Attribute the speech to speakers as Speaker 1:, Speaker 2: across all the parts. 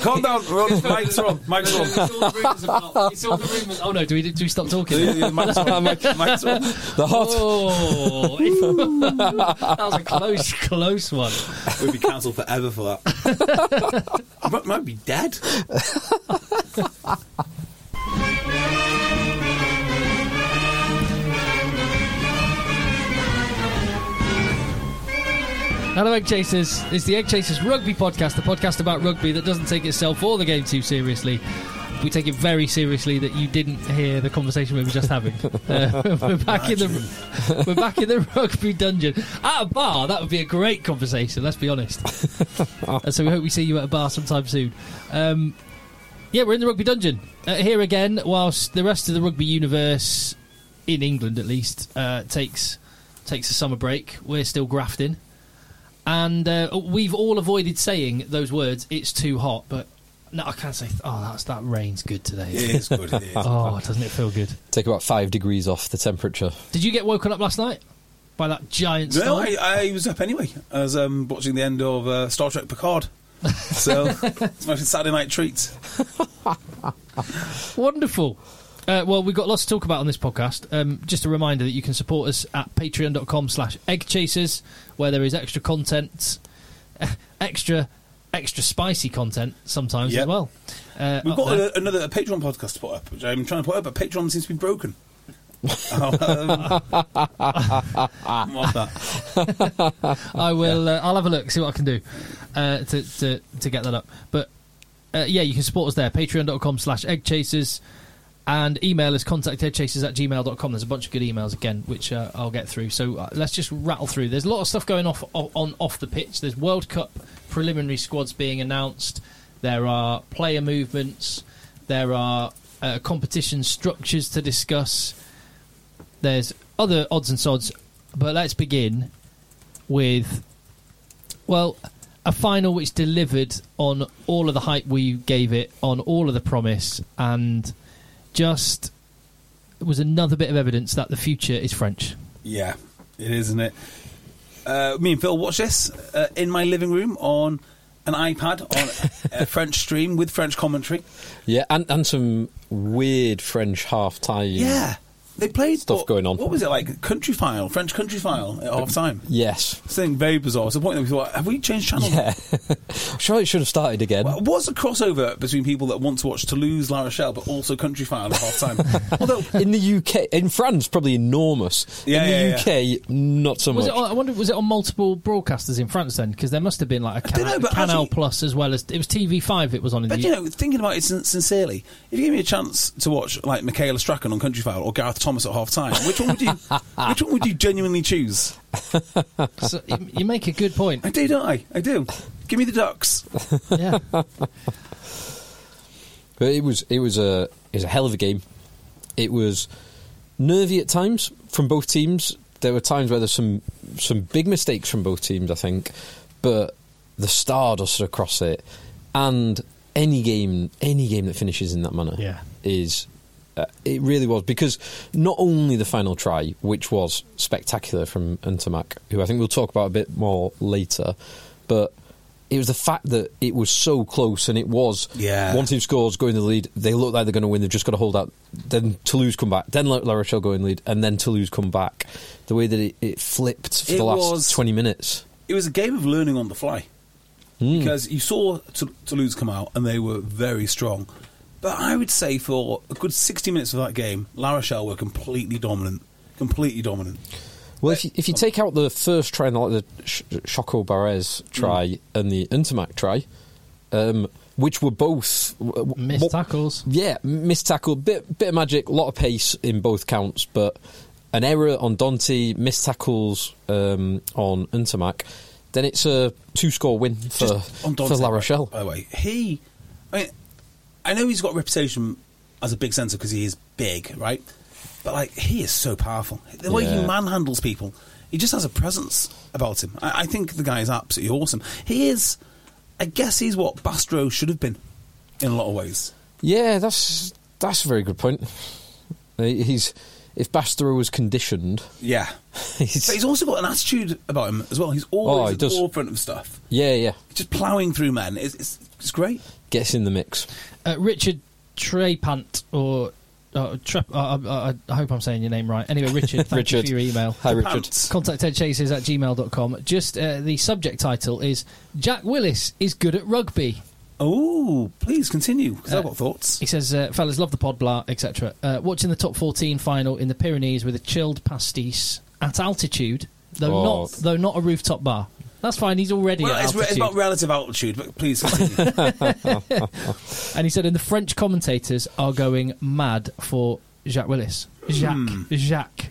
Speaker 1: Calm down, Ron. Mike's on. Mike's on.
Speaker 2: all the rumours about- it's all the rumours- Oh no, do we do we stop talking?
Speaker 1: Mike's on. Mike's on.
Speaker 3: The hot.
Speaker 2: Oh, that was a close, close one.
Speaker 1: We'd be cancelled forever for that. might, might be dead.
Speaker 2: Hello, Egg Chasers. It's the Egg Chasers Rugby Podcast, the podcast about rugby that doesn't take itself or the game too seriously. We take it very seriously that you didn't hear the conversation we were just having. Uh, we're back in the we're back in the rugby dungeon at a bar. That would be a great conversation. Let's be honest. Uh, so we hope we see you at a bar sometime soon. Um, yeah, we're in the rugby dungeon uh, here again, whilst the rest of the rugby universe in England, at least, uh, takes takes a summer break. We're still grafting and uh, we've all avoided saying those words. It's too hot, but no, I can't say. Th- oh, that's that rain's good today.
Speaker 1: It is good. It is.
Speaker 2: Oh, doesn't it feel good?
Speaker 3: Take about five degrees off the temperature.
Speaker 2: Did you get woken up last night by that giant storm?
Speaker 1: No, I, I was up anyway. I was um, watching the end of uh, Star Trek Picard. So it's my Saturday night treat.
Speaker 2: Wonderful. Uh, well, we've got lots to talk about on this podcast. Um, just a reminder that you can support us at patreon.com slash eggchasers, where there is extra content, extra extra spicy content sometimes
Speaker 1: Yep.
Speaker 2: as well. Uh,
Speaker 1: We've
Speaker 2: up
Speaker 1: got
Speaker 2: there.
Speaker 1: a, another Patreon podcast to put up, which I'm trying to put up, but Patreon seems to be broken. um, what that?
Speaker 2: I will. Uh, I'll have a look, see what I can do uh, to, to to get that up. But uh, yeah, you can support us there. Patreon.com slash eggchasers. And email is contactedchasers at gmail.com. There's a bunch of good emails again, which uh, I'll get through. So uh, let's just rattle through. There's a lot of stuff going off o- on off the pitch. There's World Cup preliminary squads being announced. There are player movements. There are uh, competition structures to discuss. There's other odds and sods. But let's begin with well a final which delivered on all of the hype we gave it on all of the promise and just was another bit of evidence that the future is french
Speaker 1: Yeah, it is, isn't it? Uh, me and Phil watched this uh, in my living room on an iPad on a French stream with French commentary.
Speaker 3: Yeah, and, and some weird French half time.
Speaker 1: Yeah. They played
Speaker 3: Stuff
Speaker 1: what,
Speaker 3: going on.
Speaker 1: What was it like? Country file, French country file at half time.
Speaker 3: Yes.
Speaker 1: Something very bizarre. It's the point that we thought, have we changed channel?
Speaker 3: Yeah. sure, it should have started again.
Speaker 1: Well, What's a crossover between people that want to watch Toulouse, La Rochelle, but also country file at half time? Although,
Speaker 3: in the UK, in France, probably enormous.
Speaker 1: Yeah,
Speaker 3: in
Speaker 1: yeah,
Speaker 3: the UK, not so
Speaker 2: was
Speaker 3: much.
Speaker 2: it on, i wonder was it on multiple broadcasters in france then because there must have been like a
Speaker 1: don't
Speaker 2: canal,
Speaker 1: know, but
Speaker 2: Canal
Speaker 1: actually-
Speaker 2: plus as well as it was tv5 it was on in
Speaker 1: but
Speaker 2: the
Speaker 1: you know, thinking about it sin- sincerely, if you gave me a chance to watch like Michaela Strachan on Country File or Gareth Thomas at half time, which one would you? which one would you genuinely choose?
Speaker 2: So you- you make a good point
Speaker 1: I do, don't I? I do. Give me the ducks.
Speaker 2: yeah
Speaker 3: But it was it was a it was a hell of a game. It was nervy at times from both teams. There were times where there's some some big mistakes from both teams, I think, but the stardust across it, and any game any game that finishes in that manner,
Speaker 2: Yeah.
Speaker 3: is uh, it really was because not only the final try, which was spectacular from Untermac, who I think we'll talk about a bit more later, but it was the fact that it was so close and it was
Speaker 1: Yeah.
Speaker 3: one team scores, go in the lead. They look like they're going to win. They've just got to hold out. Then Toulouse come back. Then La La Rochelle go in lead, and then Toulouse come back. The way that it, it flipped for
Speaker 1: It
Speaker 3: the last
Speaker 1: was-
Speaker 3: twenty minutes.
Speaker 1: it was a game of learning on the fly because you saw Tou- Toulouse come out and they were very strong. But I would say for a good 60 minutes of that game, La Rochelle were completely dominant. Completely dominant.
Speaker 3: Well, if you, if you take out the first try, not the Sh- Choco Barres try and the Intermac try, um, which were both w- w-
Speaker 2: Missed
Speaker 3: what-
Speaker 2: tackles.
Speaker 3: Yeah, missed tackle, bit bit of magic, lot of pace in both counts, but an error on Dante, missed tackles um, on Intermac. Then it's a two-score win for
Speaker 1: Just Uh,
Speaker 3: for La Rochelle.
Speaker 1: By the way, he, I mean, I know he's got a reputation as a big centre because he is big, right? But like, he is so powerful. The way he
Speaker 3: Yeah.
Speaker 1: manhandles people, he just has a presence about him. I, I think the guy is absolutely awesome. He is, I guess, he's what Bastro should have been in a lot of ways.
Speaker 3: Yeah, that's that's a very good point. Uh, He's if Bastero was conditioned,
Speaker 1: Yeah, but he's also got an attitude about him as well. He's
Speaker 3: Oh,
Speaker 1: always
Speaker 3: he
Speaker 1: at the
Speaker 3: does.
Speaker 1: forefront of stuff,
Speaker 3: yeah, yeah,
Speaker 1: just ploughing through men. It's, it's, it's great.
Speaker 3: gets in the mix.
Speaker 2: Uh, Richard Trepant or. Uh, Trep, uh, uh, I hope I'm saying your name right. Anyway, Richard, thank
Speaker 3: Richard,
Speaker 2: you for your email.
Speaker 3: Hi, Richard.
Speaker 1: Pants.
Speaker 2: Contact tedchases at gmail.com. Just uh, the subject title is Jack Willis is good at rugby.
Speaker 1: Oh, please continue because
Speaker 2: Uh,
Speaker 1: I've got thoughts.
Speaker 2: He says, uh, fellas, love the pod, blah, etc. Uh, watching the top 14 final in the Pyrenees with a chilled pastis at altitude, though
Speaker 3: Oh.
Speaker 2: not though not a rooftop bar. That's fine, he's already
Speaker 1: Well,
Speaker 2: at
Speaker 1: it's, re- it's
Speaker 2: altitude.
Speaker 1: about relative altitude, but please continue.
Speaker 2: and he said, and the French commentators are going mad for Jacques Willis. Jacques. Jacques.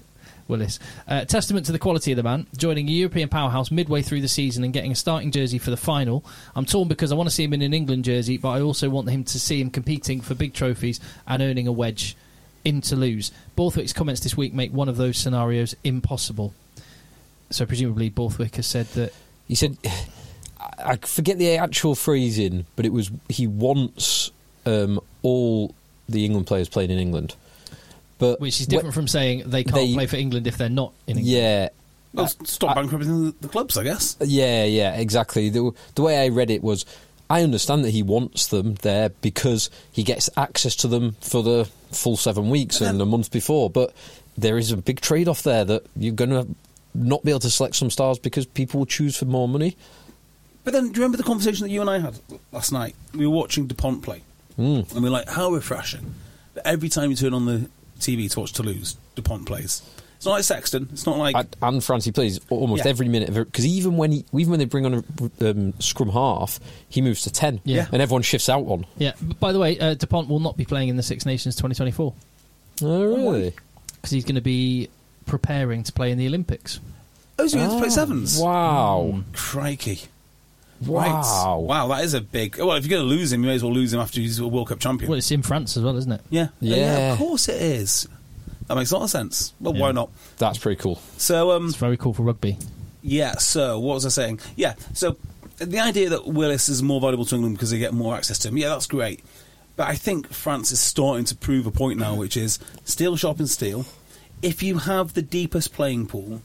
Speaker 2: Willis. Uh, testament to the quality of the man, joining a European powerhouse midway through the season and getting a starting jersey for the final. I'm torn because I want to see him in an England jersey, but I also want him to see him competing for big trophies and earning a wedge in Toulouse. Borthwick's comments this week make one of those scenarios impossible. So presumably Borthwick has said that
Speaker 3: He said, I I forget the actual phrasing, but it was he wants um, all the England players playing in England, but
Speaker 2: which is different
Speaker 3: wh-
Speaker 2: from saying they can't
Speaker 3: They-
Speaker 2: play for England if they're not in England.
Speaker 3: yeah,
Speaker 1: well, s- stop bankrupting the, the clubs, I guess.
Speaker 3: Yeah, yeah, exactly. The, the way I read it was, I understand that he wants them there because he gets access to them for the full seven weeks and a month before. But there is a big trade off there that you're going to not be able to select some stars because people will choose for more money.
Speaker 1: But then, do you remember the conversation that you and I had last night? We were watching DuPont play,
Speaker 3: Hmm.
Speaker 1: mm. and we are like, how refreshing. But every time you turn on the TV to watch Toulouse, DuPont plays. It's not like Sexton. It's not like.
Speaker 3: And, and Francie plays almost
Speaker 1: Yeah.
Speaker 3: every minute of it because even when he, even when they bring on a um, scrum half, he moves to ten,
Speaker 2: Yeah.
Speaker 3: and everyone shifts out one.
Speaker 2: Yeah. But by the way, uh, Dupont will not be playing in the Six Nations 2024
Speaker 3: Oh, really?
Speaker 2: because he's going to be preparing to play in the Olympics.
Speaker 1: oh, so you have
Speaker 3: Ah,
Speaker 1: to play sevens?
Speaker 3: Wow!
Speaker 1: Crikey.
Speaker 3: Mm.
Speaker 1: Right.
Speaker 3: Wow!
Speaker 1: Wow, that is a big. Well, if you're going to lose him, you may as well lose him after he's a World Cup champion.
Speaker 2: Well, it's in France as well, isn't it?
Speaker 1: yeah.
Speaker 3: Yeah.
Speaker 1: Of course it is. That makes a lot of sense. Well, why not?
Speaker 3: That's pretty cool.
Speaker 1: So, um,
Speaker 2: It's very cool for rugby.
Speaker 1: Yeah, so what was I saying? Yeah, so the idea that Willis is more valuable to England because they get more access to him, yeah, that's great. But I think France is starting to prove a point now, which is steal, shop, and steal. If you have the deepest playing pool,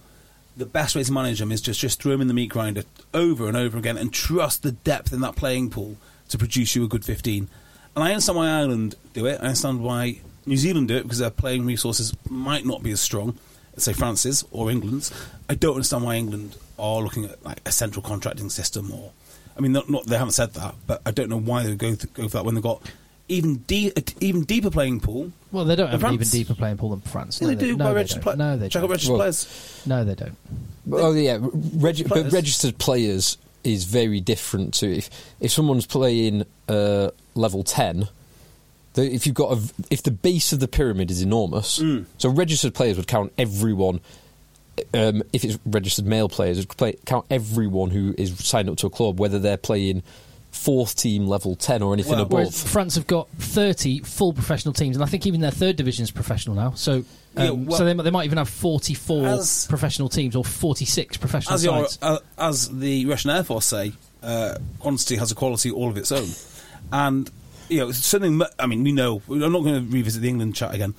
Speaker 1: the best way to manage them is just, just throw them in the meat grinder over and over again and trust the depth in that playing pool to produce you a good 15. And I understand why Ireland do it. I understand why New Zealand do it because their playing resources might not be as strong as, say, France's or England's. I don't understand why England are looking at like a central contracting system or. I mean, not, not they haven't said that, but I don't know why they would go, th- go for that when they've got even, de- a- even deeper playing pool.
Speaker 2: Well, they don't have an
Speaker 1: France-
Speaker 2: even deeper playing pool than France.
Speaker 1: Yeah,
Speaker 2: no,
Speaker 1: they do
Speaker 2: no,
Speaker 1: by
Speaker 2: they
Speaker 1: registered
Speaker 2: don't.
Speaker 1: players.
Speaker 2: No, they
Speaker 1: Check out
Speaker 2: don't.
Speaker 1: registered
Speaker 3: Well,
Speaker 1: players.
Speaker 2: No, they don't.
Speaker 3: Oh yeah, reg- but
Speaker 1: Players.
Speaker 3: registered players is very different to if if someone's playing uh, level ten. The, if you've got a, v- if the base of the pyramid is enormous,
Speaker 1: Mm.
Speaker 3: so registered players would count everyone. Um, if it's registered male players, it would play, count everyone who is signed up to a club, whether they're playing fourth team level ten or anything
Speaker 1: Well,
Speaker 2: Whereas
Speaker 3: above.
Speaker 2: France have got 30 full professional teams, and I think even their third division is professional now. So, um,
Speaker 1: Yeah, well-
Speaker 2: so they, mi- they might even have 44
Speaker 1: As-
Speaker 2: professional teams or 46 professional
Speaker 1: as the,
Speaker 2: sides.
Speaker 1: uh, as the Russian Air Force say, uh, quantity has a quality all of its own. And, you know, it's something, mu- I mean, we know, I'm not going to revisit the England chat again,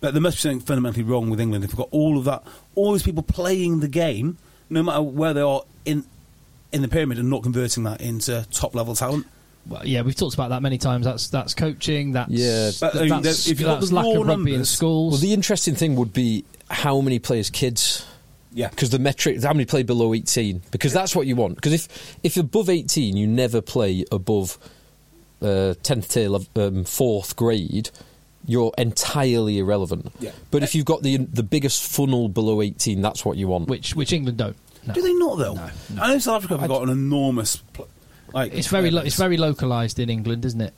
Speaker 1: but there must be something fundamentally wrong with England if we've got all of that, all those people playing the game, no matter where they are in in the pyramid and not converting that into top level talent.
Speaker 2: well, yeah, we've talked about that many times. That's that's coaching. That's
Speaker 3: Yeah.
Speaker 1: But, I mean,
Speaker 2: that's,
Speaker 1: if you've got
Speaker 2: that's
Speaker 1: the
Speaker 2: lack of
Speaker 1: raw
Speaker 2: rugby in
Speaker 1: numbers-
Speaker 2: schools.
Speaker 3: Well, the interesting thing would be how many players' kids
Speaker 1: Yeah.
Speaker 3: Because the metric, how many play below 18? Because that's what you want. Because if, if you're above 18, you never play above uh, 10th tier, lev- um, 4th grade, you're entirely irrelevant.
Speaker 1: Yeah.
Speaker 3: But if you've got the the biggest funnel below 18, that's what you want.
Speaker 2: which which England don't. No.
Speaker 1: Do they not though? I know South Africa have got an enormous. Pl- like
Speaker 2: It's very lo-
Speaker 1: low.
Speaker 2: it's very localized in England, isn't it?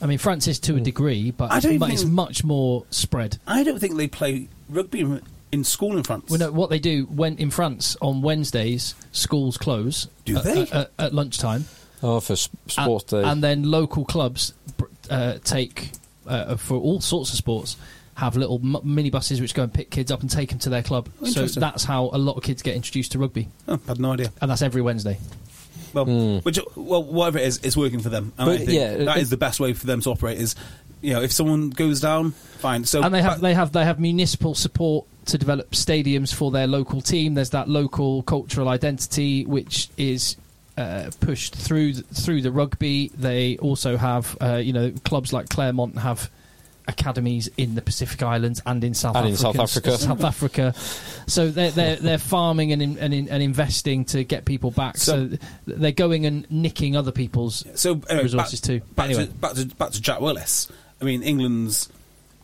Speaker 2: I mean, France is to a degree, but
Speaker 1: Hmm. I
Speaker 2: it's,
Speaker 1: don't
Speaker 2: mu- it's
Speaker 1: think-
Speaker 2: much more spread.
Speaker 1: I don't think they play rugby in- in school in France.
Speaker 2: Well, no, what they do when in France on Wednesdays, schools close.
Speaker 1: Do
Speaker 2: at,
Speaker 1: they?
Speaker 2: at, at, at lunchtime?
Speaker 3: Oh, for s- sports
Speaker 2: and,
Speaker 3: day.
Speaker 2: and then local clubs br- uh, take uh, for all sorts of sports have little m- mini buses which go and pick kids up and take them to their club. So
Speaker 1: Interesting.
Speaker 2: that's how a lot of kids get introduced to rugby,
Speaker 1: Oh, had no idea.
Speaker 2: and that's every Wednesday.
Speaker 1: Well,
Speaker 2: Hmm.
Speaker 1: which well, whatever it is, it's working for them. And
Speaker 3: But,
Speaker 1: I think
Speaker 3: yeah,
Speaker 1: that
Speaker 3: it-
Speaker 1: is the best way for them to operate. Is you know, if someone goes down, fine. So
Speaker 2: and they have
Speaker 1: but-
Speaker 2: they have they have municipal support to develop stadiums for their local team. There's that local cultural identity which is uh, pushed through th- through the rugby. They also have uh, you know clubs like Claremont have academies in the Pacific Islands and in South
Speaker 3: And in
Speaker 2: Africa.
Speaker 3: South Africa.
Speaker 2: South Africa. So they're they're, they're farming and in, and, in, and investing to get people back. So,
Speaker 1: So-
Speaker 2: th they're going and nicking other people's
Speaker 1: so anyway,
Speaker 2: resources
Speaker 1: back,
Speaker 2: too.
Speaker 1: Back,
Speaker 2: anyway.
Speaker 1: to, back to back to Jack Willis. I mean, England's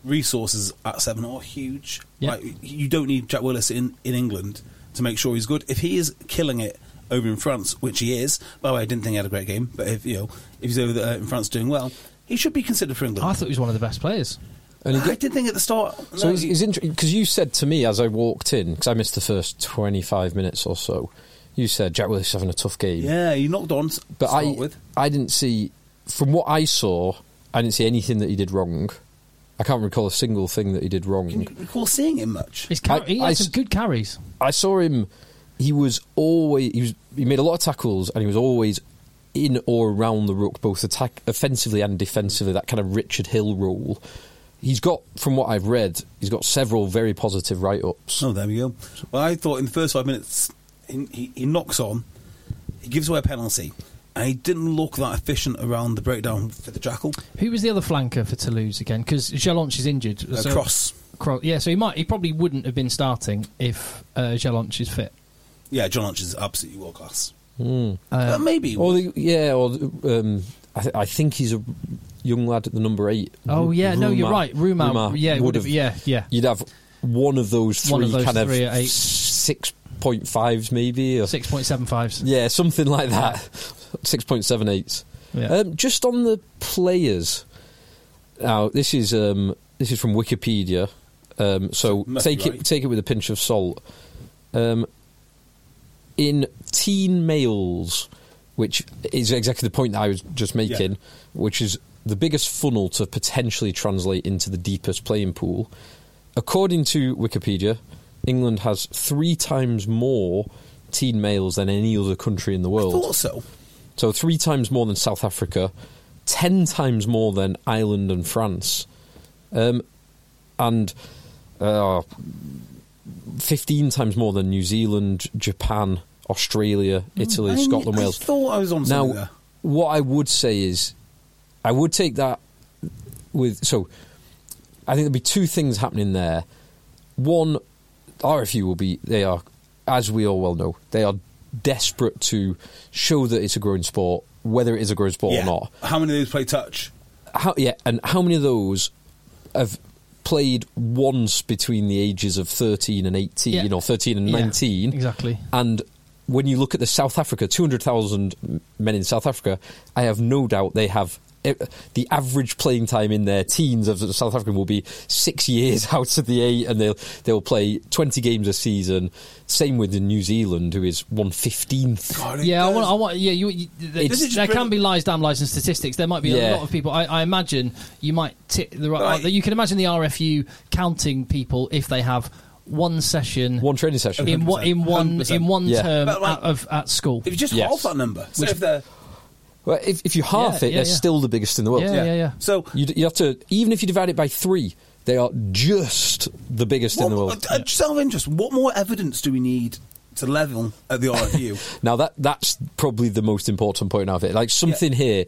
Speaker 1: resources at seven are huge.
Speaker 2: Yeah.
Speaker 1: Like, you don't need Jack Willis in, in England to make sure he's good. If he is killing it over in France, which he is. By the way, I didn't think he had a great game, but if you know if he's over there in France doing well, he should be considered for England.
Speaker 2: I thought he was one of the best players.
Speaker 3: And he
Speaker 1: I did think at the start.
Speaker 3: So
Speaker 1: no,
Speaker 3: it's,
Speaker 1: he-
Speaker 3: it's interesting because you said to me as I walked in because I missed the first twenty five minutes or so. You said Jack Willis is having a tough game,
Speaker 1: yeah, you knocked on. s-
Speaker 3: but
Speaker 1: start
Speaker 3: I
Speaker 1: with.
Speaker 3: I didn't see from what I saw I didn't see anything that he did wrong. I can't recall a single thing that he did wrong.
Speaker 1: Can you recall seeing him much?
Speaker 2: His car-
Speaker 3: I-
Speaker 2: he
Speaker 3: I
Speaker 2: had
Speaker 3: s-
Speaker 2: some good carries.
Speaker 3: I saw him. He was always he was he made a lot of tackles and he was always in or around the ruck, both attack offensively and defensively. That kind of Richard Hill role. He's got, from what I've read, he's got several very positive write ups.
Speaker 1: Oh, there we go. Well, I thought in the first five minutes, he, he, he knocks on, he gives away a penalty, and he didn't look that efficient around the breakdown for the jackal.
Speaker 2: Who was the other flanker for Toulouse again? Because Jalonch is injured.
Speaker 1: Uh,
Speaker 2: so-
Speaker 1: Cross.
Speaker 2: Cro- yeah, so he might. He probably wouldn't have been starting if uh, Jalonch is fit.
Speaker 1: Yeah, John Lynch is absolutely world class.
Speaker 2: Uh,
Speaker 1: Uh, maybe.
Speaker 3: Or Hmm. Oh, the, yeah, or um, I, th- I think he's a young lad at the number eight.
Speaker 2: oh yeah, no, you're
Speaker 3: Rumar-
Speaker 2: right. Rumar, yeah, would have, yeah, yeah.
Speaker 3: You'd have one of those three
Speaker 2: One of those
Speaker 3: kind of
Speaker 2: three at eight.
Speaker 3: six point fives, maybe. Or,
Speaker 2: Six point seven fives.
Speaker 3: Yeah, something like that. Six point seven eight.
Speaker 2: Yeah.
Speaker 3: Um, just on the players. Now this is um, this is from Wikipedia, um, so
Speaker 1: Must be
Speaker 3: take
Speaker 1: right.
Speaker 3: it take it with a pinch of salt. Um, in teen males, which is exactly the point that I was just making, which is the biggest funnel to potentially translate into the deepest playing pool. According to Wikipedia, England has three times more teen males than any other country in the
Speaker 1: I
Speaker 3: world.
Speaker 1: thought so.
Speaker 3: So three times more than South Africa, ten times more than Ireland and France, um, and uh, fifteen times more than New Zealand, Japan, Australia,
Speaker 1: Mm,
Speaker 3: Italy,
Speaker 1: I knew-
Speaker 3: Scotland,
Speaker 1: I
Speaker 3: Wales.
Speaker 1: thought I was on
Speaker 3: now,
Speaker 1: something there.
Speaker 3: what I would say is, I would take that with so. I think there'll be two things happening there. One, RFU will be they are, as we all well know, they are desperate to show that it's a growing sport, whether it is a growing sport
Speaker 1: yeah.
Speaker 3: or not.
Speaker 1: How many of those play touch?
Speaker 3: How yeah, and how many of those have played once between the ages of thirteen and eighteen
Speaker 2: Yeah.
Speaker 3: or thirteen and
Speaker 2: Yeah,
Speaker 3: nineteen?
Speaker 2: exactly.
Speaker 3: And when you look at the South Africa, 200,000 men in South Africa, I have no doubt they have eh, the average playing time in their teens of the South African will be six years out of the eight, and they'll they'll play 20 games a season. Same with in New Zealand, who is 115th.
Speaker 1: God, it
Speaker 2: Yeah, I
Speaker 1: Oh, does.
Speaker 2: want. I want. Yeah, you. you there
Speaker 1: This is just
Speaker 2: there can
Speaker 1: brilliant.
Speaker 2: be lies, damn lies, and statistics. There might be a
Speaker 3: Yeah.
Speaker 2: lot of people. I, I imagine you might tip the right.
Speaker 1: Right.
Speaker 2: you can imagine the RFU counting people if they have one session
Speaker 3: One training session.
Speaker 2: in one in one
Speaker 1: 100%.
Speaker 2: in one
Speaker 3: Yeah.
Speaker 2: term
Speaker 1: But, like-
Speaker 2: at, of, at school.
Speaker 1: If you just
Speaker 3: Yes.
Speaker 1: half that number, so if they're
Speaker 3: Well, if, if you half
Speaker 2: Yeah,
Speaker 3: it,
Speaker 2: yeah,
Speaker 3: they're
Speaker 2: yeah.
Speaker 3: still the biggest in the world.
Speaker 2: Yeah, yeah, yeah.
Speaker 1: so
Speaker 3: You'd, you have to even if you divide it by three, they are just the biggest in the
Speaker 1: Well,
Speaker 3: world.
Speaker 1: uh, Just out of interest, what more evidence do we need to level at the RFU?
Speaker 3: Now that that's probably the most important point of it. Like something here,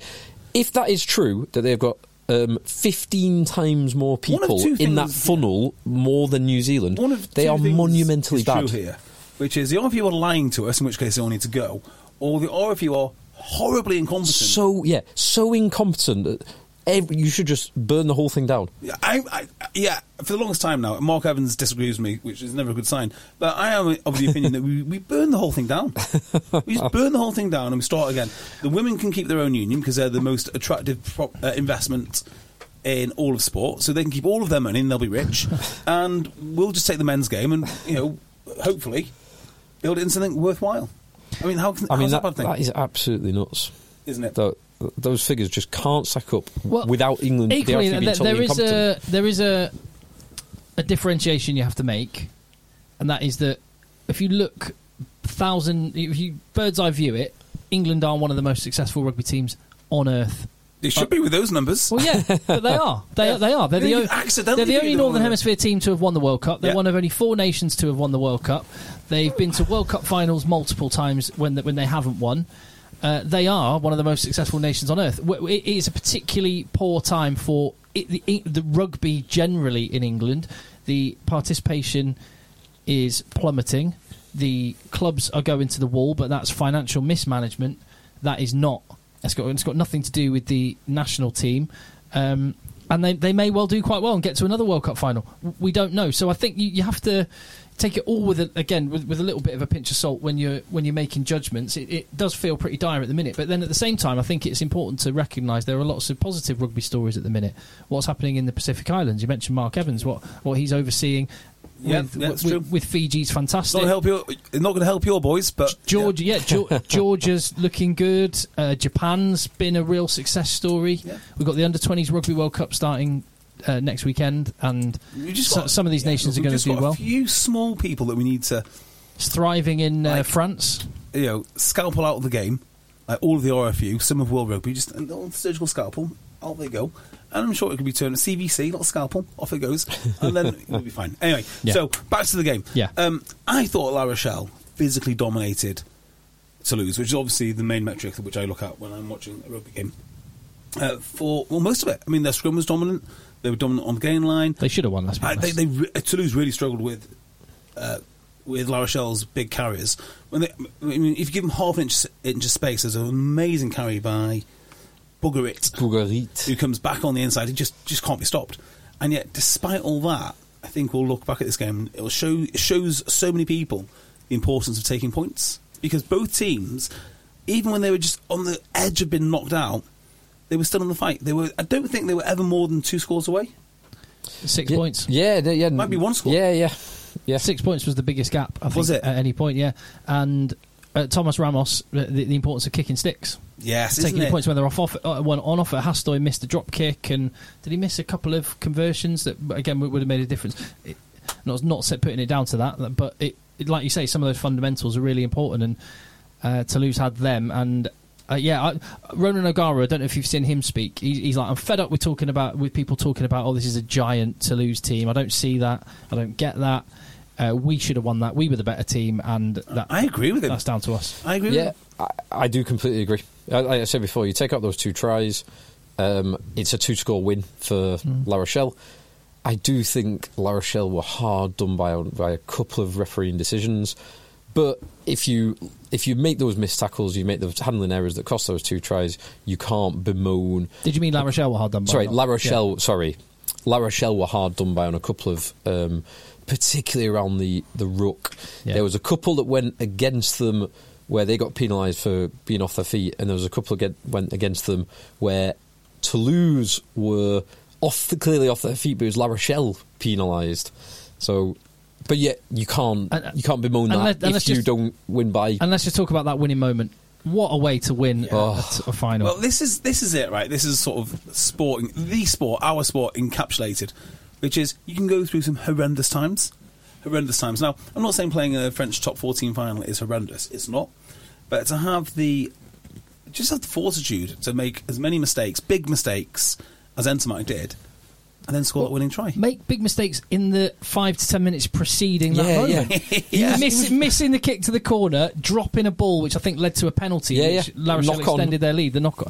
Speaker 3: if that is true that they've got um, fifteen times more
Speaker 1: One of
Speaker 3: people
Speaker 1: two
Speaker 3: in that
Speaker 1: things-
Speaker 3: funnel more than New Zealand,
Speaker 1: One of
Speaker 3: they
Speaker 1: two
Speaker 3: are
Speaker 1: things
Speaker 3: monumentally
Speaker 1: is
Speaker 3: bad.
Speaker 1: True here, which is the if you are lying to us, in which case they all need to go, or the or if you are horribly incompetent.
Speaker 3: So yeah, so incompetent. that ev you should just burn the whole thing down.
Speaker 1: Yeah, I, I, yeah, for the longest time now, Mark Evans disagrees with me, which is never a good sign. But I am of the opinion that we, we burn the whole thing down. We just burn the whole thing down and we start again. The women can keep their own union because they're the most attractive pro- uh, investment in all of sport, so they can keep all of their money and they'll be rich. and we'll just take the men's game and you know, hopefully, build it into something worthwhile. I mean, how can
Speaker 3: I mean,
Speaker 1: how's
Speaker 3: that,
Speaker 1: that, a bad thing?
Speaker 3: that is absolutely nuts.
Speaker 1: Isn't it?
Speaker 3: Tho- those figures just can't stack up w-
Speaker 2: Well,
Speaker 3: without England. the
Speaker 2: Equally,
Speaker 3: RFU being
Speaker 2: th-
Speaker 3: totally
Speaker 2: there is
Speaker 3: incompetent.
Speaker 2: a there is a a differentiation you have to make, and that is that if you look thousand if you bird's eye view it, England are one of the most successful rugby teams on earth.
Speaker 1: They should be with those numbers.
Speaker 2: Well, yeah, but they are. They are. They are. They're the,
Speaker 1: You
Speaker 2: only, they're
Speaker 1: accidentally
Speaker 2: the only
Speaker 1: beat them
Speaker 2: Northern
Speaker 1: all.
Speaker 2: Hemisphere team to have won the World Cup. They're
Speaker 1: Yeah.
Speaker 2: one of only four nations to have won the World Cup. They've been to World Cup finals multiple times when when they haven't won. Uh, they are one of the most successful nations on earth. W- It is a particularly poor time for it, the, the rugby generally in England. The participation is plummeting. The clubs are going to the wall, but that's financial mismanagement. That is not. It's got, it's got nothing to do with the national team. Um, and they, they may well do quite well and get to another World Cup final. W- We don't know. So I think you, you have to take it all with a, again with, with a little bit of a pinch of salt when you're when you're making judgments. It, it does feel pretty dire at the minute, but then at the same time, I think it's important to recognise there are lots of positive rugby stories at the minute. What's happening in the Pacific Islands? You mentioned Mark Evans, what what he's overseeing.
Speaker 1: Yeah,
Speaker 2: with,
Speaker 1: yeah, it's
Speaker 2: with,
Speaker 1: true.
Speaker 2: with Fiji's
Speaker 1: It's
Speaker 2: fantastic.
Speaker 1: not gonna help your, not going to help your boys, but
Speaker 2: Georgia, yeah, Geor- Georgia's looking good. Uh, Japan's been a real success story.
Speaker 1: Yeah.
Speaker 2: We've got the under twenties Rugby World Cup starting uh, next weekend, and
Speaker 1: You just
Speaker 2: so-
Speaker 1: got-
Speaker 2: some of these
Speaker 1: yeah,
Speaker 2: nations are
Speaker 1: we've
Speaker 2: going to
Speaker 1: just
Speaker 2: do
Speaker 1: got
Speaker 2: well.
Speaker 1: A few small people that we need to,
Speaker 2: It's thriving in uh,
Speaker 1: Like-
Speaker 2: France.
Speaker 1: you know, scalpel out of the game. Like all of the RFU, some of World Rugby, just a little surgical scalpel. Out they go, and I'm sure it could be turned CVC, little scalpel, off it goes, and then we'll be fine. Anyway,
Speaker 2: Yeah.
Speaker 1: so back to the game.
Speaker 2: Yeah.
Speaker 1: um, I thought La Rochelle physically dominated Toulouse, which is obviously the main metric which I look at when I'm watching a rugby game. Uh, for well, most of it. I mean, their scrum was dominant. They were dominant on the game line.
Speaker 2: They should have won. Let's be
Speaker 1: I, they,
Speaker 2: honest.
Speaker 1: they re- Toulouse really struggled with uh, with La Rochelle's big carriers. When they, I mean, if you give them half an inch, inch of space, there's an amazing carry by Bugarit, who
Speaker 3: Bulgarit.
Speaker 1: comes back on the inside. He just just can't be stopped. And yet, despite all that, I think we'll look back at this game. and It'll show it shows so many people the importance of taking points because both teams, even when they were just on the edge of being knocked out, they were still in the fight. They were. I don't think they were ever more than two scores away.
Speaker 2: Six
Speaker 3: Yeah,
Speaker 2: points.
Speaker 3: Yeah, yeah, yeah.
Speaker 1: Might be one score.
Speaker 3: Yeah, yeah, yeah.
Speaker 2: Six points was the biggest gap. I think,
Speaker 1: Was it?
Speaker 2: at any point? Yeah, and uh, Thomas Ramos, the, the the importance of kicking sticks.
Speaker 1: Yes,
Speaker 2: taking
Speaker 1: isn't
Speaker 2: the
Speaker 1: it?
Speaker 2: points when they're off, off uh, when on offer. Hastoy missed a drop kick, and did he miss a couple of conversions that but again would would have made a difference? It, not not set- putting it down to that, but it, it- like you say, some of those fundamentals are really important, and uh, Toulouse had them. And uh, yeah, I, Ronan O'Gara. I don't know if you've seen him speak. He, he's like, I'm fed up with talking about with people talking about, oh, this is a giant Toulouse team. I don't see that. I don't get that. Uh, we should have won that. We were the better team, and that,
Speaker 1: I agree with him.
Speaker 2: that's down to us.
Speaker 1: I agree.
Speaker 3: Yeah,
Speaker 1: With
Speaker 3: I, I do completely agree. Uh, Like I said before, you take out those two tries, um, it's a two-score win for
Speaker 2: Mm.
Speaker 3: La Rochelle. I do think La Rochelle were hard done by on- by a couple of refereeing decisions, but if you if you make those missed tackles, you make those handling errors that cost those two tries, you can't bemoan
Speaker 2: Did you mean La Rochelle were hard done by?
Speaker 3: sorry,
Speaker 2: Not-
Speaker 3: La
Speaker 2: yeah.
Speaker 3: Rochelle. Sorry, La Rochelle were hard done by on a couple of, um, particularly around the the ruck.
Speaker 2: Yeah.
Speaker 3: There was a couple that went against them where they got penalised for being off their feet, and there was a couple that went against them where Toulouse were off the, clearly off their feet, but it was La Rochelle penalised. So. But yet you can't
Speaker 2: And- uh,
Speaker 3: you can't bemoan
Speaker 2: and let-
Speaker 3: that
Speaker 2: and let's
Speaker 3: if you
Speaker 2: just-
Speaker 3: don't win by
Speaker 2: And let's just talk about that winning moment. What a way to win a-
Speaker 3: Oh.
Speaker 2: a, final.
Speaker 1: Well, this is this is it, right? This is sort of sporting the sport, our sport encapsulated, which is you can go through some horrendous times, horrendous times. Now, I'm not saying playing a French top 14 final is horrendous; it's not. But to have the just have the fortitude to make as many mistakes, big mistakes, as Entermite did, and then score that winning try.
Speaker 2: Make big mistakes in the five to ten minutes preceding that
Speaker 3: Yeah,
Speaker 2: moment.
Speaker 3: yeah.
Speaker 2: You miss, missing the kick to the corner, dropping a ball, which I think led to a penalty,
Speaker 3: Yeah,
Speaker 2: which
Speaker 3: yeah.
Speaker 2: La Rochelle
Speaker 3: Knock on.
Speaker 2: extended their lead. The knock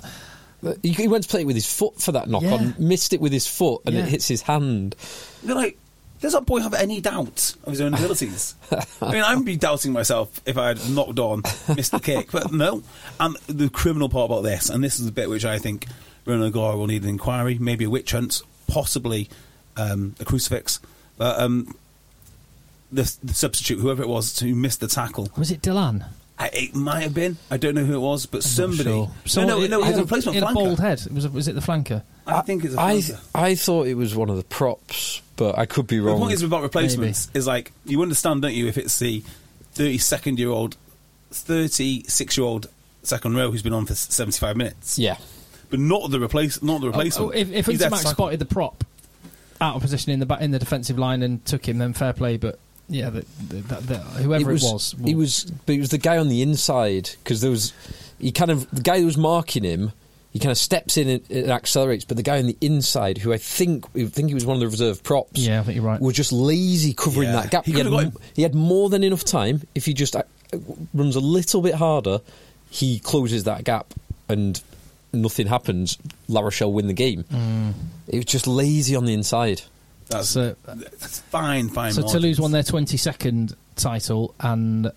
Speaker 2: on.
Speaker 3: he, he went to play it with his foot for that knock
Speaker 2: Yeah.
Speaker 3: on missed it with his foot and
Speaker 2: Yeah.
Speaker 3: it hits his hand
Speaker 1: They're like, Does that boy have any doubt of his own abilities? I mean, I'd be doubting myself if I had knocked on, missed the kick, but no. And the criminal part about this, and this is the bit which I think Ronan Gore will need an inquiry, maybe a witch hunt, possibly um, a crucifix. But um, the, the substitute, whoever it was, who missed the tackle,
Speaker 2: Was it Dylan?
Speaker 1: I, it might have been. I don't know who it was, but somebody.
Speaker 2: Sure.
Speaker 1: no, no, no, he
Speaker 2: had
Speaker 1: was a replacement
Speaker 2: he had a bald
Speaker 1: flanker.
Speaker 2: head. It was, a, was it the flanker?
Speaker 1: I think it's a
Speaker 3: I
Speaker 1: flanker.
Speaker 3: I thought it was one of the props, but I could be
Speaker 1: The
Speaker 3: wrong.
Speaker 1: point is about replacements is like you understand, don't you? If it's the thirty-second-year-old, thirty-six-year-old second row who's been on for s- seventy-five minutes,
Speaker 3: yeah,
Speaker 1: but not the replace, not the
Speaker 2: Oh,
Speaker 1: replacement.
Speaker 2: if if
Speaker 1: He's there to
Speaker 2: Untermax
Speaker 1: tackle.
Speaker 2: spotted the prop out of position in the ba- in the defensive line and took him, then fair play. But yeah, the, the, the, the, whoever it was, will-
Speaker 3: He was, but it was the guy on the inside because there was he kind of the guy who was marking him. He kind of steps in and, and accelerates, but the guy on the inside, who I think I think he was one of the reserve props,
Speaker 2: Yeah, I think you're right.
Speaker 3: was just lazy covering
Speaker 1: Yeah.
Speaker 3: that gap.
Speaker 1: He
Speaker 3: had,
Speaker 1: could've got
Speaker 3: m-
Speaker 1: him.
Speaker 3: he had more than enough time if he just uh, runs a little bit harder. He closes that gap and nothing happens. La Rochelle win the game.
Speaker 1: Mm.
Speaker 3: It was just lazy on the inside.
Speaker 1: That's,
Speaker 2: So-
Speaker 1: that's fine, fine.
Speaker 2: uh, so
Speaker 1: margins.
Speaker 2: Toulouse won their 22nd title and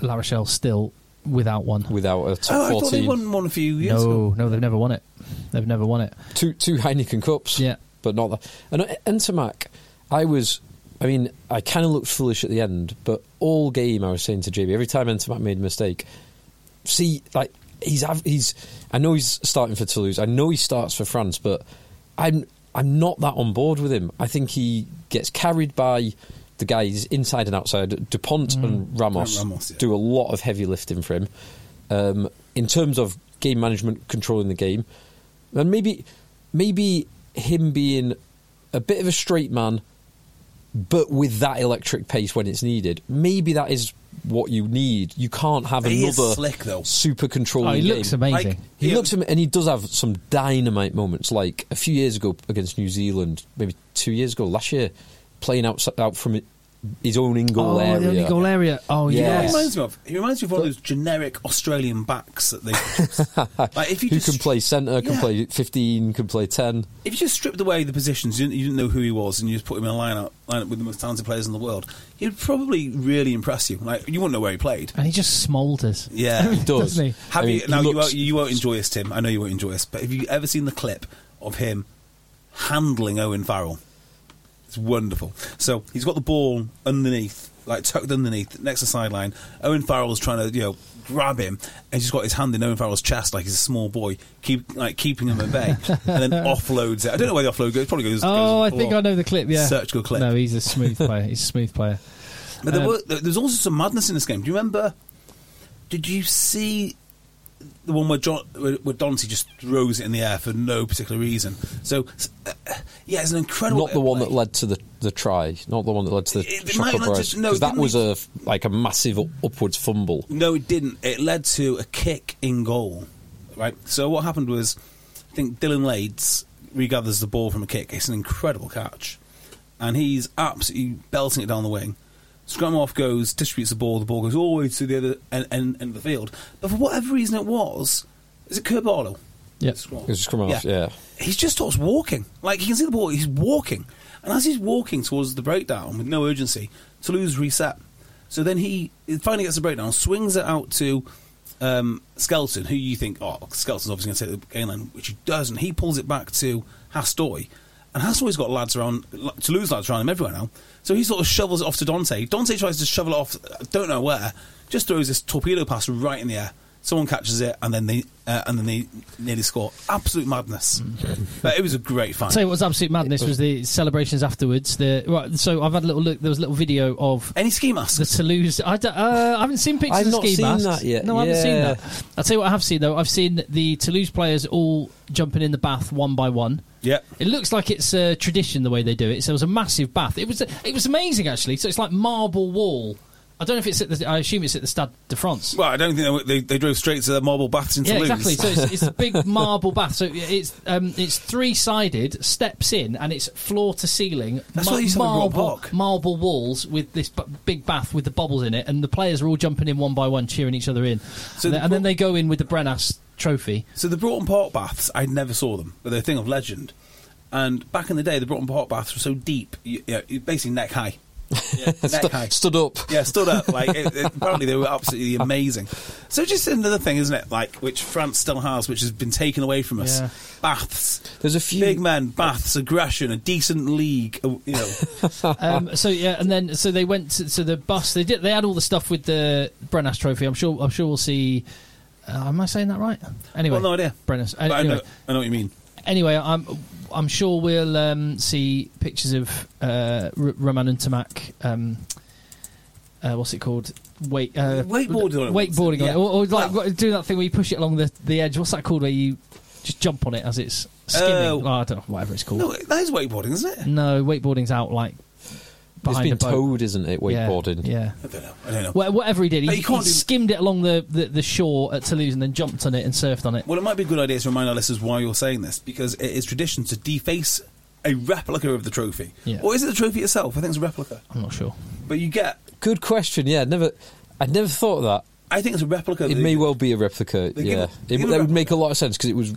Speaker 2: La Rochelle still without one.
Speaker 3: without a top
Speaker 1: Oh, I thought they
Speaker 3: 14.
Speaker 1: won one a few years ago.
Speaker 2: no, no, they've never won it. They've never won it.
Speaker 3: Two two Heineken cups.
Speaker 2: Yeah.
Speaker 3: But not that. And uh, Entermac, I was I mean, I kind of looked foolish at the end, but all game I was saying to JB every time Entermac made a mistake, see like he's av- he's I know he's starting for Toulouse. I know he starts for France, but I'm I'm not that on board with him. I think he gets carried by the guys inside and outside. Dupont and Ramos,
Speaker 1: And Ramos, Mm. yeah.
Speaker 3: do a lot of heavy lifting for him um, in terms of game management, controlling the game, and maybe maybe him being a bit of a straight man, but with that electric pace when it's needed. Maybe that is what you need. You can't have
Speaker 1: He is
Speaker 3: another
Speaker 1: slick, though.
Speaker 3: super controlling.
Speaker 2: Oh, he
Speaker 3: game.
Speaker 2: looks amazing.
Speaker 1: Like-
Speaker 3: He
Speaker 1: Yeah.
Speaker 3: looks, am- and he does have some dynamite moments. Like a few years ago against New Zealand, maybe two years ago, last year, playing out out from his own in goal
Speaker 2: oh,
Speaker 3: area.
Speaker 2: the only goal area. Oh,
Speaker 3: Yeah.
Speaker 2: yeah.
Speaker 1: You know what He
Speaker 3: Yes.
Speaker 1: reminds me of. He reminds me of one of those generic Australian backs that they. like if you
Speaker 3: Who
Speaker 1: just
Speaker 3: can play centre? Can
Speaker 1: Yeah.
Speaker 3: play fifteen? Can play ten?
Speaker 1: if you just stripped away the positions, you didn't, you didn't know who he was, and you just put him in a lineup, lineup with the most talented players in the world, he'd probably really impress you. Like you wouldn't know where he played.
Speaker 2: And he just smoulders.
Speaker 1: Yeah,
Speaker 3: He does.
Speaker 2: Doesn't he?
Speaker 1: Have
Speaker 3: I mean,
Speaker 1: you now? you,
Speaker 3: looks-
Speaker 1: won't, you won't enjoy this, Tim. I know you won't enjoy this, but have you ever seen the clip of him handling Owen Farrell? It's wonderful. So he's got the ball underneath, like tucked underneath, next to the sideline. Owen Farrell's trying to, you know, grab him, and he's got his hand in Owen Farrell's chest, like he's a small boy, keep like keeping him at bay, and then offloads it. I don't know where the offload goes. Probably goes.
Speaker 2: Oh, I
Speaker 1: goes
Speaker 2: think I know the clip. Yeah,
Speaker 1: Such a good clip.
Speaker 2: No, he's a smooth player. He's a smooth player.
Speaker 1: But there
Speaker 2: Um,
Speaker 1: were, there- there's also some madness in this game. Do you remember? Did you see the one where John, where, where Dante just throws it in the air for no particular reason? So, s- uh, uh, yeah, it's an incredible.
Speaker 3: Not the one that led to the, the try. Not the one that led to the
Speaker 1: It- it
Speaker 3: shot
Speaker 1: might
Speaker 3: clock
Speaker 1: not
Speaker 3: rise.
Speaker 1: just- no,
Speaker 3: 'Cause that
Speaker 1: didn't
Speaker 3: was
Speaker 1: we-
Speaker 3: a f- like a massive up- upwards fumble.
Speaker 1: No, it didn't. It led to a kick in goal. Right. So what happened was, I think Dylan Lades regathers the ball from a kick. It's an incredible catch, and he's absolutely belting it down the wing. Scrum off goes, distributes the ball. The ball goes all the way to the other end, end, end of the field. But for whatever reason, it was is it Kerbalo?
Speaker 2: Yeah.
Speaker 1: Scrum.
Speaker 3: It was scrum off, yeah.
Speaker 1: He just starts walking. Like you can see the ball, he's walking. And as he's walking towards the breakdown with no urgency, Toulouse reset. So then he he finally gets the breakdown, swings it out to um, Skelton, who you think, oh, Skelton's obviously going to take the game line, which he doesn't. He pulls it back to Hastoy. And Hastoy's got lads around, l- Toulouse lads around him everywhere now. So he sort of shovels it off to Dante. Dante tries to shovel it off, I don't know where, just throws this torpedo pass right in the air. Someone catches it, and then they uh, and then they nearly score. Absolute madness.
Speaker 2: Mm-hmm.
Speaker 1: but it was a great fight.
Speaker 2: Tell you what was absolute madness was the celebrations afterwards. The right, so I've had a little look. There was a little video of
Speaker 1: Any ski
Speaker 2: the
Speaker 1: masks?
Speaker 2: Toulouse. I, don't- uh, I haven't seen pictures
Speaker 3: I've
Speaker 2: of
Speaker 3: not
Speaker 2: ski
Speaker 3: seen
Speaker 2: masks.
Speaker 3: that yet.
Speaker 2: No, I haven't seen
Speaker 3: Yeah.
Speaker 2: that. I'll tell you what I have seen though. I've seen the Toulouse players all jumping in the bath one by one.
Speaker 1: Yep.
Speaker 2: It looks like it's a tradition the way they do it. So it was a massive bath. It was it was amazing actually. So it's like marble wall. I don't know if it's at the. I assume it's at the Stade de France.
Speaker 1: Well, I don't think they, they, they drove straight to their marble baths in
Speaker 2: Yeah,
Speaker 1: Toulouse.
Speaker 2: exactly. So it's, it's a big marble bath. So it's um, it's three sided, steps in, and it's floor to ceiling.
Speaker 1: That's what they used to have in Royal
Speaker 2: marble,
Speaker 1: Park.
Speaker 2: marble walls with this b- big bath with the bubbles in it, and the players are all jumping in one by one, cheering each other in.
Speaker 1: So
Speaker 2: and,
Speaker 1: the
Speaker 2: then, and then
Speaker 1: pro-
Speaker 2: they go in with the Brenas trophy.
Speaker 1: So the Broughton Park baths, I never saw them, but they're a thing of legend. And back in the day, the Broughton hot baths were so deep, you, you know, you're basically neck high. neck
Speaker 3: Stu-
Speaker 1: high.
Speaker 3: stood up.
Speaker 1: Yeah, stood up. Like it, it- apparently they were absolutely amazing. So just another thing, isn't it? Like which France still has, which has been taken away from us.
Speaker 2: Yeah.
Speaker 1: Baths.
Speaker 3: There's a few-
Speaker 1: big men, baths, aggression, a decent league. uh, You know,
Speaker 2: Um, so yeah, and then so they went to, to the bus. They did. They had all the stuff with the Brennas Trophy. I'm sure. I'm sure we'll see. Uh, am I saying that right? Anyway,
Speaker 1: well, no idea.
Speaker 2: Brennas.
Speaker 1: But I,
Speaker 2: Anyway,
Speaker 1: know, I know what you mean.
Speaker 2: anyway, I'm I'm sure we'll um, see pictures of uh, R- Roman and Tamak. Um, uh, what's it called? Wait, uh,
Speaker 1: Wakeboarding on it.
Speaker 2: Wakeboarding on
Speaker 1: Yeah.
Speaker 2: it, or, or like
Speaker 1: Well-
Speaker 2: do that thing where you push it along the, the edge. What's that called? Where you just jump on it as it's skimming.
Speaker 1: Oh.
Speaker 2: Oh, I don't know, whatever it's called.
Speaker 1: No, that is wakeboarding, isn't it?
Speaker 2: No, wakeboarding's out like
Speaker 3: It's
Speaker 2: behind a
Speaker 3: been
Speaker 2: boat.
Speaker 3: towed, isn't it? Wakeboarding.
Speaker 2: Yeah. yeah.
Speaker 1: I don't know. I don't know. Well,
Speaker 2: Wha- Whatever he did,
Speaker 1: But
Speaker 2: he,
Speaker 1: you can't
Speaker 2: he
Speaker 1: do-
Speaker 2: skimmed it along the, the, the shore at Toulouse and then jumped on it and surfed on it.
Speaker 1: it might be a good idea to remind our listeners why you're saying this because it is tradition to deface a replica of the trophy,
Speaker 2: Yeah.
Speaker 1: or is it the trophy itself? I think it's a replica.
Speaker 2: I'm not sure.
Speaker 1: But you get.
Speaker 3: Good question. Yeah, I'd never, I'd never thought of that.
Speaker 1: I think it's a replica. of
Speaker 3: It
Speaker 1: the-
Speaker 3: may well be a replica.
Speaker 1: They give
Speaker 3: yeah,
Speaker 1: it-
Speaker 3: it,
Speaker 1: give it a
Speaker 3: that would
Speaker 1: replica.
Speaker 3: make a lot of sense because it was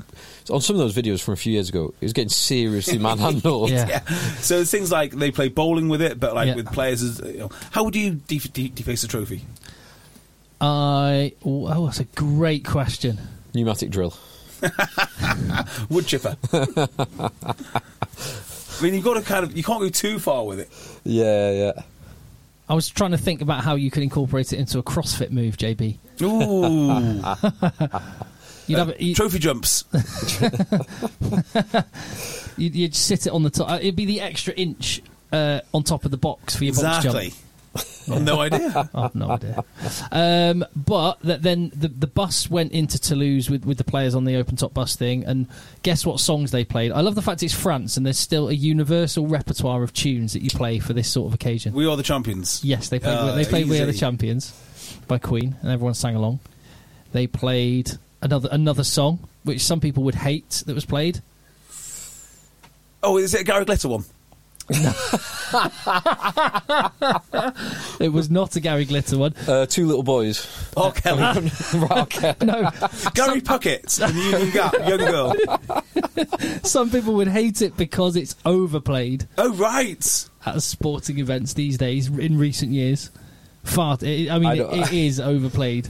Speaker 3: on some of those videos from a few years ago. It was getting seriously manhandled.
Speaker 2: Yeah.
Speaker 1: yeah. So it's things like they play bowling with it, but like
Speaker 2: Yeah.
Speaker 1: with players, is, you know, how do you de- de- deface a trophy?
Speaker 2: I oh, oh, that's a great question.
Speaker 3: Pneumatic drill.
Speaker 1: Wood chipper. I mean, you've got to kind of you can't go too far with it.
Speaker 3: Yeah, yeah.
Speaker 2: I was trying to think about how you could incorporate it into a CrossFit move, JB.
Speaker 1: Ooh,
Speaker 2: You'd have it. You,
Speaker 1: trophy jumps.
Speaker 2: you'd, you'd sit it on the top. uh, It'd be the extra inch uh, on top of the box for your box
Speaker 1: Exactly.
Speaker 2: jump.
Speaker 1: No idea.
Speaker 2: I have no idea. Um, but that then the, the bus went into Toulouse with, with the players on the open top bus thing, and guess what songs they played? I love the fact it's France, and there's still a universal repertoire of tunes that you play for this sort of occasion.
Speaker 1: We are the champions.
Speaker 2: Yes, they played.
Speaker 1: Oh,
Speaker 3: Uh,
Speaker 2: they played "We Are the
Speaker 1: easy.
Speaker 2: Champions" by Queen, and everyone sang along. They played another another song, which some people would hate that was played.
Speaker 1: Oh, is it a Gary Glitter one?
Speaker 2: It was not a Gary Glitter one.
Speaker 3: Uh, two little boys.
Speaker 1: Oh, Kelly.
Speaker 2: No,
Speaker 1: Gary Puckett and the Union Gap, young girl.
Speaker 2: some people would hate it because it's overplayed
Speaker 1: Oh, right.
Speaker 2: at sporting events these days. In recent years, far. It, I mean,
Speaker 3: I
Speaker 2: it,
Speaker 3: don't-
Speaker 2: it is overplayed.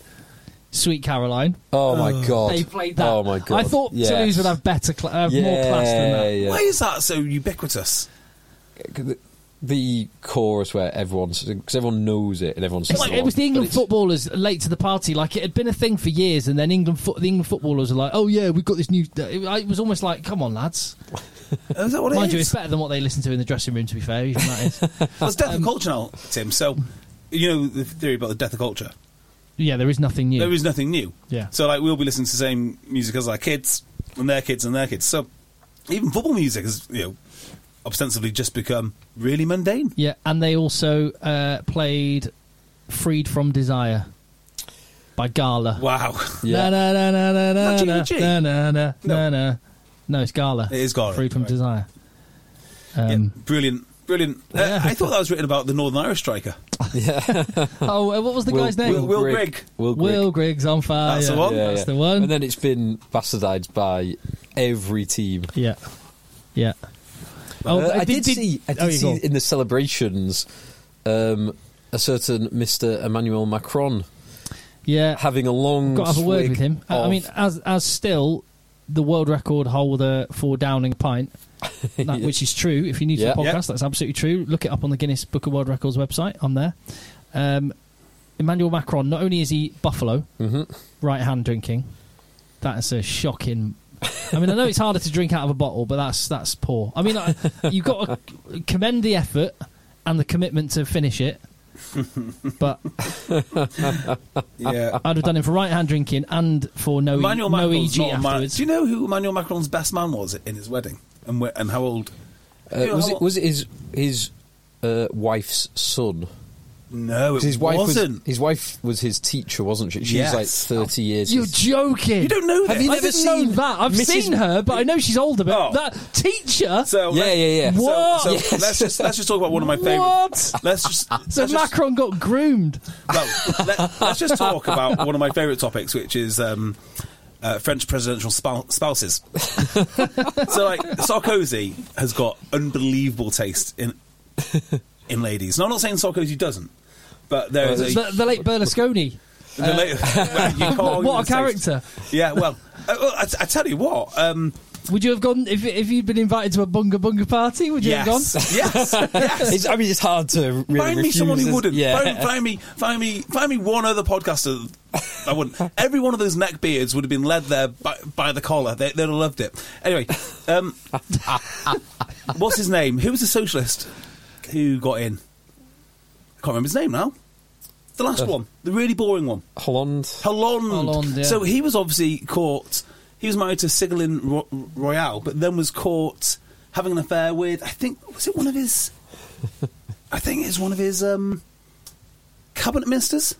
Speaker 2: Sweet Caroline.
Speaker 3: Oh my god.
Speaker 2: They played that.
Speaker 3: Oh my god.
Speaker 2: I thought
Speaker 3: Yes.
Speaker 2: Toulouse would have better, cla have
Speaker 3: yeah,
Speaker 2: more class than that.
Speaker 3: yeah.
Speaker 1: Why is that so ubiquitous?
Speaker 3: the, the chorus where everyone's because everyone knows it and everyone sings
Speaker 2: It's like,
Speaker 3: along.
Speaker 2: it was the England
Speaker 3: But it's-
Speaker 2: footballers late to the party. Like it had been a thing for years, and then England fo- the England footballers are like, "Oh yeah, we've got this new." It, I- it was almost like, "Come on, lads!"
Speaker 1: Oh, Is that what
Speaker 2: Mind
Speaker 1: it
Speaker 2: you, it's
Speaker 1: is?
Speaker 2: better than what they listen to in the dressing room. To be fair, even that is.
Speaker 1: Well, it's death of culture now, Tim. So, you know the theory about the death of culture.
Speaker 2: yeah, there is nothing new.
Speaker 1: There is nothing new.
Speaker 2: Yeah.
Speaker 1: So, like, we'll be listening to the same music as our kids and their kids and their kids. So, even football music has, you know, ostensibly just become really mundane.
Speaker 2: yeah, and they also uh, played "Freed from Desire" by Gala.
Speaker 1: Wow.
Speaker 3: Yeah.
Speaker 2: Na, na, na, na, na,
Speaker 1: Not
Speaker 2: na,
Speaker 1: G&G.
Speaker 2: na, na, na,
Speaker 1: No.
Speaker 2: na, na. No, it's Gala.
Speaker 1: It is Gala,
Speaker 2: Freed from
Speaker 1: right.
Speaker 2: Desire.
Speaker 1: Yeah,
Speaker 2: Um,
Speaker 1: brilliant. Brilliant. Uh,
Speaker 2: Yeah.
Speaker 1: I thought that was written about the Northern Irish striker.
Speaker 2: Oh, uh, what was the
Speaker 3: Will-
Speaker 2: guy's name?
Speaker 1: Will- Will
Speaker 3: Grigg.
Speaker 1: Grigg.
Speaker 3: Will Grigg.
Speaker 2: Will Griggs on fire.
Speaker 1: That's the
Speaker 2: Yeah,
Speaker 1: one.
Speaker 3: Yeah,
Speaker 2: That's
Speaker 3: yeah.
Speaker 2: the one.
Speaker 3: And then it's been bastardized by every team.
Speaker 2: Yeah, yeah. Oh,
Speaker 3: Uh,
Speaker 2: but
Speaker 3: I did, see, I did
Speaker 2: oh, you
Speaker 3: see
Speaker 2: go.
Speaker 3: in the celebrations um, a certain Mr. Emmanuel Macron
Speaker 2: yeah.
Speaker 3: having a long.
Speaker 2: Got to have a word
Speaker 3: swig
Speaker 2: with him. I- I
Speaker 3: of- uh,
Speaker 2: mean, as as still the world record holder for downing a pint, that, which is true. If you're new to
Speaker 3: Yeah.
Speaker 2: the podcast,
Speaker 1: Yeah.
Speaker 2: that's absolutely true. Look it up on the Guinness Book of World Records website. I'm there. Um, Emmanuel Macron. Not only is he Buffalo,
Speaker 3: Mm-hmm.
Speaker 2: right hand drinking. That is a shocking. I mean, I know it's harder to drink out of a bottle, but that's that's poor. I mean, I, you've got to commend the effort and the commitment to finish it. But Uh,
Speaker 1: Yeah.
Speaker 2: I'd have done it for right hand drinking and for no, E-
Speaker 1: Emmanuel
Speaker 2: no
Speaker 1: Macron's
Speaker 2: EG
Speaker 1: not a man.
Speaker 2: afterwards.
Speaker 1: Do you know who Emmanuel Macron's best man was in his wedding and wh- and how old?
Speaker 3: Uh,
Speaker 1: You know
Speaker 3: was,
Speaker 1: how
Speaker 3: it,
Speaker 1: old-
Speaker 3: was it his, his uh, wife's son?
Speaker 1: No, it
Speaker 3: 'Cause His wife
Speaker 1: wasn't.
Speaker 3: was his wife was his teacher, wasn't she? She
Speaker 1: Yes.
Speaker 3: was like thirty years.
Speaker 2: You're joking.
Speaker 1: You don't know
Speaker 3: Have
Speaker 1: this.
Speaker 3: you
Speaker 2: I
Speaker 3: never
Speaker 2: didn't
Speaker 3: seen
Speaker 2: know that. I've
Speaker 3: Mrs.
Speaker 2: seen her, but I know she's older. But
Speaker 1: Oh.
Speaker 2: that teacher.
Speaker 1: So
Speaker 3: Yeah,
Speaker 1: let-
Speaker 3: yeah, yeah.
Speaker 1: so-
Speaker 2: What?
Speaker 1: So,
Speaker 2: Yes.
Speaker 1: let's just let's just talk about one of my favourite.
Speaker 2: what?
Speaker 1: Let's just
Speaker 2: So
Speaker 1: let's just,
Speaker 2: Macron got groomed.
Speaker 1: well, let, us just talk about one of my favourite topics, which is um, uh, French presidential spou- spouses. so like Sarkozy has got unbelievable taste in in ladies. Now I'm not saying Sarkozy doesn't, but there is a
Speaker 2: The, the late Berlusconi.
Speaker 1: the la- well, you can't argue
Speaker 2: uh, what a
Speaker 1: with the taste.
Speaker 2: character.
Speaker 1: Yeah, well, uh, well, I, I tell you what. Um,
Speaker 2: Would you have gone if if you'd been invited to a bunga bunga party? Would you have
Speaker 1: yes,
Speaker 2: gone?
Speaker 1: yes, yes.
Speaker 3: It's, I mean, it's hard to really
Speaker 1: find me
Speaker 3: refuse,
Speaker 1: someone who
Speaker 3: isn't-
Speaker 1: wouldn't.
Speaker 3: Yeah,
Speaker 1: Find, find me, find me, find me one other podcaster. that I wouldn't. Every one of those neckbeards would have been led there by, by the collar. They, they'd have loved it. Anyway, um, what's his name? Who was the socialist who got in? Can't remember his name now. The last one, the really boring one.
Speaker 3: Holland.
Speaker 1: Hollande.
Speaker 2: Hollande, yeah.
Speaker 1: So he was obviously caught. He was married to Sigalin Ro- Royale, but then was caught having an affair with. I think was it one of his. I think it's one of his um, cabinet ministers.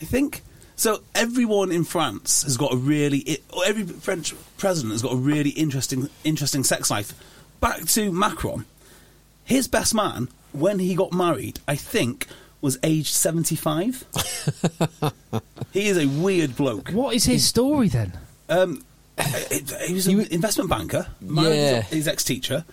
Speaker 1: I think so. Everyone in France has got a really. i- or Every French president has got a really interesting, interesting sex life. Back to Macron, his best man when he got married, I think, was aged seventy-five. He is a weird bloke.
Speaker 2: What is his story then?
Speaker 1: Um, he he was an investment banker, married
Speaker 3: Yeah.
Speaker 1: his ex teacher,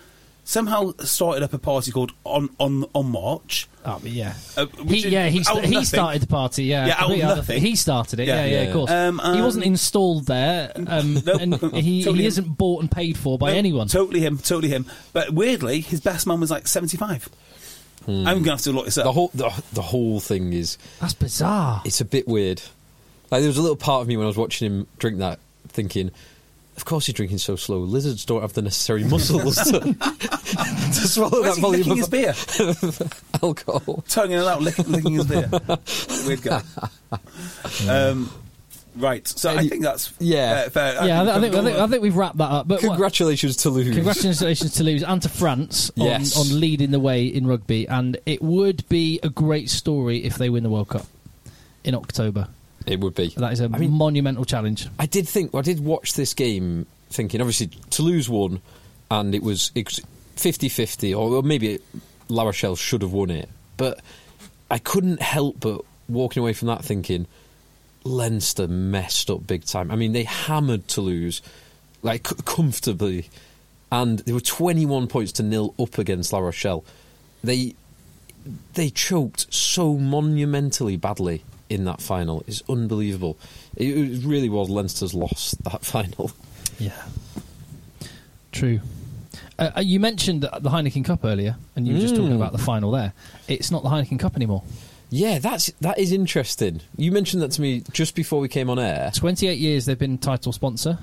Speaker 1: somehow started up a party called On On On March.
Speaker 2: Oh, but yeah.
Speaker 1: Uh, which
Speaker 2: he,
Speaker 1: is
Speaker 2: yeah, he,
Speaker 1: out
Speaker 2: st-
Speaker 1: of
Speaker 2: he
Speaker 1: nothing.
Speaker 2: started the party. Yeah,
Speaker 1: Yeah, out of
Speaker 2: completely out of
Speaker 1: nothing.
Speaker 2: nothing. He started it. Yeah,
Speaker 1: Yeah.
Speaker 2: yeah,
Speaker 3: Yeah.
Speaker 2: of course.
Speaker 1: Um,
Speaker 2: he
Speaker 1: um,
Speaker 2: wasn't installed there, um,
Speaker 1: Nope.
Speaker 2: and he,
Speaker 1: Totally.
Speaker 2: he isn't bought and paid for by
Speaker 1: No,
Speaker 2: anyone.
Speaker 1: Um, Totally him, totally him. But weirdly, his best man was like 75.
Speaker 2: Hmm.
Speaker 1: I'm going to have to look this up.
Speaker 3: The whole the, the whole thing is
Speaker 2: That's bizarre.
Speaker 3: it's a bit weird. Like there was a little part of me when I was watching him drink that, thinking, of course he's drinking so slow. Lizards don't have the necessary muscles to, to swallow
Speaker 1: Where's
Speaker 3: that
Speaker 1: he
Speaker 3: volume
Speaker 1: licking
Speaker 3: of
Speaker 1: his beer?
Speaker 3: alcohol.
Speaker 1: Tonguing it out, licking, licking his beer. Weird guy. Um, right, so I
Speaker 3: Any-
Speaker 1: think that's
Speaker 3: Yeah.
Speaker 1: fair. fair.
Speaker 2: yeah, I, th- I think I
Speaker 1: we've
Speaker 2: think, I
Speaker 1: gone-
Speaker 2: think we've wrapped that up. But what-
Speaker 3: Congratulations, Toulouse.
Speaker 2: Congratulations to Toulouse and to France on,
Speaker 3: Yes.
Speaker 2: on leading the way in rugby. And it would be a great story if they win the World Cup in October.
Speaker 3: it would be.
Speaker 2: That is a
Speaker 3: I mean,
Speaker 2: monumental challenge.
Speaker 3: I did think I did watch this game thinking obviously Toulouse won and it was 50-50 or maybe La Rochelle should have won it but I couldn't help but walking away from that thinking Leinster messed up big time I mean they hammered Toulouse like c- comfortably and they were 21 points to nil up against La Rochelle they they choked so monumentally badly in that final. It's unbelievable. It, it really was Leinster's loss that final.
Speaker 2: Yeah. True. Uh, uh, you mentioned the Heineken Cup earlier, and you were just
Speaker 3: Mm.
Speaker 2: talking about the final there. It's not the Heineken Cup anymore.
Speaker 3: Yeah, that's that is interesting. You mentioned that to me just before we came on air.
Speaker 2: 28 years they've been title sponsor.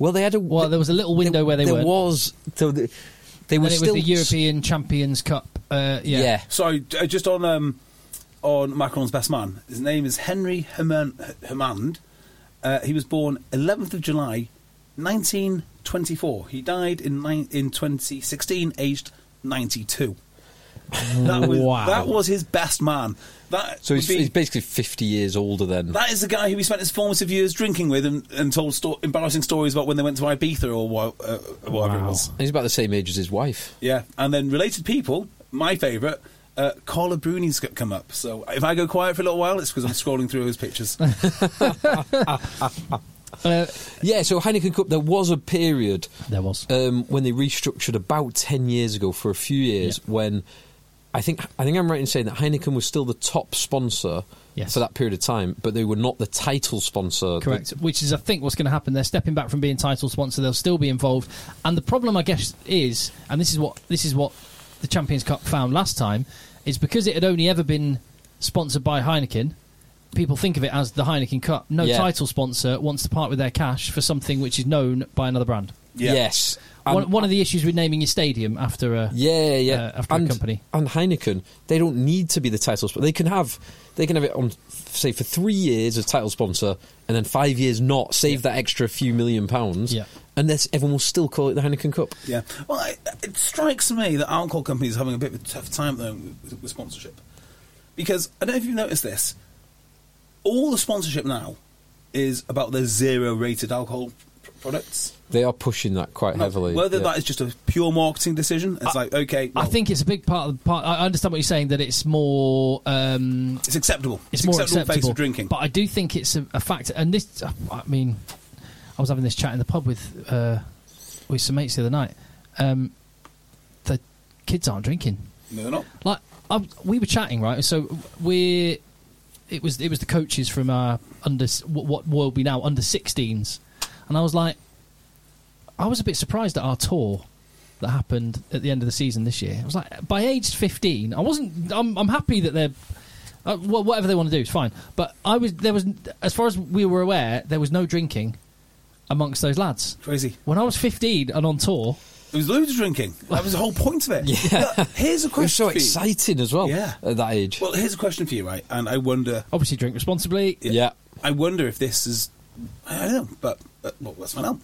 Speaker 3: Well, they had a
Speaker 2: Well, there was a little window where they
Speaker 3: there
Speaker 2: weren't.
Speaker 3: was so they, they were
Speaker 2: and it
Speaker 3: still
Speaker 2: was the European Champions Cup. Uh, yeah.
Speaker 3: yeah.
Speaker 1: Sorry, j- just on um, on Macron's best man. His name is Henry Herman- Hermand. Uh, he was born 11th of July, 1924. He died in nine in 2016, aged 92. That was,
Speaker 2: Wow.
Speaker 1: that was his best man. That
Speaker 3: So
Speaker 1: would
Speaker 3: he's,
Speaker 1: be-
Speaker 3: he's basically fifty years older then.
Speaker 1: that is the guy who he spent his formative years drinking with and, and told sto- embarrassing stories about when they went to Ibiza or what, uh, whatever it was.
Speaker 3: he's about the same age as his wife.
Speaker 1: Yeah, and then related people, my favourite, uh, Carla Bruni's got come up. So if I go quiet for a little while, it's because I'm scrolling through his pictures.
Speaker 2: Uh,
Speaker 3: Yeah, so Heineken Cup, there was a period.
Speaker 2: There was.
Speaker 3: Um, when they restructured about 10 years ago for a few years when. I think I think I'm right in saying that Heineken was still the top sponsor
Speaker 2: Yes.
Speaker 3: for that period of time, but they were not the title sponsor.
Speaker 2: Correct. Which is, I think, what's going to happen. They're stepping back from being title sponsor. They'll still be involved. And the problem, I guess, is, and this is what this is what the Champions Cup found last time, is because it had only ever been sponsored by Heineken. People think of it as the Heineken Cup. No
Speaker 3: Yeah.
Speaker 2: title sponsor wants to part with their cash for something which is known by another brand.
Speaker 1: Yeah.
Speaker 3: Yes.
Speaker 2: One,
Speaker 3: And-
Speaker 2: one of the issues with naming your stadium after a
Speaker 3: Yeah, yeah.
Speaker 2: uh, after a
Speaker 3: and,
Speaker 2: company.
Speaker 3: and Heineken, they don't need to be the title sponsor. They can have they can have it on say for three years as title sponsor, and then five years not. Save that extra few million pounds,
Speaker 2: Yeah.
Speaker 3: and that's, everyone will still call it the Heineken Cup.
Speaker 1: yeah. Well, I, it strikes me that alcohol companies are having a bit of a tough time though with, with sponsorship. Because I don't know if you've noticed this, all the sponsorship now is about the zero rated alcohol p- products.
Speaker 3: They are pushing that quite heavily.
Speaker 1: Whether
Speaker 3: yeah.
Speaker 1: that is just a pure marketing decision, it's like, okay,
Speaker 2: I
Speaker 1: well,
Speaker 2: think it's a big part of the part. I understand what you're saying that it's more um,
Speaker 1: it's acceptable.
Speaker 2: it's, more
Speaker 1: acceptable,
Speaker 2: acceptable,
Speaker 1: face of drinking.
Speaker 2: But uh, I do think it's a, a factor, and this, I mean, I was having this chat in the pub with uh, with some mates the other night. Um, the kids aren't drinking.
Speaker 1: No, they're not.
Speaker 2: Like I, we were chatting, right? So we're it was it was the coaches from our under what, what will be now under 16s, and I was like, I was a bit surprised at our tour that happened at the end of the season this year. I was like, by age 15, I wasn't. I'm, I'm happy that they're. Uh, wh- whatever they want to do is fine, but I was there was as far as we were aware there was no drinking amongst those lads.
Speaker 1: Crazy.
Speaker 2: When I was 15 and on tour,
Speaker 1: It was loads of drinking. That was the whole point of it. Yeah. here's a
Speaker 3: It was
Speaker 1: question.
Speaker 3: so
Speaker 1: for you.
Speaker 3: exciting as well
Speaker 1: Yeah.
Speaker 3: at that age.
Speaker 1: Well, here's a question for you, right? And I wonder,
Speaker 2: obviously drink responsibly.
Speaker 3: yeah.
Speaker 1: I wonder if this is, I don't know, but, but well, let's find out.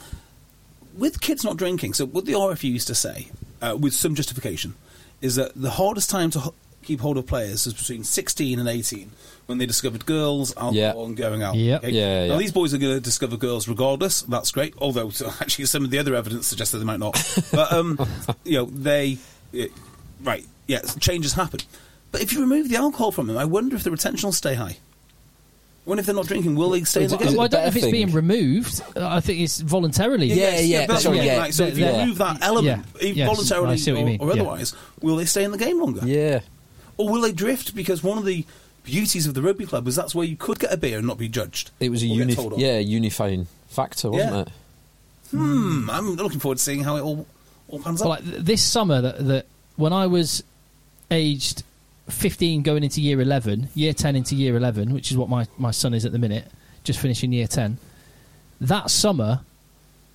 Speaker 1: With kids not drinking, so what the RFU used to say, uh, with some justification, is that the hardest time to ho- keep hold of players is between 16 and 18 when they discovered girls, alcohol,
Speaker 3: Yeah.
Speaker 1: and going out.
Speaker 2: Yep.
Speaker 3: Yeah,
Speaker 1: now,
Speaker 3: yeah.
Speaker 1: these boys are going to discover girls regardless. That's great. Although, so, actually, some of the other evidence suggests that they might not. But, um, you know, they. It, right. Yeah, changes happen. But if you remove the alcohol from them, I wonder if the retention will stay high. I wonder if they're not drinking, will they stay? in the
Speaker 3: Is
Speaker 2: Well, I
Speaker 3: it a
Speaker 2: don't
Speaker 1: game?
Speaker 2: know
Speaker 3: better
Speaker 2: if it's
Speaker 3: thing?
Speaker 2: being removed. I think it's voluntarily.
Speaker 3: Yeah,
Speaker 1: it's-
Speaker 3: yeah,
Speaker 1: but that's
Speaker 3: sorry,
Speaker 1: what I mean,
Speaker 3: yeah.
Speaker 1: like, so if
Speaker 2: Yeah.
Speaker 1: you remove that element,
Speaker 2: Yeah.
Speaker 1: if
Speaker 2: Yes, I see what you
Speaker 1: voluntarily
Speaker 2: mean,
Speaker 1: or, or
Speaker 2: yeah.
Speaker 1: otherwise, will they stay in the game longer?
Speaker 3: Yeah.
Speaker 1: Or will they drift? Because one of the beauties of the rugby club is that's where you could get a beer and not be judged.
Speaker 3: It was a
Speaker 1: or get
Speaker 3: uni-
Speaker 1: told off.
Speaker 3: yeah, unifying factor, wasn't
Speaker 1: Yeah.
Speaker 3: it?
Speaker 1: Hmm, I'm looking forward to seeing how it all, all pans
Speaker 2: But
Speaker 1: out.
Speaker 2: like th- this summer, that, that when I was aged 15 going into year 11, year 10 into year 11, which is what my, my son is at the minute, just finishing year 10, that summer,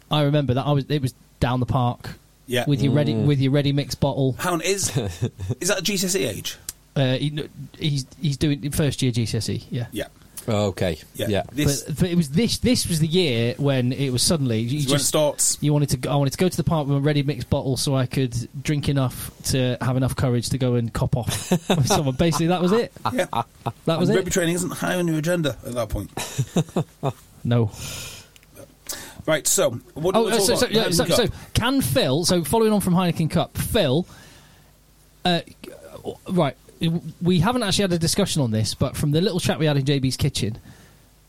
Speaker 2: I remember that I was it was down the park
Speaker 1: yeah.
Speaker 2: with your
Speaker 3: Mm.
Speaker 2: ready with your ready mix bottle.
Speaker 1: How is is that GCSE E age?
Speaker 2: Uh, he, he's he's doing first year GCSE, E, yeah.
Speaker 1: Yeah.
Speaker 3: Oh, Okay.
Speaker 1: Yeah.
Speaker 3: Yeah.
Speaker 1: This
Speaker 2: but, but it was this this was the year when it was suddenly you
Speaker 1: is when it
Speaker 2: just
Speaker 1: starts.
Speaker 2: you wanted to go, I wanted to go to the park with a ready mixed bottle so I could drink enough to have enough courage to go and cop off with someone. Basically, that was it.
Speaker 1: Yeah.
Speaker 2: That was
Speaker 1: And
Speaker 2: it.
Speaker 1: rugby training isn't high on your agenda at that point.
Speaker 2: No.
Speaker 1: Right, so what do
Speaker 2: Oh,
Speaker 1: we
Speaker 2: uh,
Speaker 1: talk
Speaker 2: so, so,
Speaker 1: about?
Speaker 2: yeah,
Speaker 1: Heineken
Speaker 2: so,
Speaker 1: Cup.
Speaker 2: so can Phil? So following on from Heineken Cup, Phil. Uh, right, we haven't actually had a discussion on this, but from the little chat we had in JB's kitchen,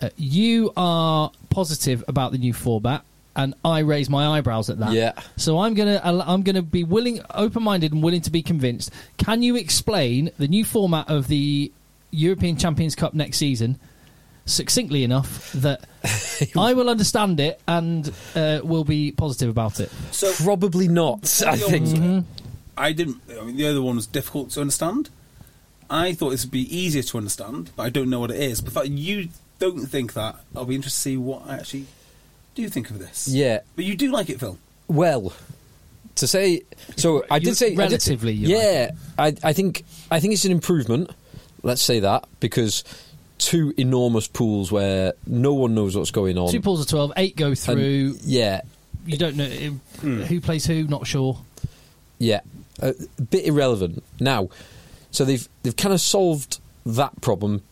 Speaker 2: uh, you are positive about the new format, and I raise my eyebrows at that.
Speaker 3: Yeah.
Speaker 2: So I'm gonna I'm gonna be willing, open minded, and willing to be convinced. Can you explain the new format of the European Champions Cup next season? succinctly enough that I will understand it and uh, will be positive about it.
Speaker 1: So-
Speaker 3: Probably not, I
Speaker 1: The
Speaker 3: think.
Speaker 1: old- I didn't. I mean, the other one was difficult to understand. I thought this would be easier to understand, but I don't know what it is. But the fact you don't think that, I'll be interested to see what I actually do think of this.
Speaker 3: Yeah.
Speaker 1: but you do like it, Phil.
Speaker 3: Well, to say so, I
Speaker 2: You-
Speaker 3: did say I did say-
Speaker 2: relatively, you
Speaker 3: yeah, I, I think I think it's an improvement. Let's say that because two enormous pools where no one knows what's going on.
Speaker 2: Two pools of 12, eight go
Speaker 3: and- Hmm.
Speaker 2: through.
Speaker 3: yeah,
Speaker 2: you don't know uh, who plays who, not sure.
Speaker 3: yeah, a bit irrelevant now. So they've they've kind of solved that problem,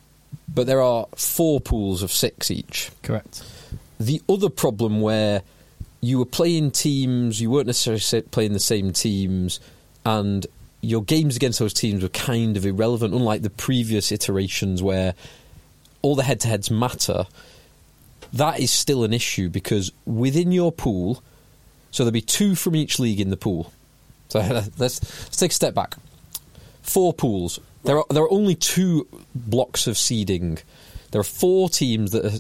Speaker 3: but there are four pools of six each.
Speaker 2: Correct.
Speaker 3: the other problem where you were playing teams, you weren't necessarily sa- playing the same teams, and your games against those teams were kind of irrelevant, unlike the previous iterations where all the head to heads matter. That is still an issue because within your pool, so there'll be two from each league in the pool. So let's, let's take a step back. Four pools. There are, there are only two blocks of seeding. There are four teams that are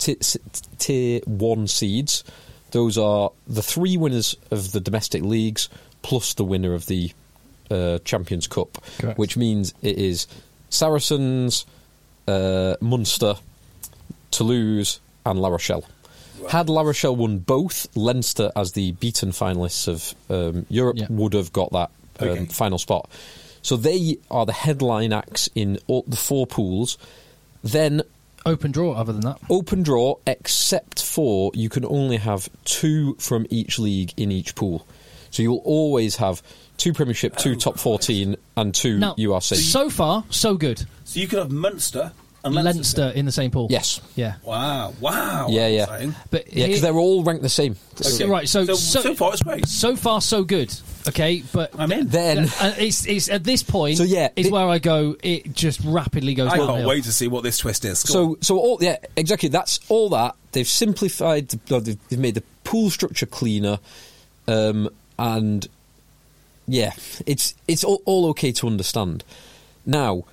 Speaker 3: t- t- tier one seeds. Those are the three winners of the domestic leagues plus the winner of the uh, Champions Cup,
Speaker 2: Correct.
Speaker 3: which means it is Saracens, uh, Munster, Toulouse, and La Rochelle. Had La Rochelle won both, Leinster, as the beaten finalists of um, Europe,
Speaker 2: Yeah.
Speaker 3: would have got that um,
Speaker 1: Okay.
Speaker 3: final spot. So they are the headline acts in all the four pools. Then
Speaker 2: Open draw, other than that.
Speaker 3: open draw, except for you can only have two from each league in each pool. So you'll always have two Premiership, two Top 14, and two
Speaker 2: Now,
Speaker 3: URC.
Speaker 2: so far, so good.
Speaker 1: So you could have Munster And Leinster's
Speaker 2: Leinster in the same pool.
Speaker 3: Yes.
Speaker 2: Yeah.
Speaker 1: Wow! Wow!
Speaker 3: Yeah, yeah.
Speaker 1: Exciting.
Speaker 2: But
Speaker 3: Yeah, because
Speaker 2: here-
Speaker 3: they're all ranked the same.
Speaker 2: So- right, so-
Speaker 1: so,
Speaker 2: so-
Speaker 1: far it's great.
Speaker 2: so far so good. Okay, but
Speaker 1: I'm in.
Speaker 3: Then
Speaker 2: Uh, it's it's at this point.
Speaker 3: So, yeah,
Speaker 2: is
Speaker 3: it-
Speaker 2: where I go. It just rapidly goes.
Speaker 1: I can't
Speaker 2: downhill.
Speaker 1: wait to see what this twist is. Go on.
Speaker 3: So, so all yeah, exactly. That's all that they've simplified. the- or They've, they've made the pool structure cleaner, um, and yeah, it's it's all, all okay to understand. Now,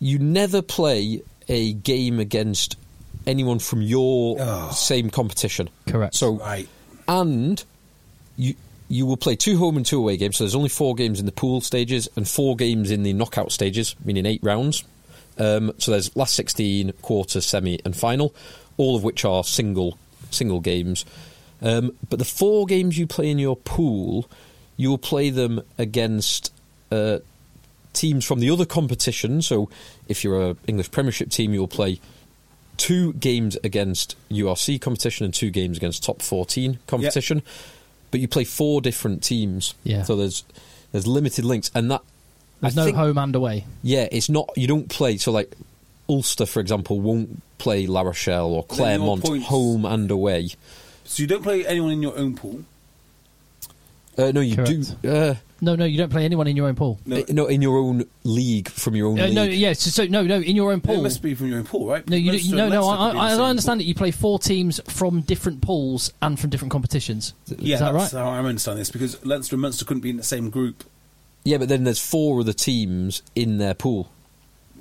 Speaker 3: you never play a game against anyone from your
Speaker 1: Oh.
Speaker 3: same competition.
Speaker 2: Correct.
Speaker 3: So,
Speaker 1: Right.
Speaker 3: and you you will play two home and two away games. So there's only four games in the pool stages and four games in the knockout stages, meaning eight rounds. Um, so there's last sixteen, quarter, semi, and final, all of which are single single games. Um, but the four games you play in your pool, you will play them against. Uh, teams from the other competition. So, if you're a English Premiership team, you'll play two games against URC competition and two games against top 14 competition. But you play four different teams.
Speaker 2: Yeah.
Speaker 3: So there's there's limited links, and that
Speaker 2: There's
Speaker 3: I
Speaker 2: no
Speaker 3: think-
Speaker 2: home and away.
Speaker 3: Yeah, it's not. You don't play. So like Ulster, for example, won't play La Rochelle or
Speaker 1: Then your
Speaker 3: Claremont
Speaker 1: points-
Speaker 3: home and away.
Speaker 1: So you don't play anyone in your own pool.
Speaker 3: Uh, no, you
Speaker 2: Correct.
Speaker 3: do. Uh,
Speaker 2: No, no, you don't play anyone in your own pool.
Speaker 1: No.
Speaker 3: no. in your own league from your own.
Speaker 2: Uh,
Speaker 3: league.
Speaker 2: no, yeah. So, so no, no, in your own
Speaker 1: It
Speaker 2: pool.
Speaker 1: must be from your own pool, right?
Speaker 2: No, you,
Speaker 1: Leinster
Speaker 2: no,
Speaker 1: and
Speaker 2: no.
Speaker 1: Leicester
Speaker 2: I, I,
Speaker 1: could be in the
Speaker 2: I
Speaker 1: same
Speaker 2: understand
Speaker 1: pool.
Speaker 2: that you play four teams from different pools and from different competitions.
Speaker 1: Yeah,
Speaker 2: Is that
Speaker 1: that's uh,
Speaker 2: right?
Speaker 1: how I understand this because Leinster and Munster couldn't be in the same group.
Speaker 3: Yeah, but then there's four other teams in their pool.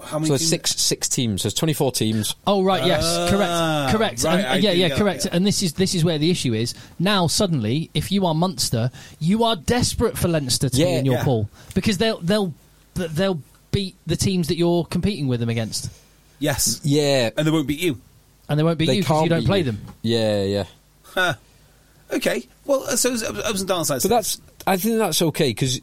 Speaker 1: How many?
Speaker 3: So it's
Speaker 1: teams-
Speaker 3: six six teams. There's 24 teams.
Speaker 2: Oh right, yes,
Speaker 1: Ah,
Speaker 2: correct, correct,
Speaker 1: right,
Speaker 2: And- uh,
Speaker 1: I
Speaker 2: yeah,
Speaker 1: do
Speaker 2: yeah,
Speaker 1: get
Speaker 2: correct.
Speaker 1: that.
Speaker 2: And this is this is where the issue is. Now suddenly, if you are Munster, you are desperate for Leinster to be
Speaker 3: Yeah,
Speaker 2: in your
Speaker 1: yeah.
Speaker 2: pool because they'll they'll they'll beat the teams that you're competing with them against,
Speaker 1: Yes,
Speaker 3: Yeah,
Speaker 1: and they won't beat you.
Speaker 2: and they won't beat
Speaker 3: they
Speaker 2: you because
Speaker 3: can't
Speaker 2: you don't
Speaker 3: beat
Speaker 2: play them.
Speaker 3: Yeah, yeah.
Speaker 1: Ha. Okay. Well, uh, so it's ups and downsides.
Speaker 3: So that's I think that's okay because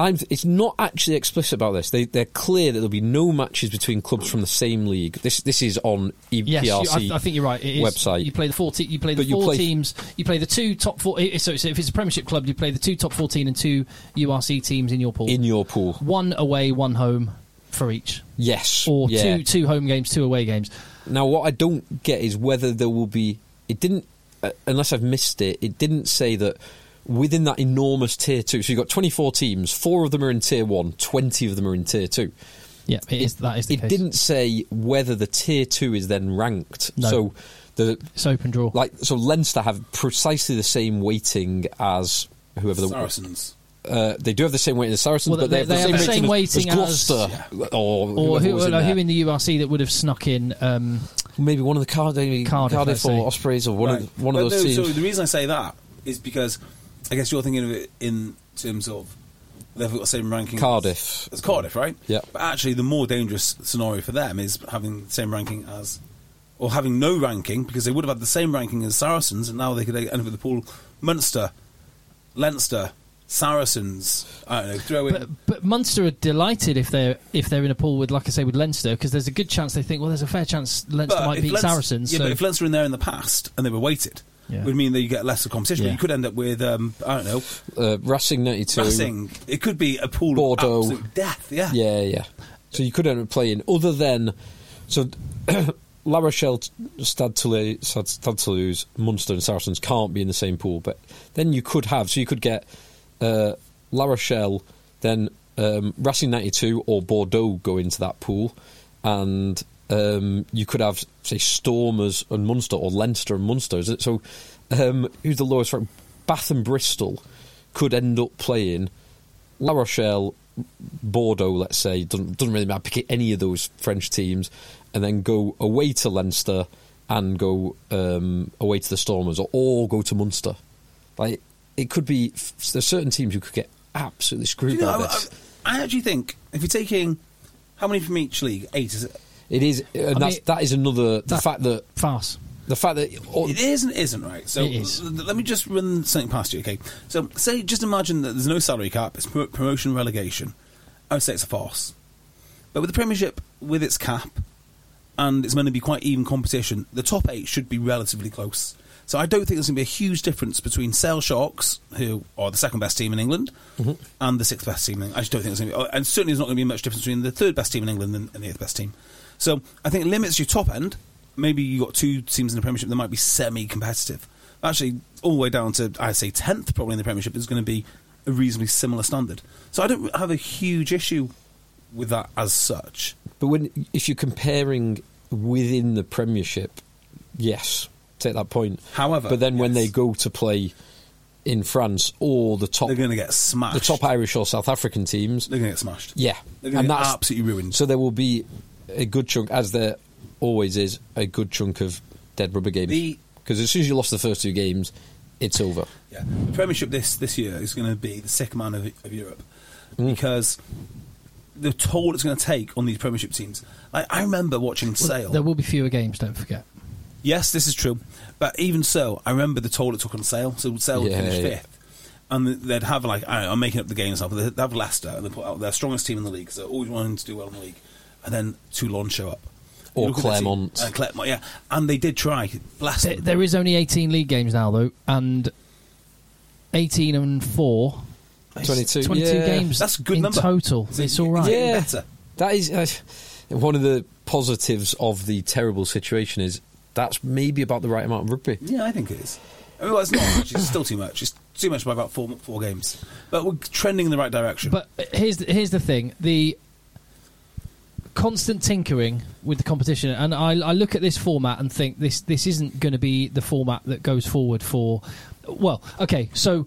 Speaker 3: I'm. It's not actually explicit about this. They they're clear that there'll be no matches between clubs from the same league. This this is on E-
Speaker 2: Yes,
Speaker 3: EPRC.
Speaker 2: you, I, I think you're right. It is,
Speaker 3: website.
Speaker 2: You play the four. Te- you play the
Speaker 3: But you
Speaker 2: four
Speaker 3: play-
Speaker 2: teams. You play the two top four. eh, So, so if it's a Premiership club, you play the two top fourteen and two URC teams in your pool.
Speaker 3: in your pool.
Speaker 2: one away, one home for each,
Speaker 3: Yes.
Speaker 2: or
Speaker 3: yeah.
Speaker 2: two two home games, two away games.
Speaker 3: Now, what I don't get is whether there will be. It didn't, uh, unless I've missed it. It didn't say that within that enormous tier two. So you've got 24 teams. Four of them are in tier one. 20 of them are in tier two.
Speaker 2: Yeah, it is. That is the
Speaker 3: it
Speaker 2: case.
Speaker 3: didn't say whether the tier two is then ranked.
Speaker 2: No.
Speaker 3: So the
Speaker 2: It's open draw.
Speaker 3: like so Leinster have precisely the same weighting as whoever the
Speaker 1: Saracens.
Speaker 3: Uh, they do have the same weighting as Saracens,
Speaker 2: Well,
Speaker 3: but they,
Speaker 2: they- they
Speaker 3: have the same weighting as,
Speaker 2: as-
Speaker 3: Gloucester or,
Speaker 2: or
Speaker 3: whoever
Speaker 2: who,
Speaker 3: was in
Speaker 2: like, who
Speaker 3: there.
Speaker 2: in the URC that would have snuck in? Um,
Speaker 3: maybe one of the Card- maybe
Speaker 2: Cardiff,
Speaker 3: Cardiff,
Speaker 2: let's say.
Speaker 3: or Ospreys or one
Speaker 1: Right.
Speaker 3: of one
Speaker 1: But
Speaker 3: of those
Speaker 1: no,
Speaker 3: teams.
Speaker 1: So the reason I say that is because I guess you're thinking of it in terms of they've got the same ranking
Speaker 3: Cardiff.
Speaker 1: as, as Cardiff, right?
Speaker 3: Yeah.
Speaker 1: But actually, the more dangerous scenario for them is having the same ranking as, or having no ranking because they would have had the same ranking as Saracens, and now they could end up with the pool Munster, Leinster, Saracens. I don't know. Throw in.
Speaker 2: but, but Munster are delighted if they're if they're in a pool with, like I say, with Leinster, because there's a good chance they think, well, there's a fair chance Leinster
Speaker 1: But
Speaker 2: might
Speaker 1: if
Speaker 2: beat
Speaker 1: Leinster-
Speaker 2: Saracens.
Speaker 1: Yeah,
Speaker 2: so
Speaker 1: but if Leinster were in there in the past and they were weighted,
Speaker 2: Yeah.
Speaker 1: would mean that you get lesser competition. But
Speaker 2: Yeah.
Speaker 1: you could end up with um, I don't know
Speaker 3: uh, Racing ninety two.
Speaker 1: Racing. It could be a pool
Speaker 3: Bordeaux.
Speaker 1: of absolute death. Yeah.
Speaker 3: Yeah, yeah. So you could end up playing other than so La Rochelle, Stade Toulouse, Stade Stade Toulouse, Munster, and Saracens can't be in the same pool. But then you could have so you could get uh, La Rochelle, then um, Racing ninety two or Bordeaux go into that pool, and um, you could have say Stormers and Munster or Leinster and Munster. Is it so? Um, who's the lowest ranked? Bath and Bristol could end up playing La Rochelle, Bordeaux, let's say, doesn't, doesn't really matter, pick any of those French teams, and then go away to Leinster and go um, away to the Stormers, or, or go to Munster. Like, it could be, f- there's certain teams who could get absolutely
Speaker 1: Do
Speaker 3: screwed
Speaker 1: you know,
Speaker 3: by
Speaker 1: I,
Speaker 3: this.
Speaker 1: I- I actually think if you're taking how many from each league, eight is it?
Speaker 3: it is, and that's,
Speaker 2: mean,
Speaker 3: that is another, the
Speaker 2: that-
Speaker 3: fact that,
Speaker 2: farce.
Speaker 3: the fact that, oh, all-
Speaker 1: It is and it isn't, right? So
Speaker 2: It is.
Speaker 1: l- l- let me just run something past you, okay? So say, just imagine that there's no salary cap, it's pro- promotion relegation. I would say it's a farce. But with the Premiership, with its cap, and it's meant to be quite even competition, the top eight should be relatively close. So I don't think there's going to be a huge difference between Sale Sharks, who are the second best team in England,
Speaker 3: Mm-hmm.
Speaker 1: and the sixth best team. In England. I just don't think there's going to be, and certainly there's not going to be much difference between the third best team in England and, and the eighth best team. So I think it limits your top end. Maybe you got two teams in the Premiership that might be semi-competitive. Actually, all the way down to I'd say tenth probably in the Premiership is going to be a reasonably similar standard. So I don't have a huge issue with that as such.
Speaker 3: But when if you're comparing within the Premiership, yes, take that point.
Speaker 1: However,
Speaker 3: but then when
Speaker 1: yes.
Speaker 3: they go to play in France or the top,
Speaker 1: They're going to get smashed.
Speaker 3: the top Irish or South African teams,
Speaker 1: They're going to get smashed.
Speaker 3: yeah,
Speaker 1: They're going to get absolutely ruined.
Speaker 3: So there will be a good chunk, as there always is, a good chunk of dead rubber games.
Speaker 1: The-
Speaker 3: Because as soon as you lost the first two games, it's over.
Speaker 1: Yeah, the Premiership this this year is going to be the sick man of, of Europe because the toll it's going to take on these Premiership teams. Like, I remember watching Sale.
Speaker 2: There will be fewer games. Don't forget.
Speaker 1: yes, this is true, but even so, I remember the toll it took on Sale. So Sale would
Speaker 3: Yeah,
Speaker 1: finished
Speaker 3: yeah.
Speaker 1: fifth. And they'd have like I, I'm making up the games now, but they'd have Leicester and they put out their strongest team in the league because they're always wanting to do well in the league, and then Toulon show up You
Speaker 3: Or
Speaker 1: look at their team-
Speaker 3: Clermont.
Speaker 1: and Clermont, yeah, and they did try. Bless
Speaker 2: There,
Speaker 1: them.
Speaker 2: there is only 18 league games now, though, and 18 and four,
Speaker 3: 22,
Speaker 2: 22
Speaker 3: yeah.
Speaker 2: games.
Speaker 1: That's a good
Speaker 2: in
Speaker 1: number.
Speaker 2: total.
Speaker 1: So
Speaker 2: It's
Speaker 1: you-
Speaker 2: all right.
Speaker 1: getting
Speaker 3: Yeah,
Speaker 1: better.
Speaker 3: that is uh, one of the positives of the terrible situation. Is that's maybe about the right amount of rugby.
Speaker 1: Yeah, I think it is. I mean, well, it's not much. It's still too much. It's too much by about four four games. But we're trending in the right direction.
Speaker 2: But here's the, here's the thing: the constant tinkering with the competition, and I, I look at this format and think this this isn't going to be the format that goes forward for. Well, okay, so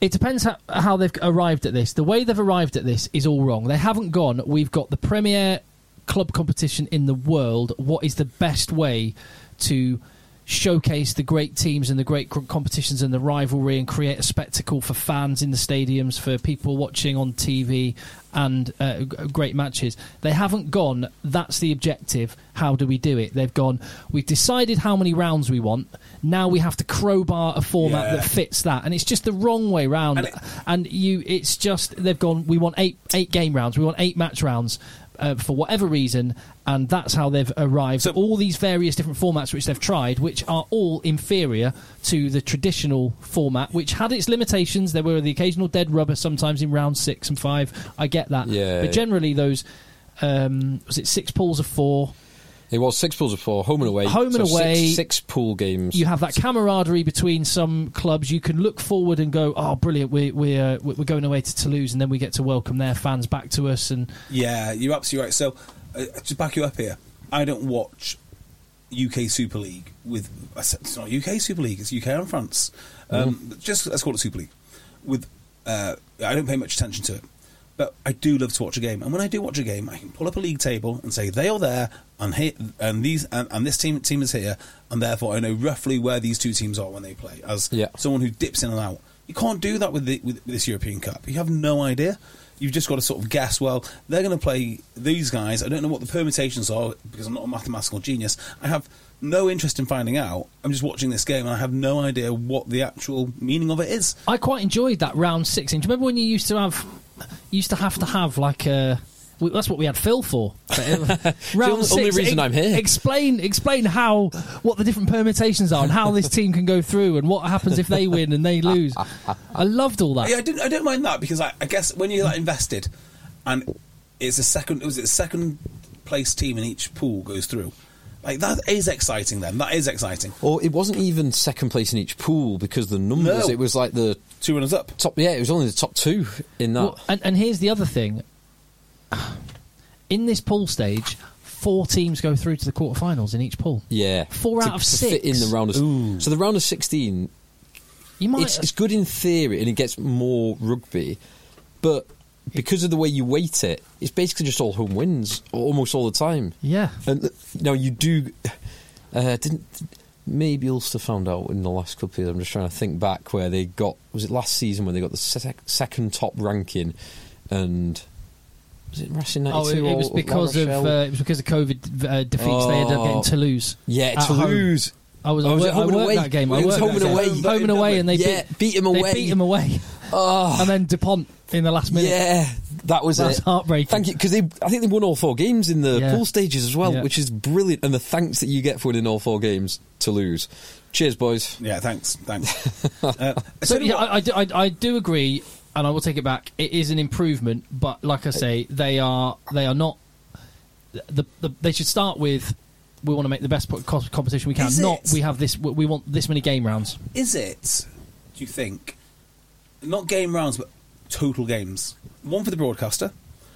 Speaker 2: it depends how, how they've arrived at this. The way they've arrived at this is all wrong. They haven't gone. We've got the premier club competition in the world. What is the best way to showcase the great teams and the great cr- competitions and the rivalry and create a spectacle for fans in the stadiums for people watching on TV and uh, g- great matches. They haven't gone. That's the objective. How do we do it? They've gone. We've decided how many rounds we want. Now we have to crowbar a format
Speaker 1: Yeah.
Speaker 2: that fits that, and it's just the wrong way round.
Speaker 1: And
Speaker 2: And,
Speaker 1: it-
Speaker 2: you, it's just they've gone. We want eight eight game rounds. We want eight match rounds. Uh, for whatever reason, and that's how they've arrived.
Speaker 1: So-
Speaker 2: at all these various different formats which they've tried, which are all inferior to the traditional format, which had its limitations. There were the occasional dead rubber sometimes in round six and five. I get that,
Speaker 3: Yeah,
Speaker 2: But
Speaker 3: yeah.
Speaker 2: generally, those um, was it six pools of four.
Speaker 3: It was six pools of four, home and away,
Speaker 2: Home and
Speaker 3: so six-
Speaker 2: away.
Speaker 3: six, pool games.
Speaker 2: you have that camaraderie between some clubs. You can look forward and go, "Oh, brilliant! We're we're uh, we're going away to Toulouse, and then we get to welcome their fans back to us." And
Speaker 1: yeah, you're absolutely right. So, uh, to back you up here, I don't watch UK Super League with. I said It's not UK Super League, it's UK and France. Um, Just let's call it Super League. With uh, I don't pay much attention to it. But I do love to watch a game, and when I do watch a game, I can pull up a league table and say they are there, and here, and these, and, and this team team is here, and therefore I know roughly where these two teams are when they play. As
Speaker 3: Yeah.
Speaker 1: someone who dips in and out. You can't do that with, the, with with this European Cup. You have no idea. You've just got to sort of guess. Well, they're going to play these guys. I don't know what the permutations are because I'm not a mathematical genius. I have no interest in finding out. I'm just watching this game and I have no idea what the actual meaning of it is.
Speaker 2: I quite enjoyed that round six. And do you remember when you used to have you used to have to have like a we, that's what we had Phil for. But it- round
Speaker 3: only- only reason I'm here.
Speaker 2: Explain explain how what the different permutations are and how this team can go through and what happens if they win and they lose. I loved all that.
Speaker 1: Yeah, I didn't. I don't mind that because I, I guess when you're that invested, and it's a second. Was it the second place team in each pool goes through? Like that is exciting. Then that is exciting.
Speaker 3: Or it wasn't even second place in each pool because the numbers.
Speaker 1: No.
Speaker 3: It was like the
Speaker 1: Two runners up.
Speaker 3: top. Yeah, it was only the top two in that.
Speaker 2: Well, and, and here's the other thing. In this pool stage, four teams go through to the quarterfinals in each pool.
Speaker 3: yeah,
Speaker 2: Four
Speaker 3: To-
Speaker 2: out of
Speaker 3: to
Speaker 2: six.
Speaker 3: fit in the round of. So the round of sixteen,
Speaker 2: You might.
Speaker 3: it's, it's good in theory, and it gets more rugby, but because of the way you weight it, it's basically just all home wins almost all the time.
Speaker 2: yeah.
Speaker 3: And th- now you do. Uh, didn't maybe Ulster found out in the last couple of years? I'm just trying to think back where they got. Was it last season when they got the sec- second top ranking? And was it Racing
Speaker 2: Oh,
Speaker 3: 92?
Speaker 2: it, it was
Speaker 3: or- or La
Speaker 2: because of
Speaker 3: Rochelle?
Speaker 2: uh, it was because of COVID uh, defeats. They ended up getting
Speaker 3: Oh.
Speaker 2: Toulouse.
Speaker 3: yeah,
Speaker 2: at home.
Speaker 3: Toulouse.
Speaker 2: I was.
Speaker 3: Oh, was
Speaker 2: I, wor-
Speaker 3: it
Speaker 2: I
Speaker 3: home and
Speaker 2: worked
Speaker 3: away?
Speaker 2: that game.
Speaker 3: It
Speaker 2: I
Speaker 3: was
Speaker 2: worked
Speaker 3: home
Speaker 2: that
Speaker 3: and
Speaker 2: game.
Speaker 3: away.
Speaker 2: Home and away, and they
Speaker 3: Yeah,
Speaker 2: beat,
Speaker 3: beat 'em away.
Speaker 2: They beat them away,
Speaker 3: Oh.
Speaker 2: and then Dupont in the last minute.
Speaker 3: Yeah, that was
Speaker 2: That's
Speaker 3: it.
Speaker 2: heartbreaking.
Speaker 3: Thank you because they. I think they won all four games in the
Speaker 2: Yeah.
Speaker 3: pool stages as well,
Speaker 2: Yeah.
Speaker 3: which is brilliant. And the thanks that you get for winning all four games to lose. Cheers, boys.
Speaker 1: Yeah, thanks, thanks. uh,
Speaker 2: So
Speaker 1: so
Speaker 2: yeah, I, I, do, I, I do agree, and I will take it back. It is an improvement, but like I say, they are they are not the, the they should start with we want to make the best po- co- competition we can.
Speaker 1: Is
Speaker 2: Not
Speaker 1: it?
Speaker 2: we have this we want this many game rounds.
Speaker 1: Is it, do you think, not game rounds, but total games? One for the broadcaster.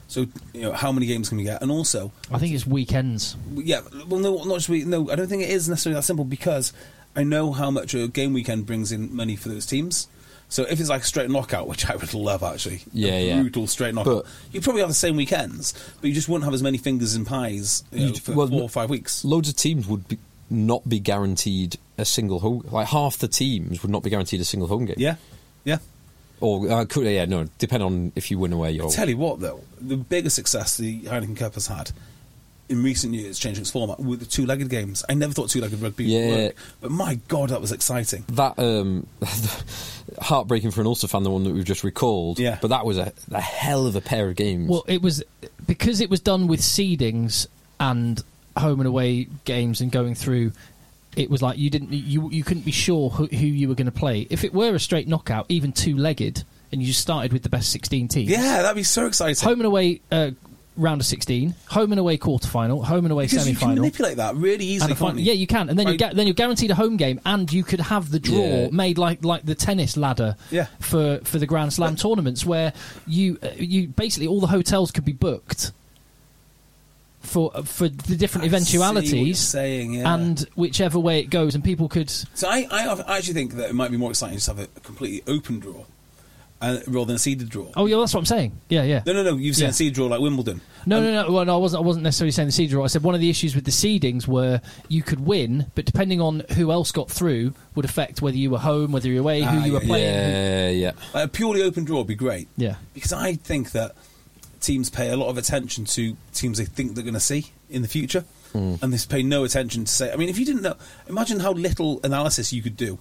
Speaker 1: So, you know, how many games can we get? And also,
Speaker 2: I think it's weekends.
Speaker 1: yeah, well, no, not just we. No, I don't think it is necessarily that simple because I know how much a game weekend brings in money for those teams. So if it's like straight knockout, which I would love actually, a
Speaker 3: Yeah, yeah.
Speaker 1: brutal straight knockout,
Speaker 3: But-
Speaker 1: you'd probably have the same weekends, but you just wouldn't have as many fingers and pies you know,
Speaker 3: You'd-
Speaker 1: for
Speaker 3: well,
Speaker 1: four or five weeks.
Speaker 3: Loads of teams would be, not be guaranteed a single home. Like half the teams would not be guaranteed a single home game.
Speaker 1: Yeah, yeah.
Speaker 3: Or uh, could yeah no depend on if you win away or
Speaker 1: Tell you what though, the biggest success the Heineken Cup has had in recent years, changing its format, were the two-legged games. I never thought two-legged rugby
Speaker 3: Yeah.
Speaker 1: would work, but my god, that was exciting.
Speaker 3: that um, heartbreaking for an Ulster fan the one that we've just recalled.
Speaker 1: Yeah.
Speaker 3: but that was a, a hell of a pair of games.
Speaker 2: Well, it was because it was done with seedings and home and away games and going through. It was like you didn't you you couldn't be sure who, who you were going to play. If it were a straight knockout, even two legged, and you started with the best sixteen teams.
Speaker 1: Yeah, that'd be so exciting.
Speaker 2: Home and away uh, round of sixteen, home and away quarter final, home and away
Speaker 1: Because
Speaker 2: semi
Speaker 1: you can
Speaker 2: final.
Speaker 1: manipulate that really easily,
Speaker 2: and a
Speaker 1: can't
Speaker 2: final.
Speaker 1: you?
Speaker 2: Yeah, you can, and then you're
Speaker 1: Right.
Speaker 2: ga- then you're guaranteed a home game, and you could have the draw
Speaker 3: Yeah.
Speaker 2: made like like the tennis ladder
Speaker 1: Yeah.
Speaker 2: for for the Grand Slam tournaments, where you uh, you basically all the hotels could be booked for uh, for the different
Speaker 1: I see what you're
Speaker 2: eventualities,
Speaker 1: saying, yeah.
Speaker 2: and whichever way it goes, and people could.
Speaker 1: So I, I have- I actually think that it might be more exciting just to have a completely open draw, uh, rather than a seeded draw.
Speaker 2: Oh yeah, that's what I'm saying. Yeah, yeah.
Speaker 1: No, no, no. You've seen
Speaker 2: Yeah.
Speaker 1: a seeded draw like Wimbledon.
Speaker 2: No, no, no. Well, no, I wasn't. I wasn't necessarily saying the seed draw. I said one of the issues with the seedings were you could win, but depending on who else got through, would affect whether you were home, whether you were away, who
Speaker 1: Ah,
Speaker 2: you were
Speaker 1: yeah,
Speaker 2: playing.
Speaker 3: yeah, yeah.
Speaker 1: Like a purely open draw would be great.
Speaker 2: Yeah.
Speaker 1: Because I think that teams pay a lot of attention to teams they think they're going to see in the future, and they pay no attention to say. I mean, if you didn't know, imagine how little analysis you could do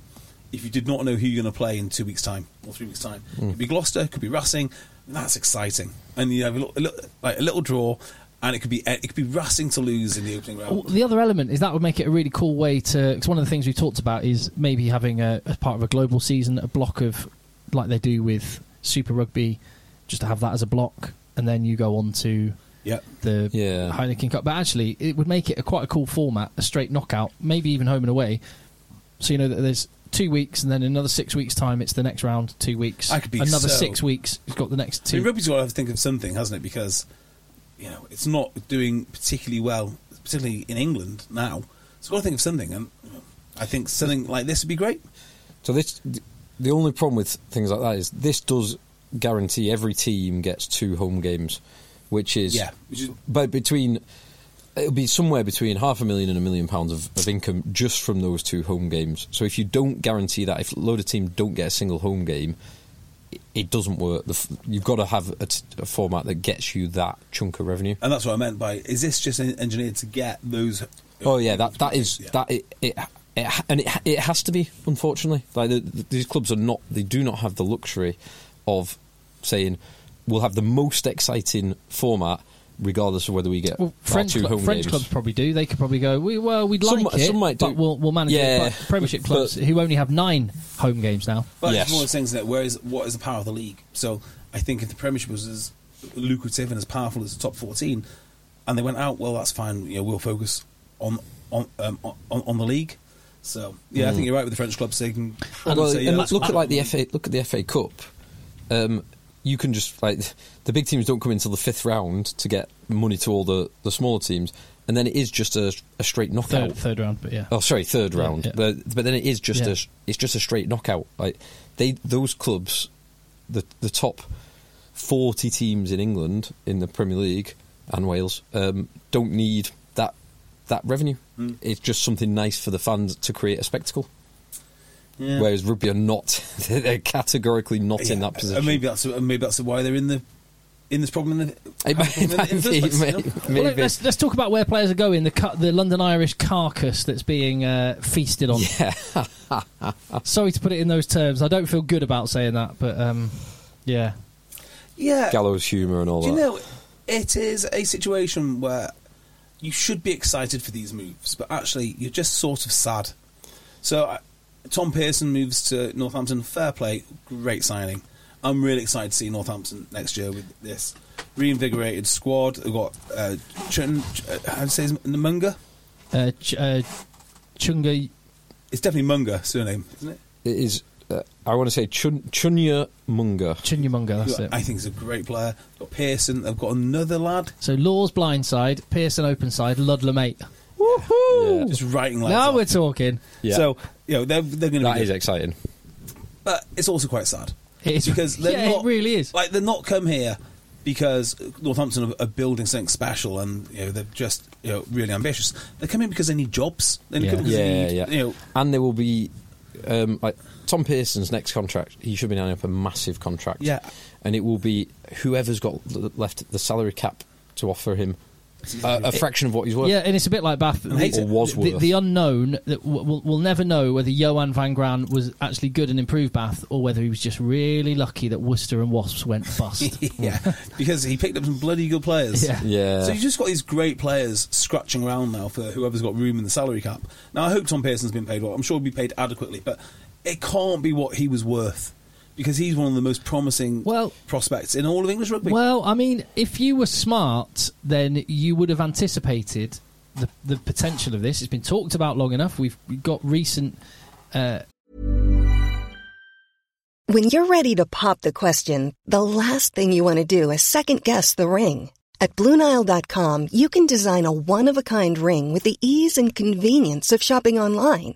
Speaker 1: if you did not know who you're going to play in two weeks' time or three weeks' time. Could be Gloucester, could be Racing. That's exciting, and you have a, little, a little- like a little draw, and it could be it could be Racing to lose in the opening round.
Speaker 2: Well, the other element is that would make it a really cool way to. Because one of the things we've talked about is maybe having a as part of a global season, a block of like they do with Super Rugby, just to have that as a block, and then you go on to
Speaker 1: yeah.
Speaker 2: the
Speaker 3: Yeah.
Speaker 2: Heineken Cup. But actually, it would make it a quite a cool format, a straight knockout, maybe even home and away. So you know that there's two weeks, and then another six weeks time, it's the next round. Two weeks,
Speaker 1: I could be
Speaker 2: another
Speaker 1: so-
Speaker 2: six weeks. It's got the next
Speaker 1: I mean,
Speaker 2: two.
Speaker 1: rugby's got to think of something, hasn't it? Because you know it's not doing particularly well, particularly in England now. It's got to think of something, and I think something like this would be great.
Speaker 3: So this, the only problem with things like that is this does guarantee every team gets two home games, which is
Speaker 1: Yeah, which is-
Speaker 3: but between it'll be somewhere between half a million and a million pounds of, of income just from those two home games. So if you don't guarantee that, if a load of team don't get a single home game. it- It doesn't work. The f- You've got to have a, t- a format that gets you that chunk of revenue.
Speaker 1: And that's what I meant by is this just en- engineered to get those?
Speaker 3: Oh yeah, that that is
Speaker 1: Yeah.
Speaker 3: that it, it, it and it it has to be unfortunately. Like the, the- these clubs are not they do not have the luxury of saying we'll have the most exciting format regardless of whether we get
Speaker 2: Well,
Speaker 3: our
Speaker 2: French,
Speaker 3: two
Speaker 2: cl-
Speaker 3: home
Speaker 2: French
Speaker 3: games.
Speaker 2: clubs probably do. They could probably go. We, well, we'd
Speaker 3: Some
Speaker 2: like
Speaker 3: mi-
Speaker 2: it,
Speaker 3: some might do.
Speaker 2: but we'll, we'll manage
Speaker 3: Yeah.
Speaker 2: it. But Premiership
Speaker 3: But-
Speaker 2: clubs who only have nine home games now.
Speaker 1: But
Speaker 3: Oh, Yes.
Speaker 1: it's one of those things that where is what is the power of the league? So I think if the Premiership was as lucrative and as powerful as the top fourteen, and they went out, well, that's fine. You know, we'll focus on on um, on, on the league. So yeah, I think you're right with the French clubs. They can probably
Speaker 3: Hmm. well,
Speaker 1: say, yeah,
Speaker 3: and
Speaker 1: that's
Speaker 3: look at
Speaker 1: fine.
Speaker 3: like the FA. Look at the FA Cup. Um, you can just like the big teams don't come until the fifth round to get money to all the, the smaller teams, and then it is just a, a straight knockout.
Speaker 2: Third, third round, but yeah.
Speaker 3: Oh, sorry, third
Speaker 2: Yeah,
Speaker 3: round.
Speaker 2: yeah.
Speaker 3: But but then it is just
Speaker 2: Yeah.
Speaker 3: a it's just a straight knockout. Like they those clubs, the the top forty teams in England in the Premier League and Wales um, don't need that that revenue. It's just something nice for the fans to create a spectacle.
Speaker 1: Yeah.
Speaker 3: Whereas rugby are not; they're categorically not in
Speaker 1: Yeah,
Speaker 3: that position.
Speaker 1: And maybe that's and maybe that's why they're in the in this problem. In the,
Speaker 3: It
Speaker 1: have a problem
Speaker 3: might-
Speaker 1: in the- in the first place,
Speaker 3: might be-
Speaker 1: you know?
Speaker 3: may-
Speaker 2: Well, look,
Speaker 3: maybe.
Speaker 2: let's, let's talk about where players are going. The cu- the London Irish carcass that's being uh, feasted on.
Speaker 3: yeah,
Speaker 2: Sorry to put it in those terms. I don't feel good about saying that, but um, yeah.
Speaker 1: Yeah.
Speaker 3: gallows humour and all
Speaker 1: Do you
Speaker 3: that.
Speaker 1: know, it is a situation where you should be excited for these moves, but actually you're just sort of sad. So I, Tom Pearson moves to Northampton. Fair play, great signing. I'm really excited to see Northampton next year with this. reinvigorated squad. They've got uh, Chun, uh, how do you say his Munga?
Speaker 2: Uh, Ch- uh, Chunga
Speaker 1: It's definitely Munga surname, isn't it?
Speaker 3: It is. Uh, I want to say Chun, Chunya Munga.
Speaker 2: Chunyamunga, that's
Speaker 1: Who
Speaker 2: it.
Speaker 1: I think he's a great player. Got Pearson. They've got another lad.
Speaker 2: So Law's blind side, Pearson open side, Ludlam mate.
Speaker 3: Woohoo!
Speaker 1: Just writing lads.
Speaker 2: Now
Speaker 1: off.
Speaker 2: we're talking.
Speaker 3: Yeah.
Speaker 1: So you know they're they're going to
Speaker 3: that
Speaker 1: be
Speaker 3: is
Speaker 1: good.
Speaker 3: exciting.
Speaker 1: but it's also quite sad.
Speaker 2: It is
Speaker 1: because they're
Speaker 2: yeah,
Speaker 1: not,
Speaker 2: it really is.
Speaker 1: Like they're not come here because Northampton are, are building something special and you know they're just you know really ambitious. They're coming because they need jobs. They're
Speaker 2: Yeah.
Speaker 1: coming because
Speaker 3: Yeah,
Speaker 1: they need,
Speaker 3: yeah.
Speaker 1: You know,
Speaker 3: And there will be, um, like Tom Pearson's next contract. He should be lining up a massive contract.
Speaker 1: Yeah.
Speaker 3: And it will be whoever's got l- left the salary cap to offer him a, a fraction of what he's worth.
Speaker 2: yeah, and it's a bit like Bath.
Speaker 1: hate
Speaker 2: The,
Speaker 1: it.
Speaker 3: was
Speaker 2: the,
Speaker 3: worth.
Speaker 2: the unknown that w- we'll, we'll never know whether Johan van Gran was actually good and improved Bath, or whether he was just really lucky that Worcester and Wasps went bust.
Speaker 1: yeah, because he picked up some bloody good players.
Speaker 2: Yeah.
Speaker 3: Yeah.
Speaker 1: So you've just got these great players scratching around now for whoever's got room in the salary cap. Now I hope Tom Pearson's been paid well. I'm sure he'll be paid adequately, but it can't be what he was worth because he's one of the most promising
Speaker 2: Well-
Speaker 1: prospects in all of English rugby.
Speaker 2: well, I mean, if you were smart, then you would have anticipated the, the potential of this. It's been talked about long enough. We've got recent. Uh,
Speaker 4: When you're ready to pop the question, the last thing you want to do is second guess the ring. At Bluenile.com, you can design a one of a kind ring with the ease and convenience of shopping online.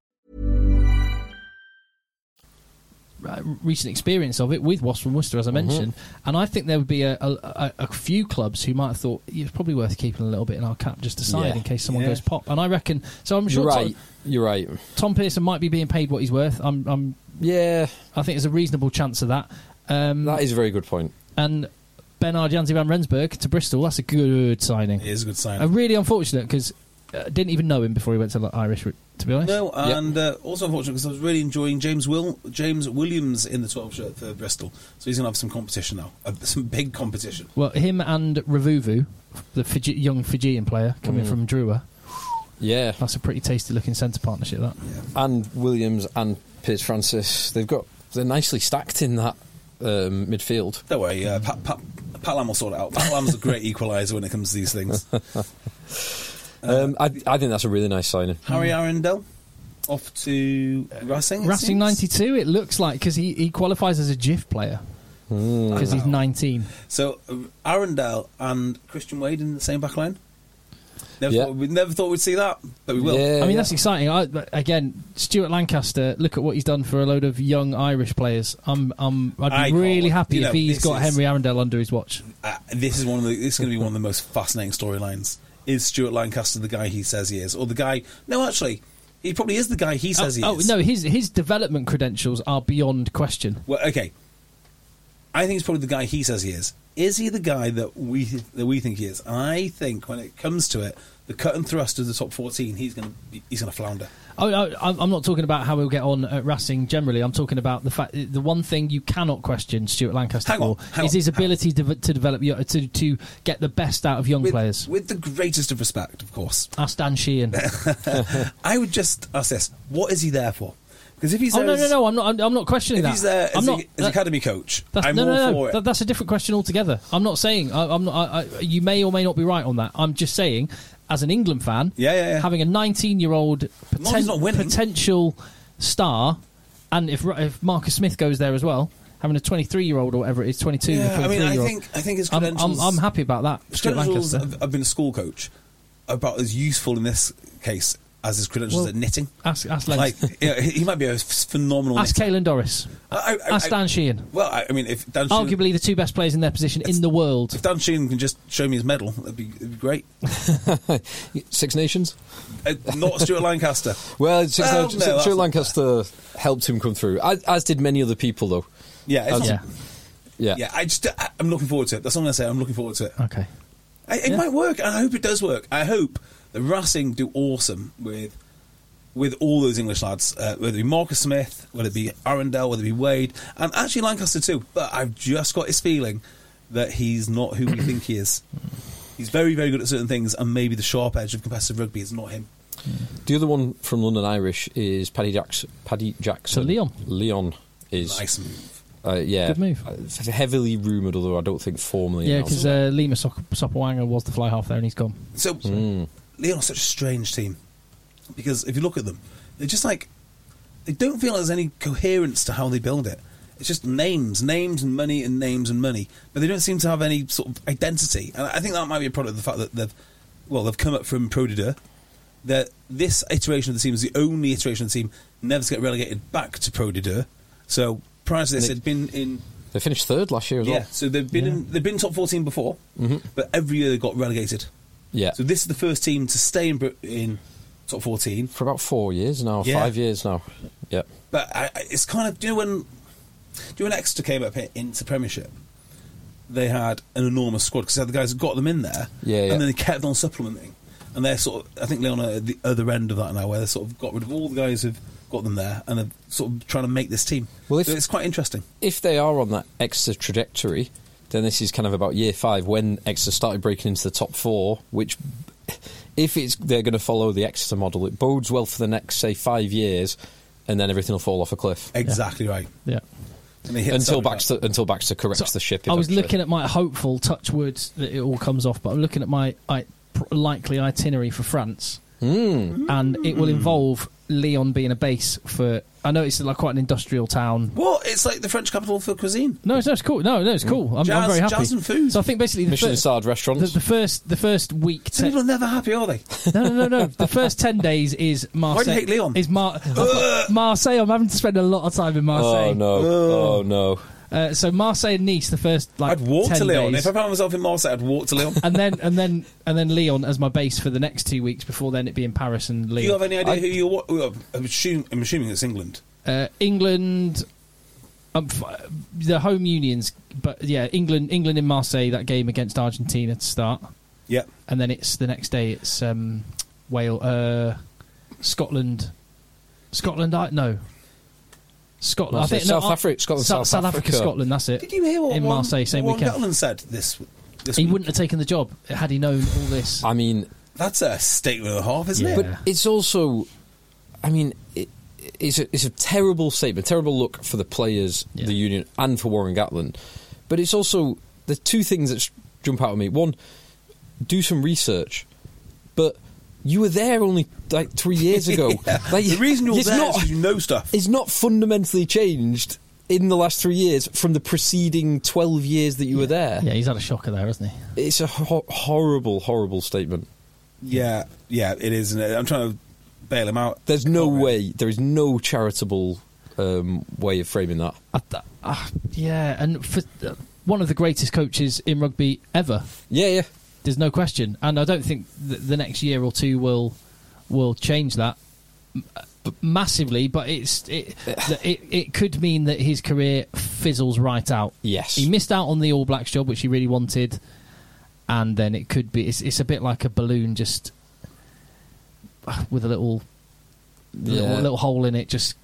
Speaker 2: uh, recent experience of it with Wasps from Worcester, as I
Speaker 3: Mm-hmm.
Speaker 2: mentioned, and I think there would be a, a, a, a few clubs who might have thought "Yeah, it's probably worth keeping a little bit in our cap just aside
Speaker 3: Yeah.
Speaker 2: in case someone
Speaker 1: Yeah.
Speaker 2: goes pop. And I reckon so. I'm
Speaker 3: You're
Speaker 2: sure
Speaker 3: right.
Speaker 2: Tom,
Speaker 3: You're right.
Speaker 2: Tom Pearson might be being paid what he's worth. I'm, I'm
Speaker 3: Yeah,
Speaker 2: I think there's a reasonable chance of that. Um,
Speaker 3: that is a very good point.
Speaker 2: and Bernard Janzi van Rensburg to Bristol. That's a good signing.
Speaker 1: it is a good sign.
Speaker 2: Uh, really unfortunate because uh, didn't even know him before he went to like, Irish. To be honest,
Speaker 1: No,
Speaker 3: Yep.
Speaker 1: and uh, also unfortunate because I was really enjoying James Will James Williams in the 12 shirt for Bristol, so he's going to have some competition now, uh, some big competition.
Speaker 2: well, him and Ravuvu, the Fiji, young Fijian player
Speaker 1: Mm.
Speaker 2: coming from Drua.
Speaker 3: Yeah,
Speaker 2: That's a pretty tasty looking centre partnership. That
Speaker 3: and Williams and Piers Francis. They've got they're nicely stacked in that um, midfield.
Speaker 1: Don't worry, uh, Pat, Pat, Pat Lam will sort it out. Pat Lam's a great equaliser when it comes to these things.
Speaker 3: Um, I, I think that's a really nice signing.
Speaker 1: Harry Arundel off to
Speaker 3: Uh,
Speaker 1: Racing. it
Speaker 2: Racing
Speaker 1: seems?
Speaker 2: ninety two. It looks like because he, he qualifies as a GIF player
Speaker 1: Mm.
Speaker 2: because he's nineteen.
Speaker 1: So uh, Arundel and Christian Wade in the same back line. Never,
Speaker 3: Yeah.
Speaker 1: thought, we never thought we'd see that, but we will.
Speaker 3: Yeah,
Speaker 2: I mean
Speaker 3: yeah.
Speaker 2: that's exciting. I, but again, Stuart Lancaster. Look at what he's done for a load of young Irish players. I'm I'm I'd be
Speaker 1: I can't-
Speaker 2: really happy
Speaker 1: you
Speaker 2: if
Speaker 1: know,
Speaker 2: he's
Speaker 1: this
Speaker 2: got
Speaker 1: is-
Speaker 2: Henry Arundel under his watch.
Speaker 1: uh, this is one of the this is going to be one of the most fascinating storylines. Is Stuart Lancaster the guy he says he is, or the guy? No, actually, he probably is the guy he says he
Speaker 2: oh,
Speaker 1: is.
Speaker 2: no, his his development credentials are beyond question.
Speaker 1: Well, okay. I think he's probably the guy he says he is. Is he the guy that we that we think he is? And I think when it comes to it, the cut and thrust of the top fourteen, he's going to he's going to flounder.
Speaker 2: Oh, no, I'm I'm not talking about how he'll get on at Racing generally. I'm talking about the fact the one thing you cannot question Stuart Lancaster
Speaker 1: Hang on,
Speaker 2: for
Speaker 1: hang
Speaker 2: is
Speaker 1: on,
Speaker 2: his
Speaker 1: hang
Speaker 2: ability to, to develop yo- to to get the best out of young
Speaker 1: With,
Speaker 2: players.
Speaker 1: with the greatest of respect, of course.
Speaker 2: Ask Dan Sheehan.
Speaker 1: I would just ask this: What is he there for? Because if he's
Speaker 2: oh
Speaker 1: there
Speaker 2: no,
Speaker 1: as-
Speaker 2: no, no! I'm not. I'm, I'm not questioning
Speaker 1: if
Speaker 2: that.
Speaker 1: he's there
Speaker 2: I'm
Speaker 1: as,
Speaker 2: not.
Speaker 1: a, as
Speaker 2: that-
Speaker 1: academy coach,
Speaker 2: that's,
Speaker 1: I'm
Speaker 2: no,
Speaker 1: all
Speaker 2: no, no.
Speaker 1: for it.
Speaker 2: That- that's a different question altogether. I'm not saying. I, I'm not. I, I, you may or may not be right on that. I'm just saying, as an England fan,
Speaker 1: Yeah, yeah, yeah.
Speaker 2: having a 19 year old
Speaker 1: Martin's not winning.
Speaker 2: potential star, and if Ru- if Marcus Smith goes there as well, having a 23 year old or whatever it is, 22.
Speaker 1: Yeah, I
Speaker 2: 23
Speaker 1: mean, I
Speaker 2: year old,
Speaker 1: think I think his
Speaker 2: I'm, I'm,
Speaker 1: credentials.
Speaker 2: I'm happy about that.
Speaker 1: His
Speaker 2: Stuart
Speaker 1: credentials
Speaker 2: Lancaster.
Speaker 1: have, have been a school coach about as useful in this case as his credentials
Speaker 2: Well,
Speaker 1: at knitting.
Speaker 2: Ask, ask, Len-
Speaker 1: Like you know, he might be a phenomenal.
Speaker 2: ask
Speaker 1: knitter.
Speaker 2: Caelan Doris.
Speaker 1: I- I-
Speaker 2: ask
Speaker 1: I-
Speaker 2: Dan Sheehan.
Speaker 1: Well, I, I mean, if Dan Sheehan,
Speaker 2: Arguably the two best players in their position in the world.
Speaker 1: if Dan Sheehan can just show me his medal, that'd be, that'd be great.
Speaker 3: Six Nations.
Speaker 1: Uh, not Stuart Lancaster.
Speaker 3: Well, Six
Speaker 1: Well,
Speaker 3: Nations,
Speaker 1: Um, no, that's-
Speaker 3: Stuart Lancaster helped him come through, as, as did many other people, though.
Speaker 1: Yeah, it's
Speaker 3: As-
Speaker 1: not-
Speaker 2: Yeah.
Speaker 3: yeah.
Speaker 1: yeah. I just, I, I'm looking forward to it. That's all I'm gonna say. I'm looking forward to it.
Speaker 2: Okay.
Speaker 1: I, it
Speaker 2: Yeah.
Speaker 1: might work, and I hope it does work. I hope that Racing do awesome with with all those English lads, uh, whether it be Marcus Smith, whether it be Arundel, whether it be Wade, and actually Lancaster too. But I've just got this feeling that he's not who we think he is. He's very, very good at certain things, and maybe the sharp edge of competitive rugby is not him.
Speaker 3: The other one from London Irish is Paddy Jackson. Paddy Jackson.
Speaker 2: To Leon.
Speaker 3: Leon is
Speaker 1: Nice move.
Speaker 3: uh, yeah,
Speaker 2: Good move.
Speaker 3: uh, f- heavily rumored, although I don't think formally.
Speaker 2: Yeah,
Speaker 3: announced.
Speaker 2: because uh, Lima Sop- Sopawanga was the fly half there and he's gone.
Speaker 1: So
Speaker 3: Hmm.
Speaker 1: Leon are such a strange team because if you look at them, they're just like they don't feel there's any coherence to how they build it. It's just names, names and money and names and money, but they don't seem to have any sort of identity. And I think that might be a product of the fact that they've well they've come up from Pro de Deux. That this iteration of the team is the only iteration of the team never to get relegated back to Pro de Deux. So prior to this,
Speaker 3: They-
Speaker 1: they'd been in
Speaker 3: they finished third last year as
Speaker 1: yeah.
Speaker 3: well. Mm-hmm.
Speaker 1: So they've been in, they've been top fourteen before, but every year they got relegated.
Speaker 3: Yeah,
Speaker 1: So this is the first team to stay in, Brit- in top 14.
Speaker 3: for about four years now,
Speaker 1: Yeah.
Speaker 3: five years now. Yeah,
Speaker 1: But I, I- it's kind of, do you know when, do you know when Exeter came up here into Premiership? They had an enormous squad because the guys that got them in there,
Speaker 3: Yeah, yeah.
Speaker 1: and then they kept on supplementing. And they're sort of, I think Leon are at the other end of that now, where they sort of got rid of all the guys who've got them there and are sort of trying to make this team.
Speaker 3: Well, if-
Speaker 1: so it's quite interesting.
Speaker 3: if they are on that extra trajectory, then this is kind of about year five when Exeter started breaking into the top four. Which, if it's they're going to follow the Exeter model, it bodes well for the next say five years, and then everything will fall off a cliff
Speaker 1: Exactly right.
Speaker 2: Yeah.
Speaker 1: And they hit
Speaker 3: until
Speaker 1: something like
Speaker 3: Baxter until Baxter corrects the ship.
Speaker 2: I was
Speaker 3: eventually.
Speaker 2: looking at my hopeful touch wood that it all comes off, but I'm looking at my I, pr- likely itinerary for France,
Speaker 1: Hmm.
Speaker 2: and it will involve Leon being a base for. I know it's like quite an industrial town.
Speaker 1: Well, it's like the French capital for cuisine.
Speaker 2: No, it's, no, it's cool. No, no, it's cool. I'm, I'm
Speaker 1: Jazz-
Speaker 2: very happy.
Speaker 1: jazz and food.
Speaker 2: So I think basically the
Speaker 3: Michelin
Speaker 2: first,
Speaker 3: starred
Speaker 2: the,
Speaker 3: restaurants.
Speaker 2: the first the first week.
Speaker 1: So
Speaker 2: te-
Speaker 1: people are never happy, are they?
Speaker 2: no, no, no, no. The first ten days is Marseille.
Speaker 1: do you hate Leon?
Speaker 2: Is Mar- Marseille? I'm having to spend a lot of time in Marseille.
Speaker 3: Oh no! Oh no!
Speaker 2: Uh, so Marseille and Nice, the first like
Speaker 1: I'd walk
Speaker 2: 10
Speaker 1: to Leon.
Speaker 2: days.
Speaker 1: If I found myself in Marseille, I'd walk to Leon.
Speaker 2: and then and then and then Leon as my base for the next two weeks before then it being Paris and
Speaker 1: Do you have
Speaker 2: Leon.
Speaker 1: any idea who you're? wa- well, I'm, assuming, I'm assuming it's England.
Speaker 2: Uh, England, um, f- the home unions, but yeah, England England in Marseille that game against Argentina to start,
Speaker 1: Yeah.
Speaker 2: and then it's the next day it's um, Wales, uh, Scotland, Scotland. I no. Scotland, I
Speaker 3: Marseille,
Speaker 2: think, no,
Speaker 3: South
Speaker 2: I-
Speaker 3: Africa- Scotland,
Speaker 2: Sou-
Speaker 3: South
Speaker 2: South Africa,
Speaker 3: Africa.
Speaker 2: Scotland. That's it.
Speaker 1: Did you hear what
Speaker 2: in
Speaker 1: Warren-
Speaker 2: Marseille same
Speaker 1: Warren
Speaker 2: weekend?
Speaker 1: Gatland said this? This
Speaker 2: He
Speaker 1: week?
Speaker 2: wouldn't have taken the job had he known all this.
Speaker 3: I mean,
Speaker 1: That's a statement and a half, isn't
Speaker 2: Yeah.
Speaker 1: it?
Speaker 3: it's also, I mean, it, it's a, it's a terrible statement, terrible look for the players,
Speaker 2: Yeah.
Speaker 3: the union, and for Warren Gatlin. But it's also the two things that sh- jump out at me. One, do some research, but you were there only like three years ago. like,
Speaker 1: the reason you're
Speaker 3: it's
Speaker 1: there is
Speaker 3: not-
Speaker 1: 'cause you know stuff.
Speaker 3: it's not fundamentally changed in the last three years from the preceding twelve years that you were there.
Speaker 2: yeah, he's had a shocker there, hasn't he?
Speaker 3: It's a ho- horrible, horrible statement.
Speaker 1: Yeah, yeah, it is. Isn't it? I'm trying to bail him out.
Speaker 3: There's no
Speaker 1: Can't really.
Speaker 3: way. There is no charitable um, way of framing that.
Speaker 2: I th- ah, yeah, and for uh, one of the greatest coaches in rugby ever,
Speaker 3: Yeah, yeah.
Speaker 2: there's no question. And I don't think th- the next year or two will will change that m- uh, massively. But it's it, th- it it could mean that his career fizzles right out.
Speaker 3: Yes.
Speaker 2: he missed out on the All Blacks job, which he really wanted, and then it could be. It's, it's a bit like a balloon, just uh, with a little
Speaker 3: Yeah.
Speaker 2: little, little hole in it, just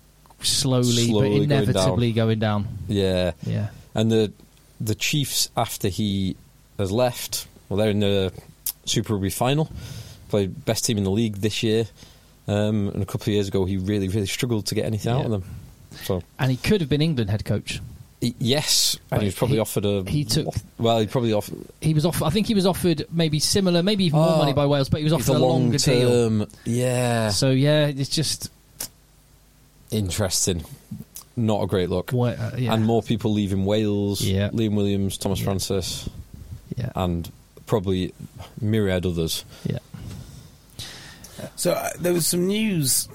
Speaker 2: slowly,
Speaker 3: Slowly
Speaker 2: but
Speaker 3: going down.
Speaker 2: inevitably going down.
Speaker 3: Yeah.
Speaker 2: Yeah.
Speaker 3: And the the Chiefs after he has left, well, they're in the Super Rugby final, played best team in the league this year. Um, and a couple of years ago, he really, really struggled to get anything out
Speaker 2: Yeah.
Speaker 3: of them. So
Speaker 2: And he could have been England head coach.
Speaker 3: y- yes, and
Speaker 2: But
Speaker 3: he was probably
Speaker 2: he-
Speaker 3: offered a.
Speaker 2: he took-
Speaker 3: Well, he probably offered.
Speaker 2: He was off. I think he was offered maybe similar, maybe even more
Speaker 3: Oh,
Speaker 2: money by Wales, but he was
Speaker 3: It's
Speaker 2: offered a longer deal.
Speaker 3: term. Yeah.
Speaker 2: So yeah, it's just
Speaker 3: Interesting. Not a great look.
Speaker 2: what, uh, yeah.
Speaker 3: And more people leaving Wales.
Speaker 2: Yeah.
Speaker 3: Liam Williams, Thomas Francis,
Speaker 2: Yeah,
Speaker 1: Uh,
Speaker 3: and probably myriad others.
Speaker 2: yeah.
Speaker 1: So uh, there was some news,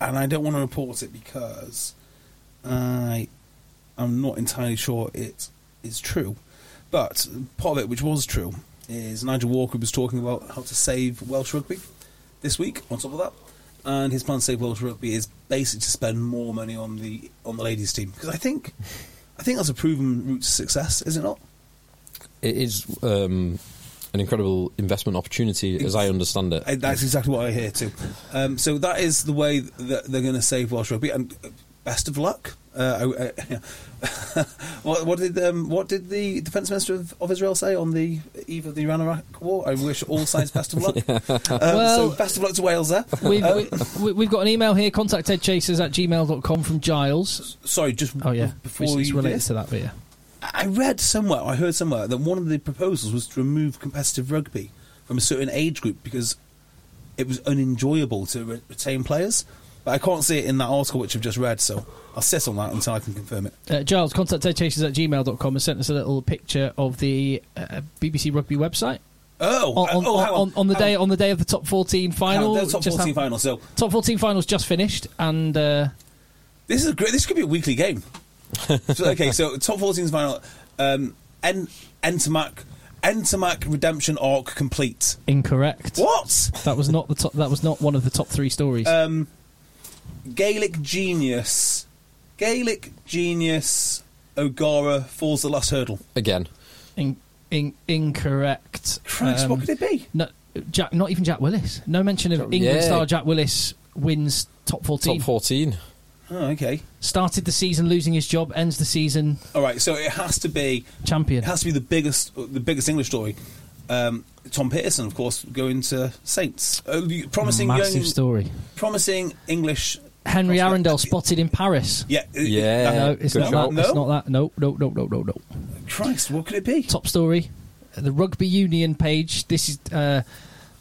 Speaker 1: and I don't want to report it because I am not entirely sure it is true. But part of it, which was true, is Nigel Walker was talking about how to save Welsh rugby this week. On top of that, and his plan to save Welsh rugby is basically to spend more money on the on the ladies' team because I think I think that's a proven route to success, is it not?
Speaker 3: It is um, an incredible investment opportunity, as I understand it.
Speaker 1: I, that's exactly what I hear too. Um, so that is the way that they're going to save Welsh rugby, and uh, best of luck. Uh, I, I- what, what did um, what did the defence minister of, of Israel say on the eve of the Iran-Iraq war? I wish all sides best of luck. um,
Speaker 2: Well-
Speaker 1: so best of luck to Wales there.
Speaker 2: We've,
Speaker 1: Uh,
Speaker 2: we, we've got an email here, contact edchasers at gmail.com from Giles.
Speaker 1: sorry, just
Speaker 2: Oh, yeah.
Speaker 1: before
Speaker 2: it's,
Speaker 1: you
Speaker 2: it's
Speaker 1: do
Speaker 2: related
Speaker 1: this,
Speaker 2: to that, but yeah.
Speaker 1: I read somewhere, I heard somewhere that one of the proposals was to remove competitive rugby from a certain age group because it was unenjoyable to re- retain players. But I can't see it in that article which I've just read, so I'll sit on that until I can confirm it.
Speaker 2: Uh, Giles, contact edchasers at gmail.com and sent us a little picture of the uh, BBC Rugby website.
Speaker 1: Oh,
Speaker 2: On,
Speaker 1: uh,
Speaker 2: on,
Speaker 1: oh,
Speaker 2: on,
Speaker 1: hang on,
Speaker 2: on, the
Speaker 1: hang
Speaker 2: day on the day of the top fourteen
Speaker 1: hang
Speaker 2: final,
Speaker 1: on, the top
Speaker 2: just
Speaker 1: fourteen
Speaker 2: how-
Speaker 1: final. So
Speaker 2: top fourteen finals just finished, and uh,
Speaker 1: this is a great. This could be a weekly game. so, okay, so top fourteen final. Um, en- Entomac, Entomac redemption arc complete.
Speaker 2: incorrect.
Speaker 1: What?
Speaker 2: That was not the top. That was not one of the top three stories.
Speaker 1: um, Gaelic genius, Gaelic genius O'Gara falls the last hurdle.
Speaker 3: Again,
Speaker 2: in, in, incorrect.
Speaker 1: Christ,
Speaker 2: Um,
Speaker 1: what could it be?
Speaker 2: No, Jack, not even Jack Willis. No mention of
Speaker 3: Jack-
Speaker 2: England
Speaker 3: yeah.
Speaker 2: star Jack Willis wins top fourteen.
Speaker 3: top 14.
Speaker 1: Oh, okay.
Speaker 2: Started the season losing his job, ends the season
Speaker 1: All right, so it has to be
Speaker 2: champion.
Speaker 1: it has to be the biggest the biggest English story. Um, Tom Peterson, of course, going to Saints, uh, promising
Speaker 2: Massive
Speaker 1: young,
Speaker 2: story.
Speaker 1: promising English.
Speaker 2: Henry
Speaker 1: prospect.
Speaker 2: Arundel spotted in Paris.
Speaker 1: Yeah, it-
Speaker 3: Yeah.
Speaker 2: No,
Speaker 1: that-
Speaker 2: it's
Speaker 3: good
Speaker 2: not
Speaker 3: shout.
Speaker 2: that. It's
Speaker 1: No?
Speaker 2: not that. No, no, no, no, no, no.
Speaker 1: Christ, what could it be?
Speaker 2: Top story. uh, The rugby union page. This is uh,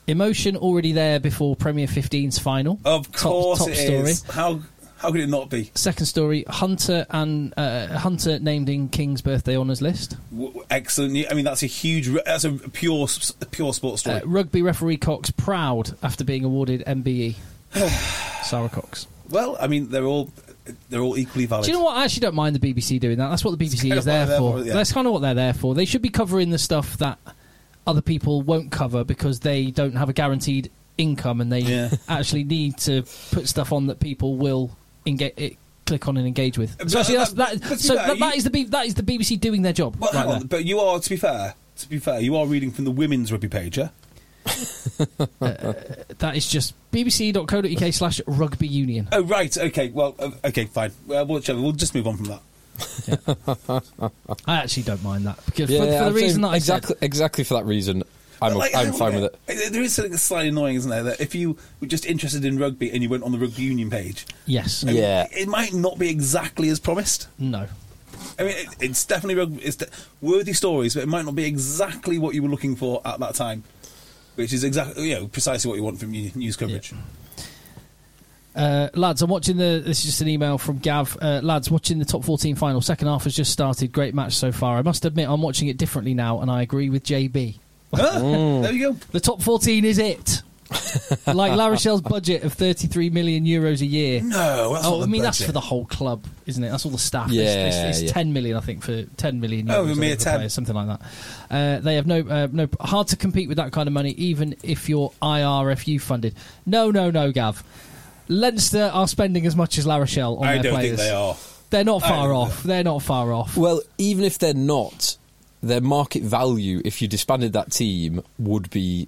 Speaker 2: emotion already there before Premier 15's final.
Speaker 1: Of
Speaker 2: Top-
Speaker 1: course,
Speaker 2: top,
Speaker 1: it is.
Speaker 2: story.
Speaker 1: How how could it not be?
Speaker 2: Second story, Hunter and uh, Hunter named in King's birthday honours list.
Speaker 1: W- w- excellent. news. I mean, that's a huge. re- That's a pure s- pure sports story.
Speaker 2: Uh, rugby referee Cox proud after being awarded MBE. Sarah Cox.
Speaker 1: Well, I mean, they're all they're all equally valid.
Speaker 2: Do you know what? I actually don't mind the BBC doing that. That's what the BBC is
Speaker 1: kind of what
Speaker 2: there
Speaker 1: they're
Speaker 2: for.
Speaker 1: for, yeah.
Speaker 2: That's kind of what they're there for. They should be covering the stuff that other people won't cover because they don't have a guaranteed income and they
Speaker 1: Yeah.
Speaker 2: actually need to put stuff on that people will engage, it, click on and engage with.
Speaker 1: But-
Speaker 2: Especially that's, that,
Speaker 1: but to be
Speaker 2: so
Speaker 1: fair,
Speaker 2: that, that
Speaker 1: you-
Speaker 2: is the B, that is the BBC doing their job.
Speaker 1: But,
Speaker 2: right
Speaker 1: hang on,
Speaker 2: there.
Speaker 1: but you are, to be fair, to be fair, you are reading from the women's rugby page, yeah?
Speaker 2: That is just bbc.co.uk slash rugby union.
Speaker 1: Oh, right. Okay. Well, uh, okay, fine. Well, whichever. We'll just move on from that.
Speaker 2: I actually don't mind that because for, for the
Speaker 3: I'm
Speaker 2: reason
Speaker 3: saying
Speaker 2: that I said-
Speaker 3: exactly, exactly for that reason, I'm,
Speaker 1: But, like,
Speaker 3: I'm
Speaker 1: hang
Speaker 3: fine
Speaker 1: on,
Speaker 3: with it.
Speaker 1: uh, There is something that's slightly annoying, isn't there? That if you were just interested in rugby and you went on the rugby union page,
Speaker 2: yes,
Speaker 1: I mean,
Speaker 3: Yeah.
Speaker 1: it might not be exactly as promised.
Speaker 2: no.
Speaker 1: I mean, it, it's definitely rugby. It's de- worthy stories, but it might not be exactly what you were looking for at that time, which is exactly, you know, precisely what you want from your news coverage.
Speaker 2: Uh, lads, I'm watching the. This is just an email from Gav. Uh, lads, watching the top 14 final. Second half has just started. Great match so far. I must admit, I'm watching it differently now, and I agree with JB.
Speaker 1: Ah, There you go.
Speaker 2: The top 14 is it. like La Rochelle's budget of 33 million euros a year.
Speaker 1: No, that's
Speaker 2: Oh,
Speaker 1: not
Speaker 2: I
Speaker 1: the
Speaker 2: mean that's
Speaker 1: budget.
Speaker 2: for the whole club, isn't it? That's all the staff. It's- it's,
Speaker 3: Yeah,
Speaker 2: it's
Speaker 3: yeah.
Speaker 2: 10 million, I think, for 10 million. Euros,
Speaker 1: Oh,
Speaker 2: I
Speaker 1: a
Speaker 2: think,
Speaker 1: mere
Speaker 2: for
Speaker 1: 10.
Speaker 2: players, something like that. Uh, they have no, uh, no, hard to compete with that kind of money, even if you're IRFU funded. No, no, no, Gav. Leinster are spending as much as La Rochelle on
Speaker 1: I
Speaker 2: their
Speaker 1: don't
Speaker 2: players.
Speaker 1: think they are.
Speaker 2: They're not
Speaker 1: I
Speaker 2: far
Speaker 1: don't
Speaker 2: off. They're not far off.
Speaker 3: Well, even if they're not, their market value, if you disbanded that team, would be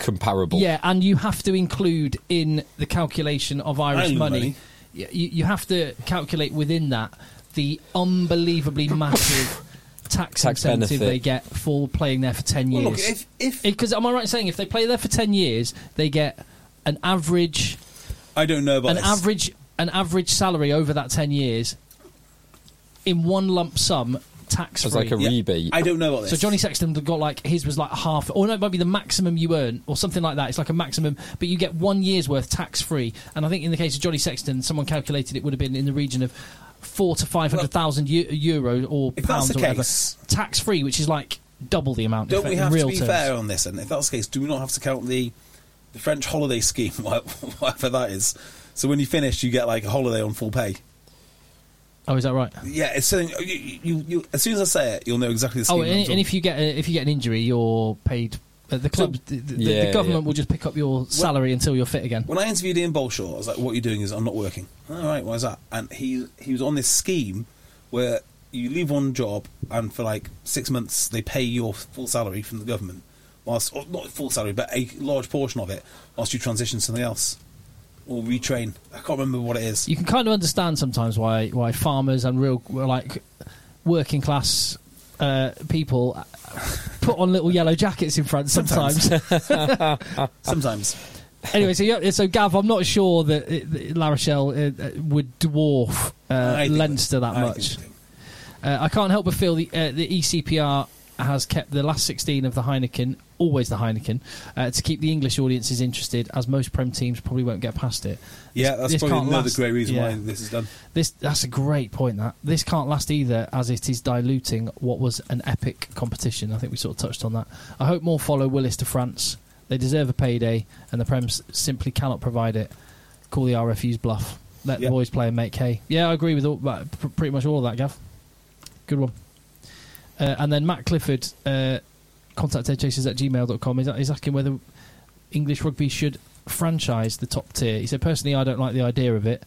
Speaker 3: comparable.
Speaker 2: Yeah, and you have to include in the calculation of Irish
Speaker 1: Ireland
Speaker 2: money.
Speaker 1: money.
Speaker 2: y You, you have to calculate within that the unbelievably massive tax,
Speaker 3: Tax
Speaker 2: incentive
Speaker 3: benefit.
Speaker 2: they get for playing there for ten
Speaker 1: Well,
Speaker 2: years.
Speaker 1: look, if- if-
Speaker 2: because am I right in saying if they play there for ten years, they get an average
Speaker 1: I don't know about
Speaker 2: an
Speaker 1: this.
Speaker 2: average an average salary over that ten years in one lump sum tax
Speaker 3: As
Speaker 2: free.
Speaker 3: like a rebate.
Speaker 1: I don't know about this.
Speaker 2: So Johnny Sexton got like his was like half, or no, it might be the maximum you earn, or something like that. It's like a maximum, but you get one year's worth tax free. And I think in the case of Johnny Sexton, someone calculated it would have been in the region of four to five hundred thousand euro or
Speaker 1: if that's
Speaker 2: pounds
Speaker 1: the
Speaker 2: or whatever,
Speaker 1: case-
Speaker 2: tax free, which is like double the amount.
Speaker 1: don't
Speaker 2: in
Speaker 1: we have to
Speaker 2: real
Speaker 1: be
Speaker 2: terms.
Speaker 1: fair on this? And if that's the case, do we not have to count the the French holiday scheme, whatever that is. So when you finish, you get like a holiday on full pay.
Speaker 2: Oh, is that right?
Speaker 1: Yeah, it's saying you, you, you, as soon as I say it, you'll know exactly the scheme.
Speaker 2: Oh,
Speaker 1: I'm
Speaker 2: and,
Speaker 1: talking-
Speaker 2: and if you get a, if you get an injury, you're paid. Uh, the club, the, the,
Speaker 3: Yeah,
Speaker 2: the government
Speaker 3: yeah.
Speaker 2: will just pick up your salary until you're fit again.
Speaker 1: when I interviewed Ian Bolshaw, I was like, "What you're doing is I'm not working." All right, why is that? And he he was on this scheme where you leave one job and for like six months they pay your full salary from the government, whilst or not full salary but a large portion of it, whilst you transition to something else or retrain. I can't remember what it is.
Speaker 2: You can kind of understand sometimes why why farmers and real like working class uh, people put on little yellow jackets in France sometimes.
Speaker 1: Sometimes
Speaker 2: anyway, so yeah, so Gav, I'm not sure that, it, that La Rochelle uh, uh, would dwarf
Speaker 1: I
Speaker 2: uh,
Speaker 1: think
Speaker 2: Leinster that
Speaker 1: I
Speaker 2: much.
Speaker 1: think-
Speaker 2: Uh, I can't help but feel the uh, the ECPR has kept the last 16 of the Heineken, always the Heineken, uh, to keep the English audiences interested, as most Prem teams probably won't get past it.
Speaker 1: Yeah, that's
Speaker 2: This
Speaker 1: probably
Speaker 2: can't
Speaker 1: another
Speaker 2: last.
Speaker 1: great reason
Speaker 2: Yeah.
Speaker 1: why this is done.
Speaker 2: This that's a great point. That this can't last either, as it is diluting what was an epic competition. I think we sort of touched on that. I hope more follow Willis to France. They deserve a payday, and the Prem's simply cannot provide it. Call the RFU's bluff. Let
Speaker 1: Yeah.
Speaker 2: the boys play and make hay. Yeah, I agree with all, that- pr- pretty much all of that, Gav. Good one. Uh, and then Matt Clifford, uh, contact headchasers at gmail.com, is, is asking whether English rugby should franchise the top tier. He said, personally, I don't like the idea of it,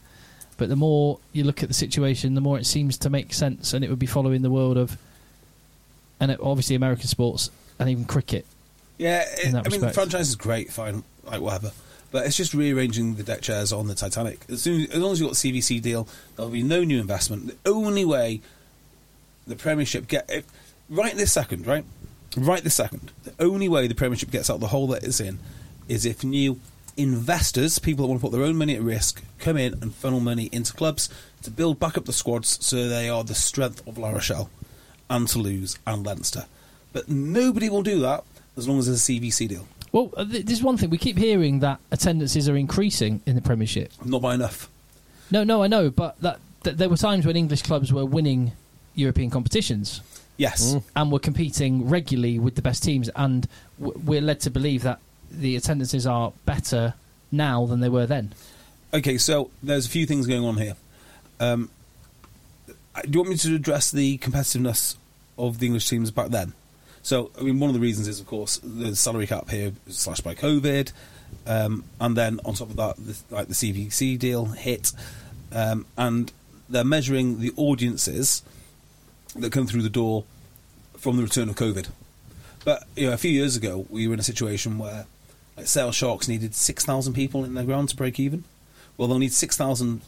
Speaker 2: but the more you look at the situation, the more it seems to make sense, and it would be following the world of, and it- obviously American sports and even cricket.
Speaker 1: Yeah, it,
Speaker 2: in that
Speaker 1: I mean, the
Speaker 2: respect.
Speaker 1: franchise is great, fine, like whatever. But it's just rearranging the deck chairs on the Titanic. As, soon, as long as you've got the CVC deal, there'll be no new investment. The only way the Premiership get if, right this second, right, right this second, the only way the Premiership gets out of the hole that it's in is if new investors, people that want to put their own money at risk, come in and funnel money into clubs to build back up the squads so they are the strength of La Rochelle and Toulouse and Leinster. But nobody will do that as long as there's a CVC deal.
Speaker 2: Well, uh, th- there's one thing we keep hearing that attendances are increasing in the Premiership.
Speaker 1: Not by enough.
Speaker 2: No, no, I know, but that, that there were times when English clubs were winning European competitions.
Speaker 1: Yes.
Speaker 2: and we're competing regularly with the best teams, and w- we're led to believe that the attendances are better now than they were then.
Speaker 1: Okay, so there's a few things going on here. Um, I- do you want me to address the competitiveness of the English teams back then? So, I mean, one of the reasons is, of course, the salary cap here was slashed by COVID, um, and then on top of that, the, like the CVC deal hit, um, and they're measuring the audiences that come through the door from the return of COVID. But you know, a few years ago, we were in a situation where like, Sale Sharks needed six thousand people in their ground to break even. Well, they'll need six thousand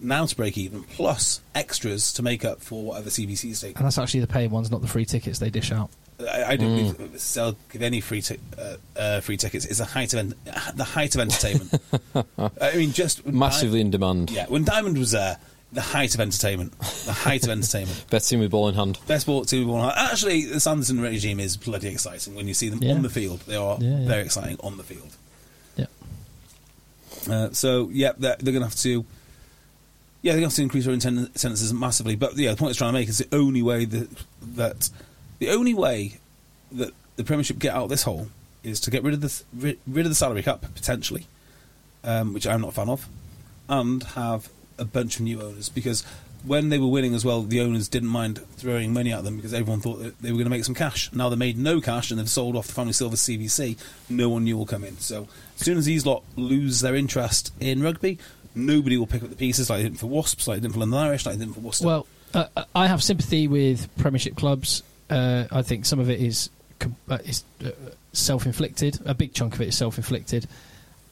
Speaker 1: now to break even, plus extras to make up for whatever CVC's taken.
Speaker 2: And that's actually the paying ones, not the free tickets they dish out.
Speaker 1: I, I don't believe Sale give any free ti- uh, uh, free tickets. It's the height of en- the height of entertainment. I mean, just when
Speaker 3: Massively
Speaker 1: Di-
Speaker 3: in demand.
Speaker 1: yeah, when Diamond was there, the height of entertainment, the height of entertainment.
Speaker 3: Betting with ball in hand.
Speaker 1: Best sport team of all time. Actually, the Sanderson regime is bloody exciting when you see them
Speaker 2: Yeah.
Speaker 1: on the field. They are
Speaker 2: Yeah, yeah.
Speaker 1: very exciting on the field.
Speaker 2: Yeah.
Speaker 1: Uh, so, yeah, they're, they're going to have to. Yeah, they're going to have to increase their atten- attendances massively. But yeah, the point I was trying to make is the only way that that the only way that the Premiership get out of this hole is to get rid of the rid, rid of the salary cap potentially, um, which I'm not a fan of, and have a bunch of new owners because when they were winning as well, the owners didn't mind throwing money at them because everyone thought that they were going to make some cash. Now they made no cash and they've sold off the Family Silver CVC. No one new will come in. So as soon as these lot lose their interest in rugby, nobody will pick up the pieces like they did for Wasps, like they did for London Irish, like they did for Worcester.
Speaker 2: Well, uh, I have sympathy with Premiership clubs. Uh, I think some of it is com- uh, is uh, self-inflicted. A big chunk of it is self-inflicted.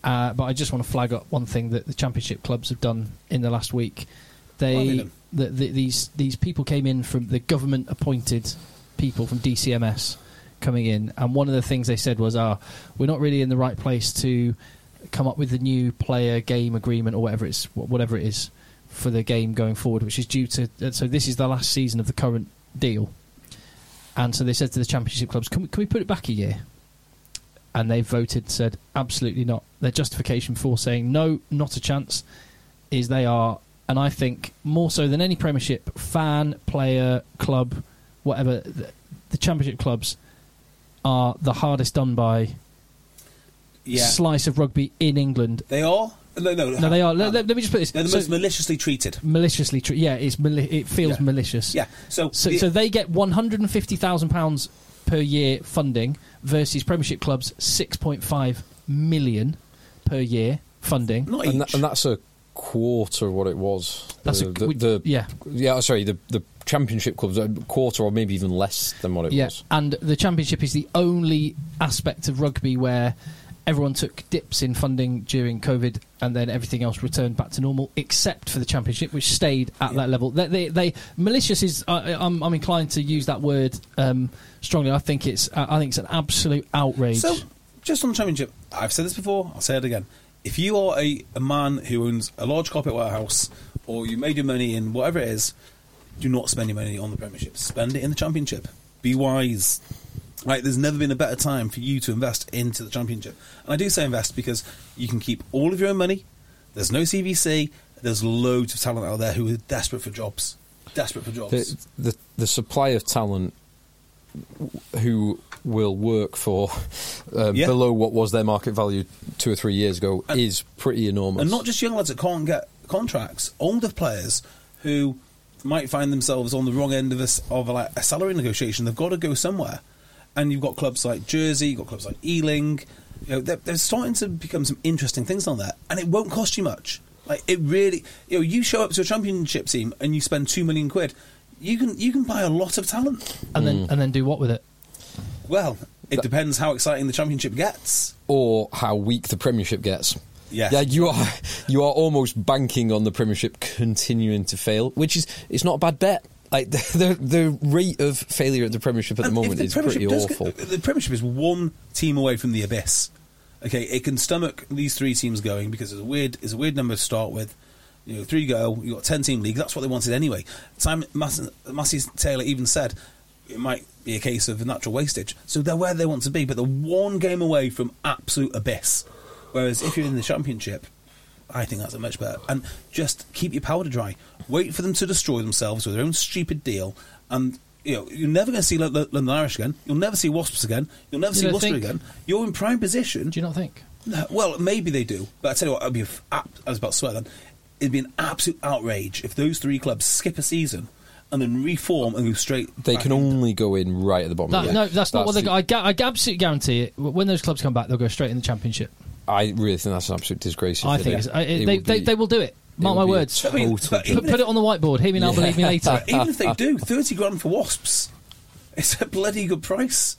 Speaker 2: Uh, but I just want to flag up one thing that the Championship clubs have done in the last week.
Speaker 1: What have they
Speaker 2: They
Speaker 1: done?
Speaker 2: the, the, these these people came in from the government-appointed people from DCMS coming in, and one of the things they said was, "Ah, we're not really in the right place to come up with the new player game agreement or whatever it's wh- whatever it is." for the game going forward, which is due to. uh, So this is the last season of the current deal, and so they said to the championship clubs, "Can we, can we put it back a year?" And they voted, said absolutely not. Their justification for saying no, not a chance, is they are, and I think more so than any Premiership fan, player, club, whatever, the, the Championship clubs are the hardest done by
Speaker 1: Yeah.
Speaker 2: slice of rugby in England.
Speaker 1: They are? No, no,
Speaker 2: No, they are. Let, let- let me just put this.
Speaker 1: They're the
Speaker 2: So-
Speaker 1: most maliciously treated.
Speaker 2: maliciously. Tr- yeah, it's mali- it feels
Speaker 1: Yeah.
Speaker 2: malicious.
Speaker 1: Yeah. So,
Speaker 2: So, so they get one hundred and fifty thousand pounds per year funding versus Premiership clubs six point five million per year funding.
Speaker 1: not each.
Speaker 3: and, that, and that's a quarter of what it was.
Speaker 2: That's
Speaker 3: the,
Speaker 2: a-
Speaker 3: the,
Speaker 2: we-
Speaker 3: the-
Speaker 2: yeah.
Speaker 3: yeah. Sorry, the the championship clubs a quarter or maybe even less than what it
Speaker 2: yeah,
Speaker 3: was.
Speaker 2: and the Championship is the only aspect of rugby where everyone took dips in funding during COVID, and then everything else returned back to normal, except for the Championship, which stayed at that level. They, they, they malicious is. I, I'm, I'm inclined to use that word um, strongly. I think it's. I I think it's an absolute outrage.
Speaker 1: So, just on the championship, I've said this before, I'll say it again. If you are a, a man who owns a large carpet warehouse or you made your money in whatever it is, do not spend your money on the Premiership. Spend it in the Championship. Be wise. Like, there's never been a better time for you to invest into the Championship. And I do say invest because you can keep all of your own money. There's no CVC. There's loads of talent out there who are desperate for jobs. Desperate for jobs.
Speaker 3: The, the the supply of talent who will work for um,
Speaker 1: Yeah.
Speaker 3: below what was their market value two or three years ago is pretty enormous.
Speaker 1: And not just young lads that can't get contracts, older players who might find themselves on the wrong end of a, s- of a, like, a salary negotiation. They've got to go somewhere. And you've got clubs like Jersey, you've got clubs like Ealing. You know, they're, they're starting to become some interesting things on there. And it won't cost you much. Like it really, you know, you show up to a championship team and you spend two million quid, you can you can buy a lot of talent.
Speaker 2: and then
Speaker 3: Hmm.
Speaker 2: and then do what with it?
Speaker 1: Well, it depends how exciting the championship gets.
Speaker 3: or how weak the Premiership gets.
Speaker 1: Yes.
Speaker 3: Yeah, you are you are almost banking on the Premiership continuing to fail, which is it's not a bad bet. Like the the, the rate of failure at the Premiership at the
Speaker 1: And if
Speaker 3: moment is pretty
Speaker 1: Premiership does
Speaker 3: awful.
Speaker 1: get- the Premiership is one team away from the abyss. Okay, it can stomach these three teams going because it's a weird it's a weird number to start with. You know, three go. You have got ten team league. That's what they wanted anyway. Time Massey Massey Taylor even said it might be a case of natural wastage. So they're where they want to be, but they're one game away from absolute abyss. Whereas if you're in the championship, I think that's a much better. And just keep your powder dry. Wait for them to destroy themselves with their own stupid deal. And you know you're never going to see Lo- Lo- London Irish again. You'll never see Wasps again. You'll never
Speaker 2: You
Speaker 1: see
Speaker 2: don't
Speaker 1: Worcester
Speaker 2: think-
Speaker 1: again. You're in prime position.
Speaker 2: Do you not think?
Speaker 1: No, well, maybe they do. But I tell you what, I'd be f- ab- I was about to swear then. It'd be an absolute outrage if those three clubs skip a season and then reform and go straight.
Speaker 3: they
Speaker 1: back
Speaker 3: can
Speaker 1: in.
Speaker 3: only go in right at the bottom.
Speaker 2: No,
Speaker 3: of the
Speaker 2: no,
Speaker 3: league.
Speaker 2: that's not what they.
Speaker 3: the-
Speaker 2: I, gu- I absolutely guarantee it. When those clubs come back, they'll go straight in the championship.
Speaker 3: I really think that's an absolute disgrace. if
Speaker 2: I
Speaker 3: they
Speaker 2: think
Speaker 3: do.
Speaker 2: it's, I,
Speaker 3: It
Speaker 2: they,
Speaker 3: would
Speaker 2: they,
Speaker 3: be-
Speaker 2: they will do it. Mark
Speaker 3: would
Speaker 2: my
Speaker 3: be a
Speaker 2: words.
Speaker 1: I mean,
Speaker 3: Total
Speaker 1: but even
Speaker 2: Put, put
Speaker 1: if-
Speaker 2: it on the whiteboard. Hear me now, believe me later.
Speaker 1: But even if they do, 30 grand for Wasps, it's a bloody good price.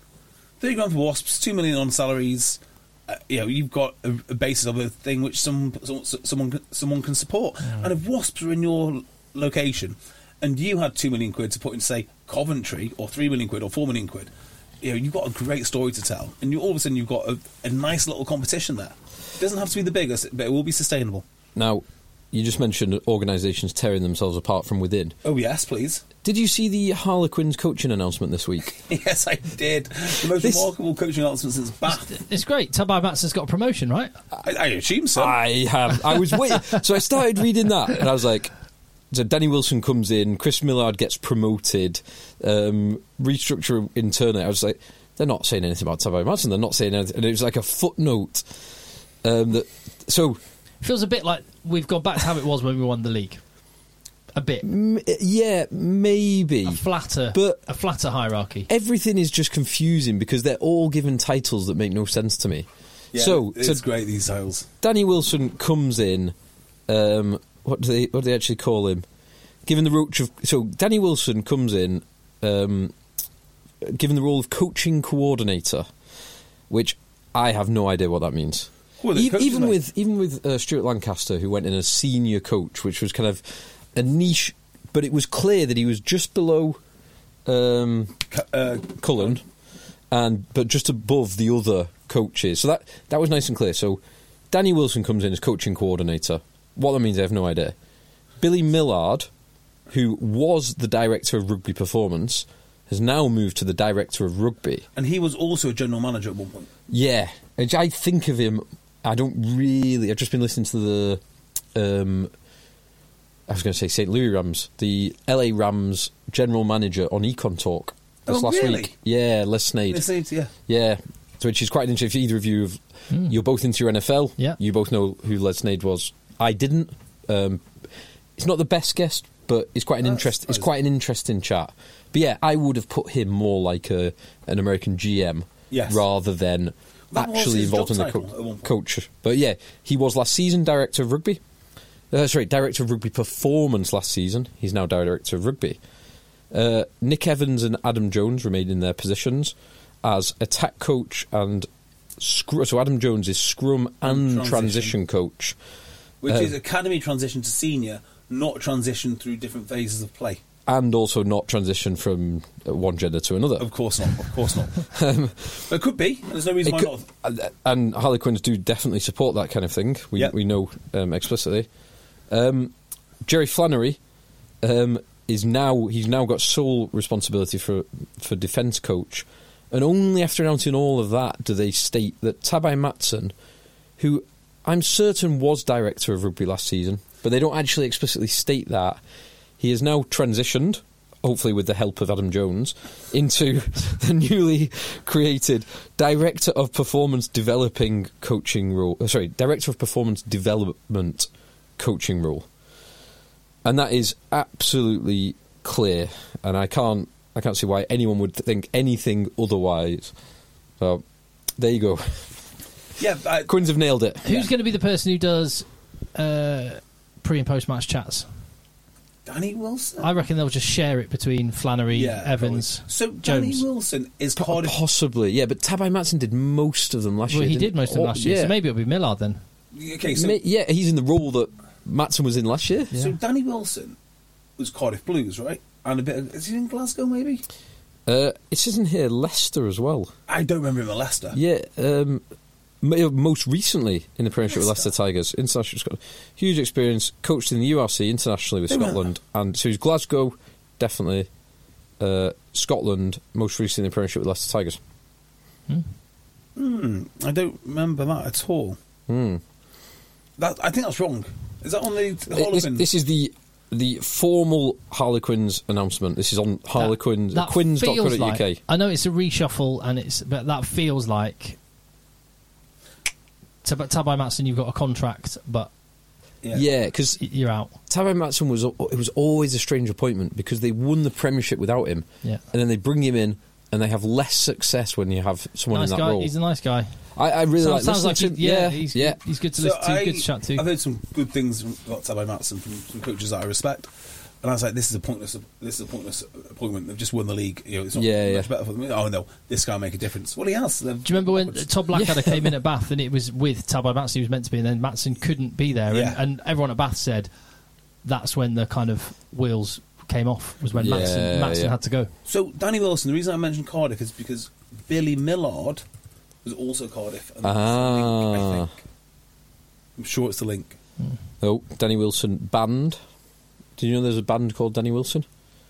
Speaker 1: 30 grand for Wasps, 2 million on salaries. Uh, you know, you've got a, a basis of a thing which some, some someone can- someone can support. And if Wasps are in your location and you had 2 million quid to put in, say, Coventry, or 3 million quid, or 4 million quid, you know, you've got a great story to tell. And you all of a sudden you've got a, a nice little competition there. It doesn't have to be the biggest, but it will be sustainable.
Speaker 3: Now, you just mentioned organisations tearing themselves apart from within.
Speaker 1: Oh, yes, please.
Speaker 3: Did you see the Harlequins coaching announcement this week?
Speaker 1: Yes, I did. The most
Speaker 3: This-
Speaker 1: remarkable coaching announcement since Bath.
Speaker 2: It's great. Tabai Matson's got a promotion, right?
Speaker 1: I, I assume so.
Speaker 3: I have. I was waiting. so I started reading that, and I was like, so Danny Wilson comes in, Chris Millard gets promoted, um, restructure internally. I was like, they're not saying anything about Tabo Martin. They're not saying anything. And it was like a footnote. Um, that so
Speaker 2: Feels a bit like we've gone back to how it was when we won the league. A bit.
Speaker 3: m- yeah, maybe
Speaker 2: A flatter,
Speaker 3: But-
Speaker 2: a flatter hierarchy.
Speaker 3: everything is just confusing because they're all given titles that make no sense to me.
Speaker 1: Yeah,
Speaker 3: so
Speaker 1: it's
Speaker 3: to
Speaker 1: great these sales.
Speaker 3: Danny Wilson comes in. Um, what do they what do they actually call him? Given the roach of so Danny Wilson comes in, um, given the role of coaching coordinator, which I have no idea what that means.
Speaker 1: Well, they're
Speaker 3: E-
Speaker 1: coaches,
Speaker 3: even
Speaker 1: mate.
Speaker 3: with even with uh, Stuart Lancaster, who went in as senior coach, which was kind of a niche, but it was clear that he was just below um,
Speaker 1: Cu- Uh,
Speaker 3: Cullen, and but just above the other coaches. So that that was nice and clear. So Danny Wilson comes in as coaching coordinator. What that means, I have no idea. Billy Millard, who was the director of rugby performance, has now moved to the director of rugby.
Speaker 1: and he was also a general manager at one point.
Speaker 3: Yeah, which I think of him. I don't really. I've just been listening to the. Um, I was going to say St. Louis Rams, the LA Rams general manager on Econ Talk this
Speaker 1: Oh,
Speaker 3: last
Speaker 1: really?
Speaker 3: week. Yeah, Les Snead.
Speaker 1: It seems, yeah.
Speaker 3: Yeah, which is quite interesting. If either of you, have, you're both into your NFL,
Speaker 2: Yeah.
Speaker 3: you both know who Lesnade was. I didn't. Um, it's not the best guess, but it's quite an interest. It's quite an interesting chat. But yeah, I would have put him more like a an American GM
Speaker 1: Yes.
Speaker 3: rather than
Speaker 1: That was
Speaker 3: actually
Speaker 1: his
Speaker 3: involved in
Speaker 1: job
Speaker 3: the
Speaker 1: title at
Speaker 3: co-
Speaker 1: one point.
Speaker 3: coach. But yeah, he was last season director of rugby. Uh, sorry, director of rugby performance last season. He's now director of rugby. Uh, Nick Evans and Adam Jones remain in their positions as attack coach and scr- so Adam Jones is scrum and
Speaker 1: Transition.
Speaker 3: transition, coach.
Speaker 1: Which
Speaker 3: Um,
Speaker 1: is academy transition to senior, not transition through different phases of play.
Speaker 3: and also not transition from uh, one gender to another.
Speaker 1: Of course not. Of course not. it could be. There's no reason
Speaker 3: Um, It
Speaker 1: why
Speaker 3: could-
Speaker 1: not.
Speaker 3: and- and Harlequins do definitely support that kind of thing. We
Speaker 1: Yep.
Speaker 3: we know um, explicitly. Um, Jerry Flannery um, is now he's now got sole responsibility for for defence coach, and only after announcing all of that do they state that Tabai Matson, who I'm certain was director of rugby last season, but they don't actually explicitly state that he is now transitioned. Hopefully, with the help of Adam Jones, into the newly created director of performance developing coaching role. uh, Sorry, director of performance development coaching role and that is absolutely clear. And I can't, I can't see why anyone would think anything otherwise. So there you go.
Speaker 1: Yeah, I,
Speaker 3: Quins have nailed it.
Speaker 2: Who's going to be the person who does uh, pre and post match chats?
Speaker 1: Danny Wilson.
Speaker 2: I reckon they'll just share it between Flannery, Evans,
Speaker 1: probably. So Danny
Speaker 2: Jones.
Speaker 1: Wilson is
Speaker 3: Po-
Speaker 1: Cardiff.
Speaker 3: Possibly, yeah. But Tabai Matson did most of them last
Speaker 2: Well,
Speaker 3: year.
Speaker 2: he
Speaker 3: didn't
Speaker 2: did most of them
Speaker 3: Oh,
Speaker 2: last year,
Speaker 3: yeah.
Speaker 2: so maybe it'll be Millard then.
Speaker 1: okay, so,
Speaker 3: Ma- yeah, he's in the role that Matson was in last year.
Speaker 1: so Danny Wilson was Cardiff Blues, right? And a bit. Of, is he in Glasgow? Maybe.
Speaker 3: Uh, it says in here Leicester as well.
Speaker 1: I don't remember him at Leicester.
Speaker 3: Yeah, um, m- most recently in the Premiership with Leicester Tigers, international Scotland. Huge experience, coached in the URC internationally with
Speaker 1: They were-
Speaker 3: Scotland, and so he's Glasgow, definitely. Uh, Scotland, most recently in the Premiership with Leicester Tigers.
Speaker 1: Hmm, I don't remember that at all. That I think that's wrong. Is that on the Hall
Speaker 3: This,
Speaker 1: of Fame?
Speaker 3: this is the the formal Harlequins announcement. This is on Harlequins
Speaker 2: That feels
Speaker 3: quins.co.uk.
Speaker 2: like, I know it's a reshuffle, and it's but that feels like. Tab- Tabai Matson, you've got a contract, but
Speaker 3: yeah, because
Speaker 2: y- you're out.
Speaker 3: Taron Matson was it was always a strange appointment because they won the Premiership without him,
Speaker 2: Yeah.
Speaker 3: and then they bring him in and they have less success when you have someone
Speaker 2: nice
Speaker 3: in that
Speaker 2: guy.
Speaker 3: role.
Speaker 2: He's a nice guy.
Speaker 3: I, I really like
Speaker 2: sounds, sounds
Speaker 3: listening
Speaker 2: like
Speaker 3: to
Speaker 2: he,
Speaker 3: him.
Speaker 2: yeah,
Speaker 3: yeah,
Speaker 2: he's,
Speaker 3: yeah.
Speaker 2: he's good to
Speaker 1: So
Speaker 2: listen to,
Speaker 1: I-
Speaker 2: good to chat to.
Speaker 1: I've heard some good things from like, Tabai Matson from some coaches that I respect, and I was like, "This is a pointless, this is a pointless appointment. They've just won the league. You know, it's not
Speaker 3: Yeah,
Speaker 1: much
Speaker 3: yeah.
Speaker 1: better for them. Oh no, this guy will make a difference. Well, he has. Do
Speaker 2: Do you remember when Todd Blackadder came in at Bath and it was with Tabai Matson, he was meant to be, and then Matson couldn't be there,
Speaker 1: Yeah.
Speaker 2: and, and everyone at Bath said that's when the kind of wheels came off, was when
Speaker 3: Yeah,
Speaker 2: Matson, Matson
Speaker 3: yeah.
Speaker 2: had to go.
Speaker 1: So Danny Wilson. The reason I mentioned Cardiff is because Billy Millard was also Cardiff. And that's the
Speaker 3: Ah.
Speaker 1: link, I think. I'm sure it's the link.
Speaker 3: Oh, Danny Wilson band. Do you know there's a band called Danny Wilson?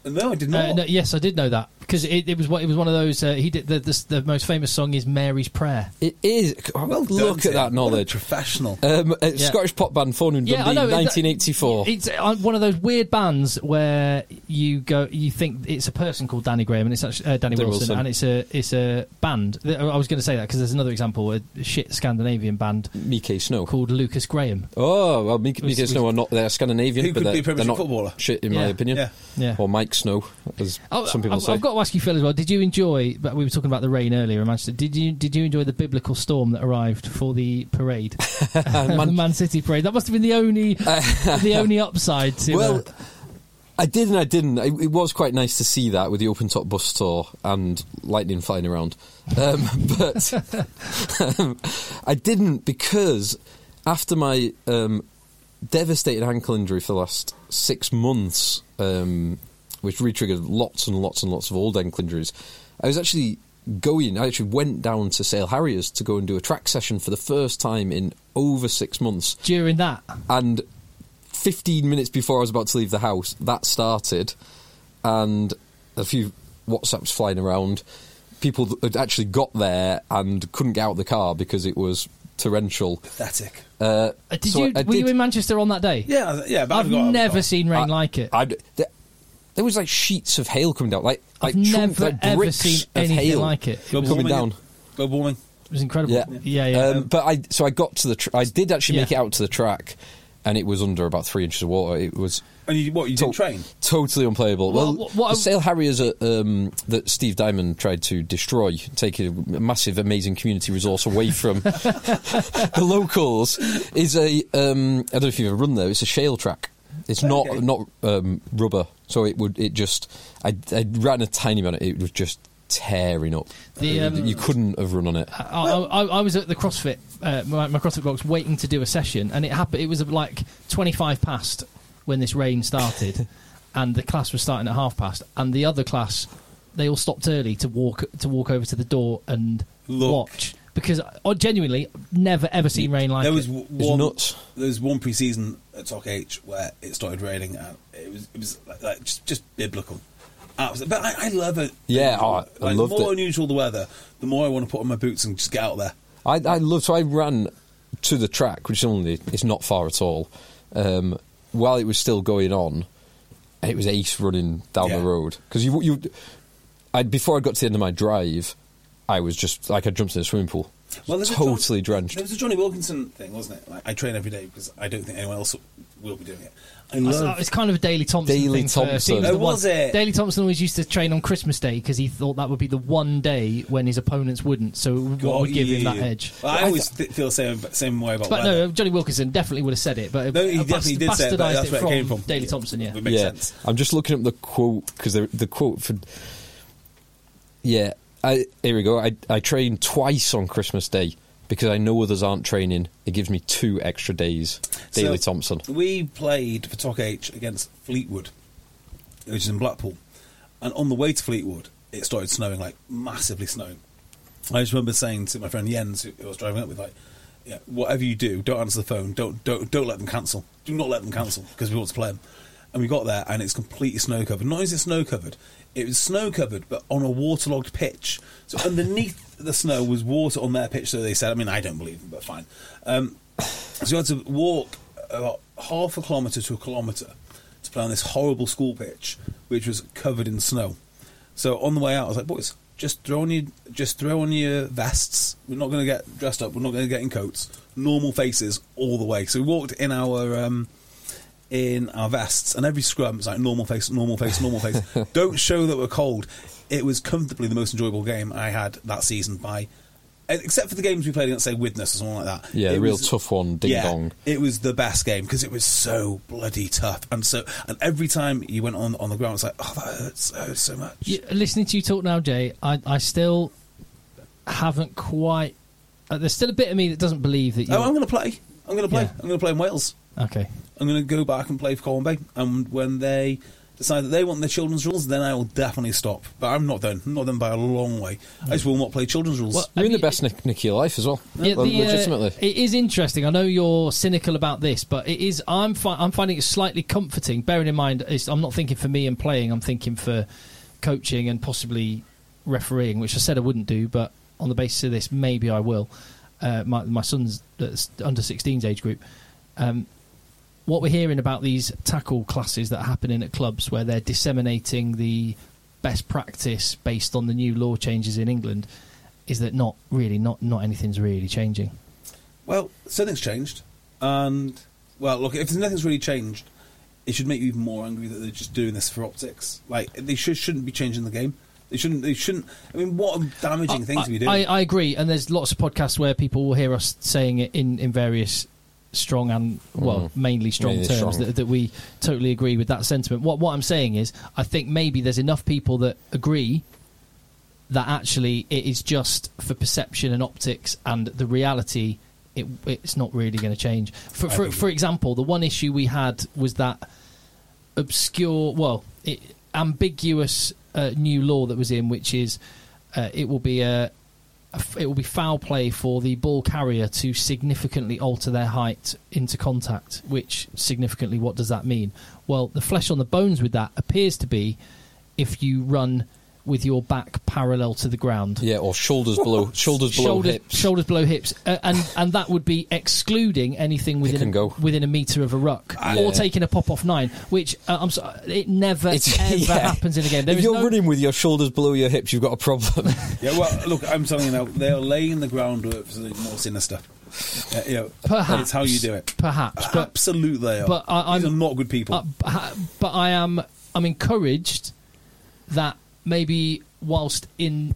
Speaker 1: And no, I did not.
Speaker 2: Uh, no, yes, I did know that because it, it was what it was one of those. Uh, he did the, the the most famous song is Mary's Prayer.
Speaker 3: It is.
Speaker 1: Well done,
Speaker 3: look
Speaker 1: Tim.
Speaker 3: at that
Speaker 1: What a
Speaker 3: knowledge.
Speaker 1: professional.
Speaker 3: Um, a
Speaker 2: Yeah.
Speaker 3: Scottish pop band formed in Dundee,
Speaker 2: I know, it-
Speaker 3: 1984.
Speaker 2: It's uh, one of those weird bands where you go, you think it's a person called Danny Graham, and it's actually uh, Danny
Speaker 3: Danny
Speaker 2: Wilson,
Speaker 3: Wilson.
Speaker 2: and it's a it's a band. Th- I was going to say that because there's another example, a shit Scandinavian band
Speaker 3: Mike Snow.
Speaker 2: called Lucas Graham.
Speaker 3: Oh well, Mike,
Speaker 2: was-
Speaker 3: Mike Snow are not. They're Scandinavian,
Speaker 1: Who
Speaker 3: but
Speaker 1: could
Speaker 3: they're,
Speaker 1: be a
Speaker 3: they're
Speaker 1: Premiership
Speaker 3: not
Speaker 1: footballer?
Speaker 3: shit in my
Speaker 2: Yeah.
Speaker 3: opinion.
Speaker 1: Yeah.
Speaker 2: Yeah.
Speaker 3: Or Mike Snow, as
Speaker 2: Oh,
Speaker 3: some people
Speaker 2: I've,
Speaker 3: say.
Speaker 2: I've got to ask you, Phil, as well. Did you enjoy? But we were talking about the rain earlier in Manchester. Did you did you enjoy the biblical storm that arrived for the parade, the
Speaker 3: Man-
Speaker 2: Man City parade? That must have been the only the only upside to.
Speaker 3: Well,
Speaker 2: uh,
Speaker 3: I did and I didn't. It, it was quite nice to see that with the open top bus tour and lightning flying around. Um, but um, I didn't because after my um, devastating ankle injury for the last six months, um, which re-triggered lots and lots and lots of old ankle injuries, I was actually going. I actually went down to Sale Harriers to go and do a track session for the first time in over six months
Speaker 2: during that, Uh,
Speaker 3: and 15 minutes before I was about to leave the house, that started, and a few WhatsApps flying around. People that had actually got there and couldn't get out of the car because it was torrential.
Speaker 1: Pathetic.
Speaker 3: Uh,
Speaker 2: Uh, did
Speaker 3: so
Speaker 2: you
Speaker 3: I- I
Speaker 2: were you
Speaker 3: did-
Speaker 2: in Manchester on that day?
Speaker 1: Yeah, yeah. But
Speaker 2: I've
Speaker 1: got-
Speaker 2: never
Speaker 1: got-
Speaker 2: seen rain
Speaker 3: I-
Speaker 2: like it.
Speaker 3: I- there, there was like sheets of hail coming down, like
Speaker 2: I've
Speaker 3: like, chunks,
Speaker 2: never
Speaker 3: like
Speaker 2: ever
Speaker 3: bricks
Speaker 2: seen
Speaker 3: of
Speaker 2: anything
Speaker 3: hail
Speaker 2: like it.
Speaker 1: Global
Speaker 3: coming
Speaker 1: warming.
Speaker 3: down.
Speaker 1: Global warming.
Speaker 2: It was incredible.
Speaker 3: Yeah,
Speaker 2: yeah, yeah.
Speaker 3: Um, but I so I got to the tr- I did actually make it
Speaker 2: Yeah.
Speaker 3: out to the track, and it was under about three inches of water. It was
Speaker 1: And you, what you did
Speaker 3: to-
Speaker 1: train?
Speaker 3: totally unplayable.
Speaker 2: Well,
Speaker 3: Well,
Speaker 2: what- what I-
Speaker 3: the Sale Harriers uh, um, that Steve Diamond tried to destroy, take a massive, amazing community resource away from the locals, is a um, I don't know if you've ever run there. It's a shale track. It's not
Speaker 1: Okay.
Speaker 3: not um, rubber, so it would it just I, I ran a tiny amount. It was just tearing up.
Speaker 2: The, um,
Speaker 3: you couldn't have run on it.
Speaker 2: I, I, I was at the CrossFit, uh, my, my CrossFit box, waiting to do a session, and it happened. It was uh, like twenty-five past when this rain started, and the class was starting at half past, and the other class, they all stopped early to walk to walk over to the door and
Speaker 1: Look.
Speaker 2: watch because I genuinely never ever seen rain like
Speaker 1: there was
Speaker 2: it.
Speaker 1: w- one.
Speaker 3: nuts.
Speaker 1: There was one pre-season at Talk H where it started raining, and it was it was like, like just just biblical. Absolutely. But I, I love it.
Speaker 3: Yeah, oh, I
Speaker 1: like,
Speaker 3: loved
Speaker 1: the more
Speaker 3: it.
Speaker 1: unusual the weather, the more I want to put on my boots and just get out there.
Speaker 3: I, I love so I ran to the track, which is only it's not far at all. Um, while it was still going on, it was ace running down
Speaker 1: Yeah.
Speaker 3: the road because you you. I, before I got to the end of my drive, I was just like I jumped in a swimming pool,
Speaker 1: there's a
Speaker 3: totally
Speaker 1: John-
Speaker 3: drenched.
Speaker 1: There was a Johnny Wilkinson thing, wasn't it? Like, I train every day because I don't think anyone else will be doing it. I
Speaker 2: It's- uh,
Speaker 1: love.
Speaker 2: It's kind of a Daily Thompson.
Speaker 3: Daily
Speaker 2: thing for- he
Speaker 3: Thompson.
Speaker 2: the
Speaker 1: Oh,
Speaker 2: one-
Speaker 1: was it?
Speaker 2: Daily Thompson always used to train on Christmas Day because he thought that would be the one day when his opponents wouldn't. So what
Speaker 1: God,
Speaker 2: would give him
Speaker 1: yeah.
Speaker 2: that edge?
Speaker 1: Well, I, always th- feel the same same way about
Speaker 2: But
Speaker 1: weather.
Speaker 2: no, Johnny Wilkinson definitely would have said it. But
Speaker 1: No, he
Speaker 2: uh,
Speaker 1: definitely
Speaker 2: bast-
Speaker 1: did say it, but
Speaker 2: bastardised
Speaker 1: that's where it
Speaker 2: from
Speaker 1: came from.
Speaker 2: Daily Thompson, yeah.
Speaker 1: It makes sense.
Speaker 3: I'm just looking up the quote because the, the quote for. Yeah, I, here we go. I, I train twice on Christmas Day because I know others aren't training. It gives me two extra days. Daily
Speaker 1: So,
Speaker 3: Thompson.
Speaker 1: We played for Talk H against Fleetwood, which is in Blackpool. And on the way to Fleetwood, it started snowing, like massively snowing. I just remember saying to my friend Jens, who who I was driving up with, like, yeah, whatever you do, don't answer the phone. Don't don't don't let them cancel. Do not let them cancel because we want to play them. And we got there, and it's completely snow covered. Not only is it snow covered, it was snow covered, but on a waterlogged pitch. So underneath the snow was water on their pitch. So they said, I mean, I don't believe them, but fine. Um, so you had to walk about half a kilometre to a kilometre to play on this horrible school pitch, which was covered in snow. So on the way out, I was like, boys, just throw on your just throw on your vests. We're not going to get dressed up. We're not going to get in coats. Normal faces all the way. So we walked in our um, in our vests, and every scrum was like normal face, normal face, normal face. Don't show that we're cold. It was comfortably the most enjoyable game I had that season by. Except for the games we played against, say, Widnes or something like that.
Speaker 3: Yeah, the
Speaker 1: It
Speaker 3: real tough one, ding
Speaker 1: yeah,
Speaker 3: dong.
Speaker 1: It was the best game because it was so bloody tough, and so and every time you went on on the ground, it's like, oh, that hurts so so much.
Speaker 2: Yeah, Listening to you talk now, Jay, I, I still haven't quite. Uh, there's still a bit of me that doesn't believe that you.
Speaker 1: Oh, I'm going to play. I'm going to play.
Speaker 2: Yeah.
Speaker 1: I'm going to play in Wales.
Speaker 2: okay.
Speaker 1: I'm going to go back and play for Colin Bay. And when they decide that they want their children's rules, then I will definitely stop. But I'm not done. I'm not done by a long way. I just will not play children's rules.
Speaker 2: Well,
Speaker 3: You're in
Speaker 2: I
Speaker 3: the
Speaker 2: mean,
Speaker 3: best nick, nick of your life as well.
Speaker 2: Yeah,
Speaker 3: Well,
Speaker 2: the, uh,
Speaker 3: legitimately.
Speaker 2: it is interesting. I know you're cynical about this, but it is. I'm fi- I'm finding it slightly comforting. Bearing in mind, it's, I'm not thinking for me and playing. I'm thinking for coaching and possibly refereeing, which I said I wouldn't do, but on the basis of this, maybe I will. Uh, my my son's that's under 16s age group. Um, what we're hearing about these tackle classes that are happening at clubs where they're disseminating the best practice based on the new law changes in England is that not really not not anything's really changing.
Speaker 1: Well, something's changed, and well, look, if nothing's really changed, it should make you even more angry that they're just doing this for optics. Like they should, shouldn't be changing the game. They shouldn't. They shouldn't. I mean, what a damaging thing
Speaker 2: I,
Speaker 1: to be doing.
Speaker 2: I, I agree, and there's lots of podcasts where people will hear us saying it in, in various strong and well, mainly strong
Speaker 3: Mm-hmm. Mainly
Speaker 2: terms
Speaker 3: strong.
Speaker 2: That, that we totally agree with that sentiment. What what I'm saying is, I think maybe there's enough people that agree that actually it is just for perception and optics, and the reality it, it's not really going to change. For for, for example, the one issue we had was that obscure, well, it, ambiguous uh, new law that was in, which is uh, it will be a, a f- it will be foul play for the ball carrier to significantly alter their height into contact. Which significantly, what does that mean? Well, the flesh on the bones with that appears to be if you run with your back parallel to the ground.
Speaker 3: Yeah, or shoulders below shoulders below
Speaker 2: shoulders,
Speaker 3: hips.
Speaker 2: shoulders below hips, uh, and and that would be excluding anything within
Speaker 3: can
Speaker 2: a,
Speaker 3: go. Ah,
Speaker 2: within a meter of a ruck, or
Speaker 3: Yeah.
Speaker 2: taking a pop off nine. Which uh, I'm sorry, it never
Speaker 3: It's-
Speaker 2: ever
Speaker 3: yeah.
Speaker 2: happens in a game. There
Speaker 3: if
Speaker 2: is
Speaker 3: you're
Speaker 2: no-
Speaker 3: running with your shoulders below your hips, you've got a problem.
Speaker 1: Yeah, well, look, I'm telling you now, they're laying the groundwork for something more sinister. Yeah, yeah,
Speaker 2: Perhaps.
Speaker 1: It's how you do it.
Speaker 2: Perhaps, but-
Speaker 1: Absolutely, they are.
Speaker 2: but I-
Speaker 1: These
Speaker 2: I'm-
Speaker 1: are not good people.
Speaker 2: Uh, b- ha- but I am I'm encouraged that maybe whilst in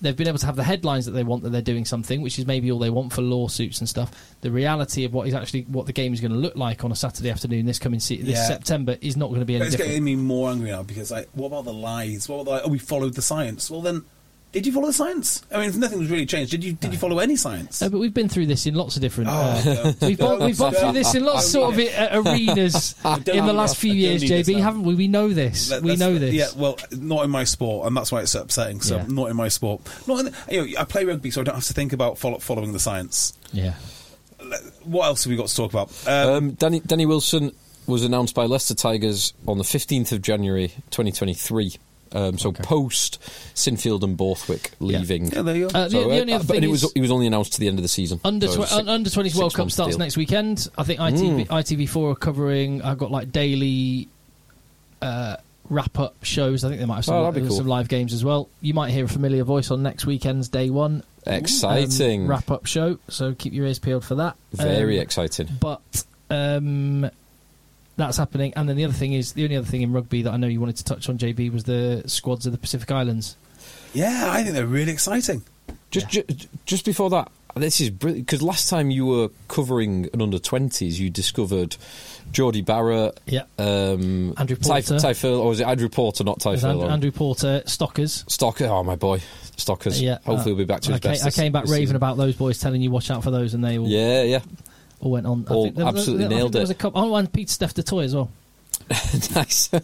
Speaker 2: they've been able to have the headlines that they want that they're doing something, which is maybe all they want for lawsuits and stuff. The reality of what is actually what the game is going to look like on a Saturday afternoon this coming se- this
Speaker 1: Yeah.
Speaker 2: September is not going to be any
Speaker 1: it's
Speaker 2: different.
Speaker 1: getting me more angry now because, like, what about the lies? What about the, like, oh, we followed the science? Well, then, did you follow the science? I mean, nothing's really changed. Did you? Did you follow any science?
Speaker 2: No, but we've been through this in lots of different.
Speaker 1: Oh,
Speaker 2: uh,
Speaker 1: no.
Speaker 2: we've gone, we've gone through this in lots of sort of
Speaker 1: Don't need
Speaker 2: uh, arenas
Speaker 1: Don't
Speaker 2: in the
Speaker 1: need
Speaker 2: last
Speaker 1: this.
Speaker 2: few
Speaker 1: Don't
Speaker 2: years,
Speaker 1: need this
Speaker 2: JB,
Speaker 1: now.
Speaker 2: haven't we? We know this.
Speaker 1: That-
Speaker 2: we
Speaker 1: that's-
Speaker 2: know this.
Speaker 1: Yeah, well, not in my sport, and that's why it's upsetting. So
Speaker 2: Yeah.
Speaker 1: not in my sport. Not in, you know, I play rugby, so I don't have to think about follow, following the science.
Speaker 2: yeah.
Speaker 1: What else have we got to talk about? Um,
Speaker 3: Um, Danny, Danny Wilson was announced by Leicester Tigers on the 15th of January 2023. Um, so post Sinfield and Borthwick leaving.
Speaker 1: yeah, there you go.
Speaker 2: Uh, the-
Speaker 3: So,
Speaker 2: the only
Speaker 3: uh,
Speaker 2: other
Speaker 3: but
Speaker 2: thing
Speaker 3: it was
Speaker 2: is-
Speaker 3: he was only announced to the end of the season.
Speaker 2: Under
Speaker 3: So
Speaker 2: tw-
Speaker 3: six-
Speaker 2: under 20s World
Speaker 3: six
Speaker 2: Cup
Speaker 3: months
Speaker 2: starts
Speaker 3: deal. Mm.
Speaker 2: next weekend. I think ITV, ITV4 are covering. I've got like daily uh, wrap up shows. I think they might have some,
Speaker 3: Oh, that'd be
Speaker 2: uh,
Speaker 3: cool.
Speaker 2: some live games as well. You might hear a familiar voice on next weekend's day one
Speaker 3: Exciting.
Speaker 2: um, wrap up show. So keep your ears peeled for that.
Speaker 3: Very
Speaker 2: Um,
Speaker 3: exciting.
Speaker 2: But um, that's happening. And then the other thing is the only other thing in rugby that I know you wanted to touch on, JB, was the squads of the Pacific Islands.
Speaker 1: yeah, I think they're really exciting.
Speaker 3: Just ju- just before that, this is brilliant because last time you were covering an under 20s, you discovered Geordie Barrett,
Speaker 2: Yeah.
Speaker 3: um,
Speaker 2: Andrew
Speaker 3: Ty-
Speaker 2: Porter.
Speaker 3: Ty Furl- or is it Andrew Porter, not Ty
Speaker 2: There's Andrew,
Speaker 3: Furlong?
Speaker 2: Andrew Porter, Stockers.
Speaker 3: Stocker, oh my boy, Stockers.
Speaker 2: Yeah,
Speaker 3: hopefully
Speaker 2: uh,
Speaker 3: he'll be back to
Speaker 2: I
Speaker 3: his
Speaker 2: came,
Speaker 3: best.
Speaker 2: I
Speaker 3: this-
Speaker 2: came back
Speaker 3: this
Speaker 2: raving
Speaker 3: season.
Speaker 2: about those boys, telling you watch out for those, and they all,
Speaker 3: Yeah, yeah.
Speaker 2: all went on. I
Speaker 3: All
Speaker 2: there was-
Speaker 3: absolutely
Speaker 2: there- I think
Speaker 3: nailed
Speaker 2: there was a
Speaker 3: it.
Speaker 2: couple- oh, and Pete Steph the toy as well.
Speaker 3: nice.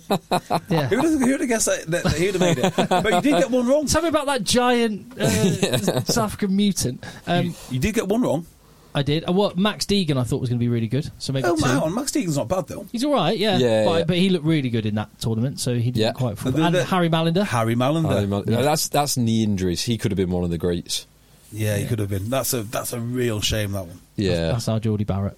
Speaker 2: Yeah.
Speaker 1: Who would have guessed that, that, that he'd have made it? But you did get one wrong.
Speaker 2: Tell me about that giant uh, South African mutant. Um,
Speaker 1: You did get one wrong.
Speaker 2: I did. Uh, what Max Deegan I thought was going to be really good, so maybe
Speaker 1: Oh,
Speaker 2: two.
Speaker 1: hang on, Max Deegan's not bad though.
Speaker 2: He's all right, yeah.
Speaker 3: Yeah,
Speaker 2: but,
Speaker 3: yeah.
Speaker 2: but he looked really good in that tournament, so he didn't
Speaker 3: Yeah.
Speaker 2: quite. Fall.
Speaker 1: The- the-
Speaker 2: And Harry Malander.
Speaker 1: Harry Malander.
Speaker 3: Oh, man. That's that's knee injuries. He could have been one of the greats.
Speaker 1: yeah, he could have been. That's a that's a real shame that one.
Speaker 3: Yeah.
Speaker 2: That's our Geordie Barrett.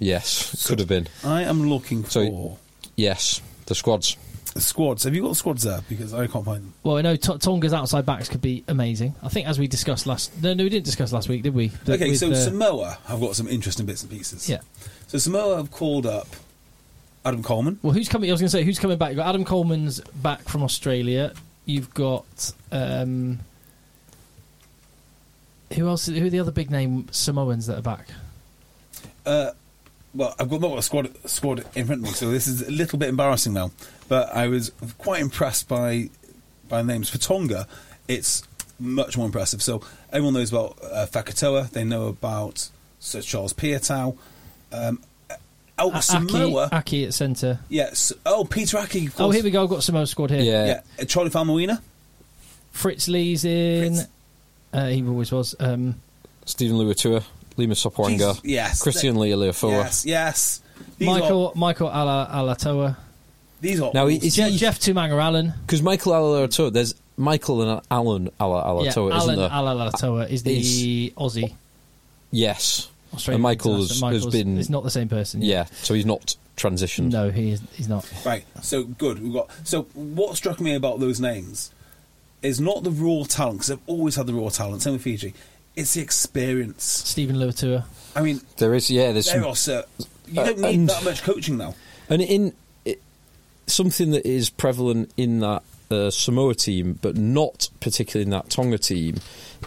Speaker 3: yes. Could have been.
Speaker 1: I am looking for
Speaker 3: So- Yes. The squads.
Speaker 1: squads. Have you got the squads there? Because I can't find them.
Speaker 2: Well, I know T- Tonga's outside backs could be amazing. I think as we discussed last. No, no, we didn't discuss last week, did we? The-
Speaker 1: okay,
Speaker 2: with,
Speaker 1: so
Speaker 2: uh,
Speaker 1: Samoa have got some interesting bits and pieces.
Speaker 2: Yeah.
Speaker 1: So Samoa have called up Adam Coleman.
Speaker 2: Well, who's coming? I was going to say who's coming back. You've got Adam Coleman's back from Australia. You've got um, who else? Who are the other big name Samoans that are back?
Speaker 1: Uh, well, I've got not got a squad squad in front of me, so this is a little bit embarrassing now. But I was quite impressed by by names for Tonga. It's much more impressive. So everyone knows about uh, Fakatoa. They know about Sir Charles Piatow. Um, oh,
Speaker 2: A-
Speaker 1: Samoa.
Speaker 2: Aki, Aki at centre.
Speaker 1: Yes. Oh, Peter Aki. Of
Speaker 2: Oh,
Speaker 1: course.
Speaker 2: here we go. I've got Samoa squad here.
Speaker 3: Yeah.
Speaker 1: Yeah, uh, Charlie Falmoina.
Speaker 2: Fritz Lee's in.
Speaker 1: Fritz.
Speaker 2: Uh, he always was. Um,
Speaker 3: Stephen Luatua, Lima Sopwanga,
Speaker 1: Jesus, yes.
Speaker 3: Christian
Speaker 1: They-
Speaker 3: Lealefoa.
Speaker 1: Yes, yes. These
Speaker 2: Michael
Speaker 1: Are,
Speaker 2: Michael Ala Alatoa.
Speaker 1: these are
Speaker 3: Now,
Speaker 1: all-
Speaker 3: is
Speaker 2: Je-
Speaker 3: he-
Speaker 2: Jeff Tumanger Allen.
Speaker 3: Because Michael Alatoa, there's Michael and Alan Ala
Speaker 2: yeah,
Speaker 3: Alatoa, isn't
Speaker 2: Alan
Speaker 3: there?
Speaker 2: Ala Alatoa is the Aussie.
Speaker 3: yes.
Speaker 2: Australian
Speaker 3: and Michael's,
Speaker 2: international.
Speaker 3: has been.
Speaker 2: It's not the same person.
Speaker 3: yeah. So he's not transitioned.
Speaker 2: No, he is, he's not.
Speaker 1: Right. So good. We've got. So what struck me about those names is not the raw talent because they've always had the raw talent. Same with Fiji. It's the experience.
Speaker 2: Stephen Luatua.
Speaker 1: I mean,
Speaker 3: There is, yeah, there's
Speaker 1: there
Speaker 3: some
Speaker 1: are so you don't
Speaker 3: Uh,
Speaker 1: need
Speaker 3: and-
Speaker 1: that much coaching now.
Speaker 3: And in it, something that is prevalent in that uh, Samoa team, but not particularly in that Tonga team,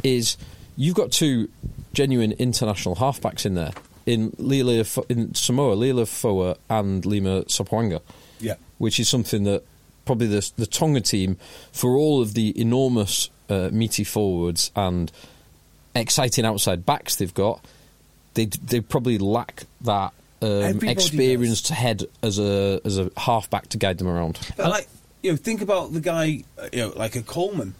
Speaker 3: is you've got two genuine international halfbacks in there in Lila in Samoa, Lila Foa and Lima Sopwanga
Speaker 1: Yeah.
Speaker 3: which is something that probably the, the Tonga team, for all of the enormous uh, meaty forwards and exciting outside backs they've got, they they probably lack that um,
Speaker 1: Everybody
Speaker 3: experienced head as a as a halfback to guide them around.
Speaker 1: But like you know, think about the guy uh, you know, like a Coleman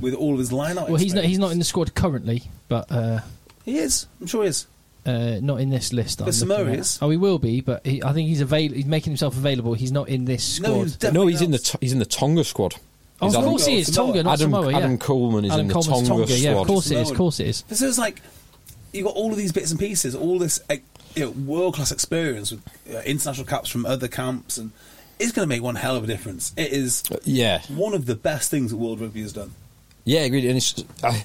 Speaker 1: with all of his lineup.
Speaker 2: Well, he's not. He's not in the squad currently, but uh,
Speaker 1: He is. I'm sure he is.
Speaker 2: uh, not in this list. that
Speaker 1: But
Speaker 2: I'm looking
Speaker 1: Samoa
Speaker 2: at.
Speaker 1: is.
Speaker 2: Oh, he will be, but he, I think he's avail- He's making himself available. He's not in this
Speaker 1: No, he
Speaker 2: squad.
Speaker 1: was definitely
Speaker 3: no, he's in the
Speaker 1: not.
Speaker 3: t- he's in the Tonga squad.
Speaker 2: Oh,
Speaker 3: Is
Speaker 2: of
Speaker 3: Adam-
Speaker 2: course he is. Tonga, not
Speaker 3: Adam-
Speaker 2: Samoa. Yeah.
Speaker 3: Adam Coleman is
Speaker 2: Adam
Speaker 3: in the
Speaker 2: Coleman's
Speaker 3: Tonga
Speaker 2: Yeah, of
Speaker 3: squad.
Speaker 2: course it is.
Speaker 1: No.
Speaker 2: Of course it is.
Speaker 1: This is like you got all of these bits and pieces, all this eh, you know, world class experience with uh, international caps from other camps, and it's going to make one hell of a difference. It is
Speaker 3: yeah.
Speaker 1: one of the best things that World Rugby has done.
Speaker 3: Yeah, agreed. And it's I,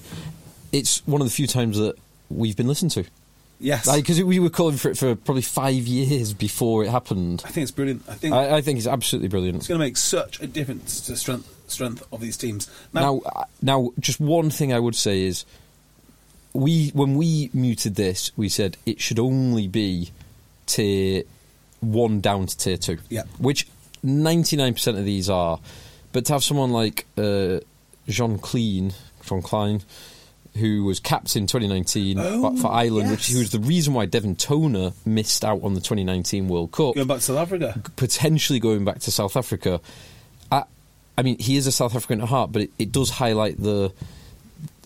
Speaker 3: it's one of the few times that we've been listened to.
Speaker 1: Yes, I,
Speaker 3: Because we were calling for it for probably five years before it happened.
Speaker 1: think it's brilliant. I think
Speaker 3: I, I think it's absolutely brilliant.
Speaker 1: it's going to make such a difference to strength strength of these teams.
Speaker 3: Now, uh, now, just one thing I would say is, we when we muted this, we said it should only be tier one down to tier two.
Speaker 1: Yeah.
Speaker 3: which ninety nine percent of these are. But to have someone like uh, Jean Clean, Jean Klein, who was captain 2019
Speaker 1: Oh,
Speaker 3: for Ireland, which
Speaker 1: yes.
Speaker 3: he was the reason why Devon Toner missed out on the 2019 World Cup
Speaker 1: going back to South Africa,
Speaker 3: potentially going back to South Africa. I, I mean, he is a South African at heart, but it, it does highlight the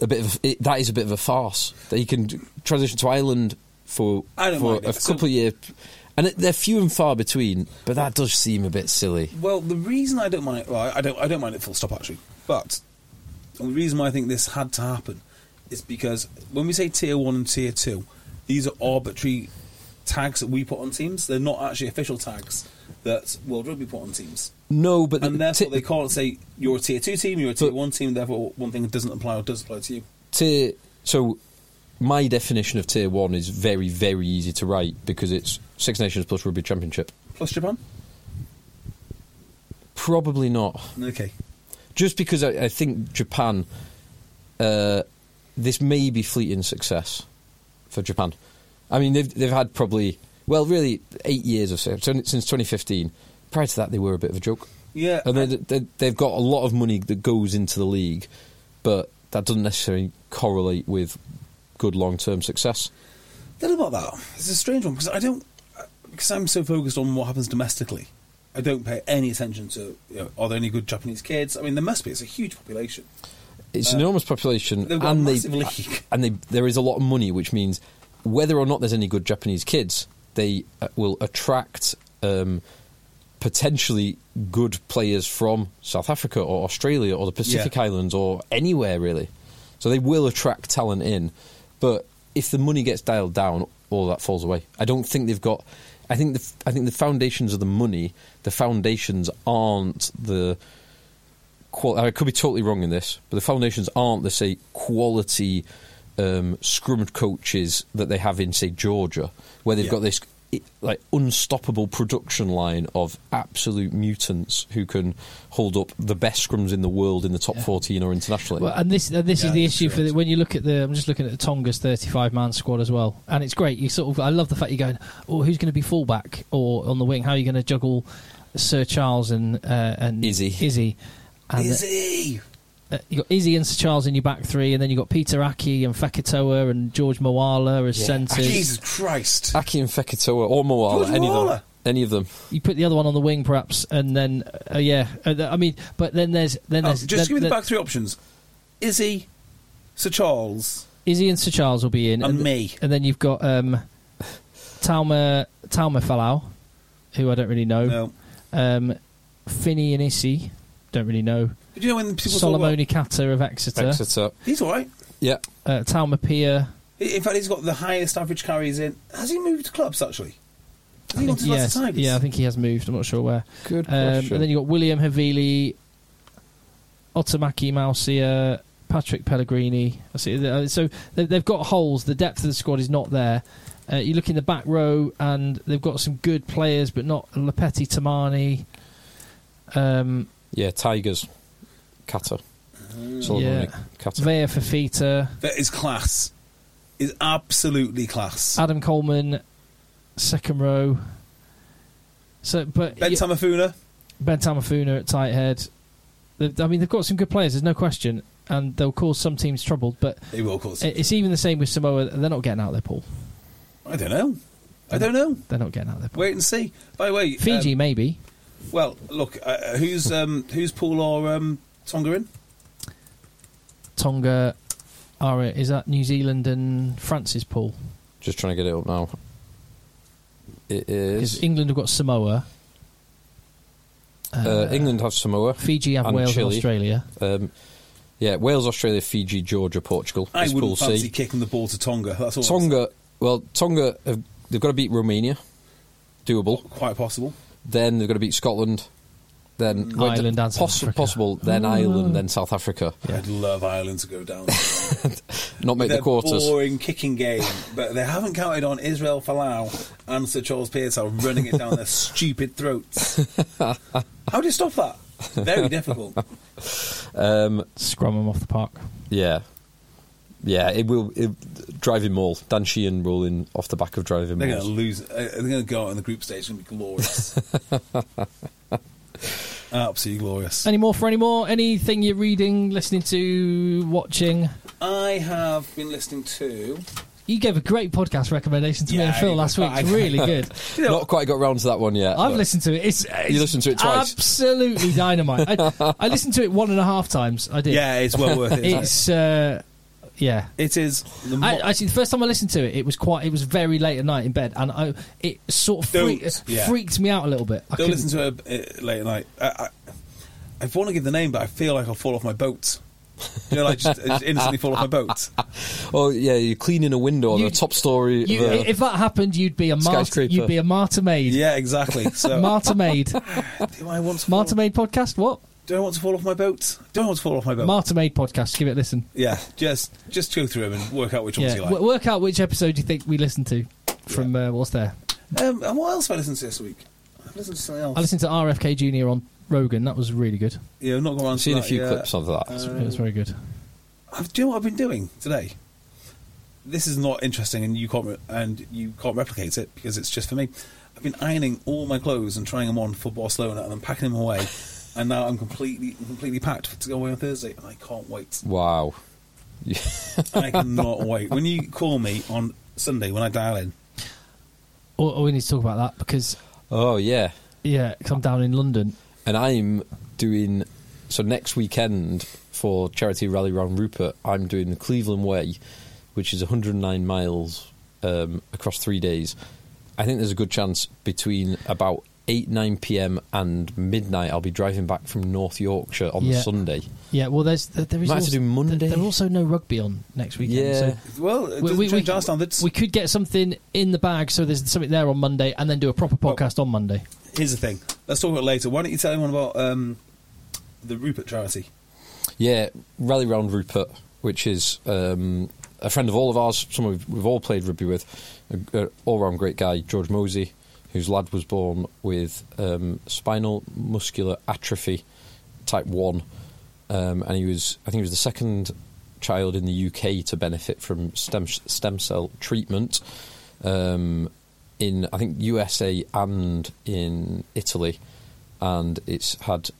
Speaker 3: a bit of it, that is a bit of a farce that he can transition to Ireland for
Speaker 1: I don't
Speaker 3: for
Speaker 1: mind
Speaker 3: a
Speaker 1: it. So-
Speaker 3: couple of years, and it, they're few and far between. But that does seem a bit silly.
Speaker 1: Well, the reason I don't mind, well, I don't, I don't mind it full stop actually, but the reason why I think this had to happen is because when we say tier one and tier two, these are arbitrary tags that we put on teams. They're not actually official tags that World Rugby put on teams,
Speaker 3: No, but
Speaker 1: and
Speaker 3: the,
Speaker 1: therefore
Speaker 3: ti-
Speaker 1: they can't say you're a tier two team, you're a tier
Speaker 3: But-
Speaker 1: one team. Therefore, one thing doesn't apply or does apply to you.
Speaker 3: tier so my definition of tier one is very very easy to write because it's Six Nations plus Rugby Championship.
Speaker 1: Plus Japan,
Speaker 3: Probably not.
Speaker 1: okay,
Speaker 3: just because I, I think Japan, uh, this may be fleeting success for Japan. I mean, they've they've had probably well, really eight years or so since 2015. Prior to that, they were a bit of a joke.
Speaker 1: Yeah.
Speaker 3: and they, they, they've got a lot of money that goes into the league, but that doesn't necessarily correlate with good long term success.
Speaker 1: Then about that, it's a strange one because I don't because I'm so focused on what happens domestically. I don't pay any attention to you know, are there any good Japanese kids? I mean, there must be. It's a huge population.
Speaker 3: It's an enormous population,
Speaker 1: Uh, they've got a
Speaker 3: and they
Speaker 1: massive league.
Speaker 3: and they there is a lot of money, which means whether or not there's any good Japanese kids, they uh, will attract um, potentially good players from South Africa or Australia or the Pacific
Speaker 1: Yeah.
Speaker 3: Islands or anywhere really. So they will attract talent in, but if the money gets dialed down, all that falls away. I don't think they've got. I think the I think the foundations of the money. The foundations aren't the qual- I could be totally wrong in this, but the foundations aren't the say quality um, scrum coaches that they have in say Georgia, where they've
Speaker 1: Yeah.
Speaker 3: got this i- like unstoppable production line of absolute mutants who can hold up the best scrums in the world in the top fourteen or internationally.
Speaker 2: Well, and this and this
Speaker 1: Yeah,
Speaker 2: is the
Speaker 1: that's
Speaker 2: issue for
Speaker 1: correct.
Speaker 2: the, when you look at the. I'm just looking at the Tonga's 35 man squad as well, and it's great. You sort of I love the fact you're going, oh, who's going to be fullback or on the wing? How are you going to juggle Sir Charles and uh, and
Speaker 3: Izzy.
Speaker 2: Izzy? And
Speaker 1: Is he?
Speaker 2: Uh, you got Izzy and Sir Charles in your back three, and then you got Peter Aki and Fakatoa and George Moala as centres.
Speaker 1: Jesus Christ!
Speaker 3: Aki and Fekitoa or Moala,
Speaker 1: George
Speaker 3: any of them,
Speaker 1: Moala.
Speaker 3: any of them.
Speaker 2: You put the other one on the wing, perhaps, and then uh, yeah, uh, th- I mean, but then there's then
Speaker 1: Oh,
Speaker 2: there's
Speaker 1: just
Speaker 2: then-
Speaker 1: give me the
Speaker 2: then-
Speaker 1: back three options: Izzy, Sir Charles,
Speaker 2: Izzy and Sir Charles will be in,
Speaker 1: and
Speaker 2: th-
Speaker 1: me.
Speaker 2: and then you've got um, Talma Talma Falau, who I don't really know.
Speaker 1: No.
Speaker 2: Um, Finney and Issy, don't really know.
Speaker 1: But you know when people talk
Speaker 2: Solomoni Kata of Exeter,
Speaker 3: Exeter.
Speaker 1: about, he's all right.
Speaker 3: Yeah,
Speaker 2: Uh, Talma Pia.
Speaker 1: In fact, he's got the highest average carries in. Has he moved to clubs actually? Has he gone to
Speaker 2: Yes,
Speaker 1: Leicester Tigers?
Speaker 2: yeah, I think he has moved. I'm not sure where.
Speaker 3: Good
Speaker 2: Um, and
Speaker 3: question.
Speaker 2: then you got William Havili, Otamaki Mausia, Patrick Pellegrini. I see. uh, So they- they've got holes. The depth of the squad is not there. Uh, you look in the back row, and they've got some good players, but not Lepetti Tamani. Um,
Speaker 3: yeah. Tigers, Kata,
Speaker 1: Mm.
Speaker 3: Solomonic
Speaker 2: yeah,
Speaker 3: Kata.
Speaker 2: Vea Fafita,
Speaker 1: that is class. Is absolutely class.
Speaker 2: Adam Coleman, second row. So, but
Speaker 1: ben
Speaker 2: you-
Speaker 1: Tamafuna.
Speaker 2: Ben Tamafuna at tight head. They've- I mean, they've got some good players. There's no question, and they'll cause some teams trouble. But
Speaker 1: They will cause.
Speaker 2: it- it's even the same with Samoa. They're not getting out of their pool.
Speaker 1: I don't know. I don't know.
Speaker 2: They're not getting out of their pool.
Speaker 1: Wait and see. By the way,
Speaker 2: Fiji,
Speaker 1: um,
Speaker 2: maybe.
Speaker 1: well, look, uh, who's um, who's Paul or um, Tonga in?
Speaker 2: Tonga. Are is that New Zealand and France's pool?
Speaker 3: Just trying to get it up now. It
Speaker 2: Because
Speaker 3: is.
Speaker 2: England have got Samoa.
Speaker 3: Uh, England have Samoa,
Speaker 2: Fiji have
Speaker 3: and
Speaker 2: Wales and
Speaker 3: Chile.
Speaker 2: Australia.
Speaker 3: Um, yeah, Wales, Australia, Fiji, Georgia, Portugal.
Speaker 1: I
Speaker 3: is
Speaker 1: wouldn't
Speaker 3: Pool C.
Speaker 1: fancy kicking the ball to Tonga. That's all. I'm
Speaker 3: Tonga. Well, Tonga have, they've got to beat Romania, doable.
Speaker 1: saying. Quite possible.
Speaker 3: Then they've got to beat Scotland. Then well,
Speaker 2: Mm, Ireland and South
Speaker 3: poss-
Speaker 2: Africa. Mm.
Speaker 3: possible. Then Ireland. Then South Africa.
Speaker 1: I'd love Ireland to go down.
Speaker 3: Not make
Speaker 1: Their
Speaker 3: the quarters.
Speaker 1: boring kicking game, but they haven't counted on Israel Folau and Sir Charles Pearce are running it down their stupid throats. How do you stop that? Very difficult.
Speaker 3: Um,
Speaker 2: Scrum them off the park.
Speaker 3: yeah, yeah. It will. It, driving Maul. Dan Sheehan rolling off the back of driving
Speaker 1: They're going to
Speaker 3: Maul.
Speaker 1: lose. uh, They're going to go out in the group stage. It's going to be glorious. Absolutely glorious.
Speaker 2: Any more for any more? Anything you're reading, listening to, watching?
Speaker 1: I have been listening to.
Speaker 2: You gave a great podcast recommendation to me
Speaker 1: Yeah,
Speaker 2: and Phil
Speaker 1: I-
Speaker 2: last week.
Speaker 1: I-
Speaker 2: It's really good.
Speaker 3: Not quite got round to that one yet.
Speaker 2: I've
Speaker 3: but-
Speaker 2: listened to it. It's, it's
Speaker 3: You listened to it twice?
Speaker 2: Absolutely dynamite. I, I listened to it one and a half times. I did.
Speaker 1: Yeah, it's well worth it. isn't it?
Speaker 2: It's uh, yeah.
Speaker 1: It is. The mo-
Speaker 2: I, actually, the first time I listened to it, it was quite. It was very late at night in bed, and I it sort of
Speaker 1: Don't,
Speaker 2: freaked,
Speaker 1: yeah.
Speaker 2: freaked me out a little bit. I
Speaker 1: Go
Speaker 2: couldn't-
Speaker 1: listen to it uh, late at night. I, I, I want to give the name, but I feel like I'll fall off my boat. You know, like just, just instantly fall off my boat.
Speaker 3: Oh yeah, you're cleaning a window on
Speaker 2: You-
Speaker 3: the top story. of
Speaker 2: You,
Speaker 3: a-
Speaker 2: if that happened, you'd be a martyr.
Speaker 3: Skyscraper.
Speaker 2: You'd be a martyr maid.
Speaker 1: Yeah, exactly. So,
Speaker 2: Martyr maid.
Speaker 1: do I want to? Fall,
Speaker 2: Martyr maid podcast. What?
Speaker 1: do I want to fall off my boat? Do I want to fall off my boat?
Speaker 2: Martyr maid podcast. Give it a listen.
Speaker 1: yeah, just just go through them and work out which ones
Speaker 2: Yeah.
Speaker 1: you
Speaker 2: W-
Speaker 1: like.
Speaker 2: work out which episode you think we listened to from uh, what's there.
Speaker 1: Um, and what else have I listened to this week? I've listened to something else.
Speaker 2: I listened to RFK Junior on Rogan. That was really good.
Speaker 1: yeah, I've not gone on.
Speaker 3: I've seen a few clips of that.
Speaker 2: it was very good.
Speaker 1: I've, do you know what I've been doing today? This is not interesting, and you can't re- and you can't replicate it because it's just for me. I've been ironing all my clothes and trying them on for Barcelona, and then packing them away. and now I'm completely completely packed to go away on Thursday, and I can't wait.
Speaker 3: wow.
Speaker 1: I cannot wait. When you call me on Sunday when I dial in,
Speaker 2: Or, or we need to talk about that because
Speaker 3: Oh yeah.
Speaker 2: yeah, i I'm down in London.
Speaker 3: and I'm doing so next weekend for charity rally round Rupert. I'm doing the Cleveland Way, which is 109 miles um, across three days. I think there's a good chance between about eight nine p.m. and midnight I'll be driving back from North Yorkshire on
Speaker 2: Yeah.
Speaker 3: the Sunday.
Speaker 2: Yeah, well, there's there, there is
Speaker 3: Might have
Speaker 2: also,
Speaker 3: to do Monday.
Speaker 2: There, there are also no rugby on next weekend.
Speaker 3: Yeah.
Speaker 2: so
Speaker 1: well, it
Speaker 2: we,
Speaker 1: doesn't
Speaker 2: we-
Speaker 1: change
Speaker 2: we-
Speaker 1: our standards.
Speaker 2: we could get something in the bag, so there's something there on Monday, and then do a proper podcast on Monday.
Speaker 1: Here's the thing. Let's talk about it later. Why don't you tell everyone about um, the Rupert charity?
Speaker 3: Yeah, Rally Round Rupert, which is um, a friend of all of ours, someone we've, we've all played rugby with, an all round great guy, George Mosey, whose lad was born with um, spinal muscular atrophy type 1. Um, and he was, I think he was the second child in the UK to benefit from stem, stem cell treatment um, in, I think, USA and in Italy. And it's had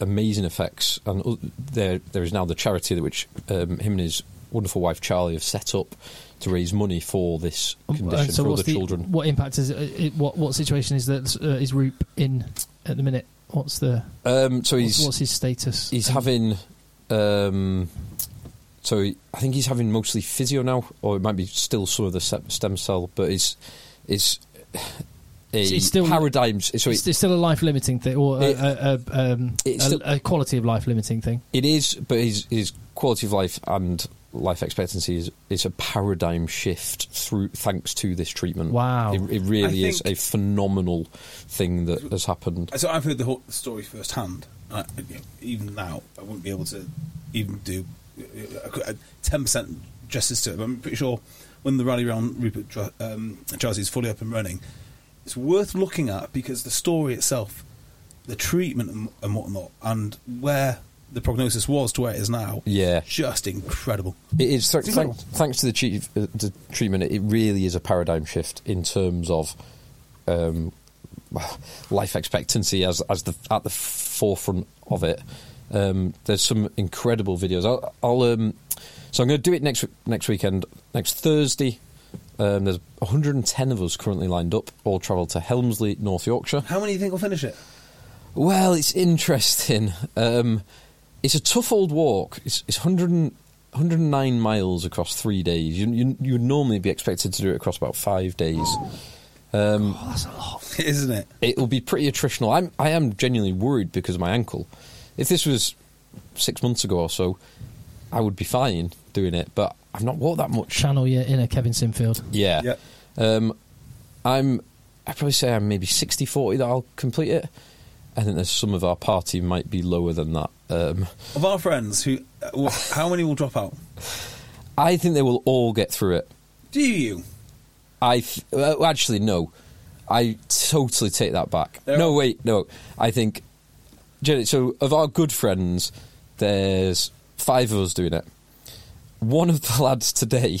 Speaker 3: amazing effects. And o- there, there is now the charity that which um, him and his wonderful wife Charlie have set up to raise money for this
Speaker 2: Um, Oh, And
Speaker 3: condition
Speaker 2: so
Speaker 3: for
Speaker 2: what's
Speaker 3: other
Speaker 2: the-
Speaker 3: children.
Speaker 2: What impact is it, it- what what situation is that uh, is Roop in at the minute? What's the
Speaker 3: Um, so
Speaker 2: what's,
Speaker 3: he's
Speaker 2: what's his status?
Speaker 3: he's
Speaker 2: Um,
Speaker 3: having. Um, so he- I think he's having mostly physio now, or it might be still some of the se- stem cell, but it's it's a
Speaker 2: It's- it's still-
Speaker 3: paradigms. So
Speaker 2: it's,
Speaker 3: it,
Speaker 2: it's still a life limiting thing, or a,
Speaker 3: It-
Speaker 2: a, a, um, a,
Speaker 3: it's still-
Speaker 2: a quality of life limiting thing.
Speaker 3: it is, but his his quality of life and life expectancy is it's a paradigm shift through thanks to this treatment.
Speaker 2: Wow.
Speaker 3: it, it really
Speaker 1: I
Speaker 3: is a
Speaker 1: think-
Speaker 3: phenomenal thing that has happened.
Speaker 1: So I've heard the whole story firsthand. I, you know, even now, I wouldn't be able to even do uh, ten percent justice to it. But I'm pretty sure when the rally round Rupert Dr- um, Charity is fully up and running, it's worth looking at because the story itself, the treatment and, and whatnot, and where the prognosis was to where it is now,
Speaker 3: Yeah.
Speaker 1: just incredible.
Speaker 3: It is th-
Speaker 1: It's
Speaker 3: thank,
Speaker 1: incredible.
Speaker 3: thanks to the, chief, uh, the treatment. It really is a paradigm shift in terms of um, life expectancy as as the at the forefront of it. Um, there's some incredible videos. I'll, I'll um, so I'm going to do it next next weekend, next Thursday. Um, there's 110 of us currently lined up, all travel to Helmsley, North Yorkshire.
Speaker 1: How many do you think will finish it?
Speaker 3: Well, it's interesting. Um, it's a tough old walk. It's, it's 100 and- 109 miles across three days. You, you, you would normally be expected to do it across about five days. Um,
Speaker 2: that's a lot.
Speaker 1: isn't it?
Speaker 3: it'll be pretty attritional. I'm I am genuinely worried because of my ankle. If this was six months ago or so, I would be fine doing it, but I've not walked that much.
Speaker 2: Channel your inner Kevin Sinfield.
Speaker 3: Yeah.
Speaker 1: Yeah.
Speaker 3: Um, I'm. I'd probably say I'm maybe 60 40 that I'll complete it. I think there's some of our party might be lower than that. Um,
Speaker 1: Of our friends, who, uh, wh- how many will drop out?
Speaker 3: I think they will all get through it.
Speaker 1: Do you?
Speaker 3: I th- well, actually no. I totally take that back.
Speaker 1: There
Speaker 3: no,
Speaker 1: are-
Speaker 3: wait, no. I think Jenny, so of our good friends, there's five of us doing it. One of the lads today.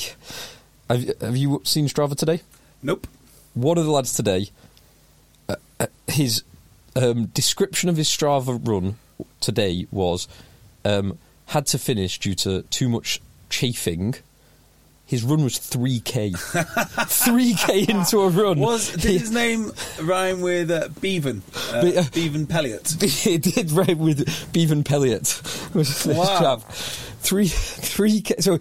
Speaker 3: Have, have you seen Strava today?
Speaker 1: Nope.
Speaker 3: One of the lads today. Uh, uh, his um, description of his Strava run today was um, had to finish due to too much chafing. His run was three k, three k into a run.
Speaker 1: Was
Speaker 3: He-
Speaker 1: did his name rhyme with uh, Bevan? Uh,
Speaker 3: Be- uh,
Speaker 1: Bevan Pelliot.
Speaker 3: it did right with Bevan Pelliot was this
Speaker 1: Wow.
Speaker 3: chap. Three, three. K- So,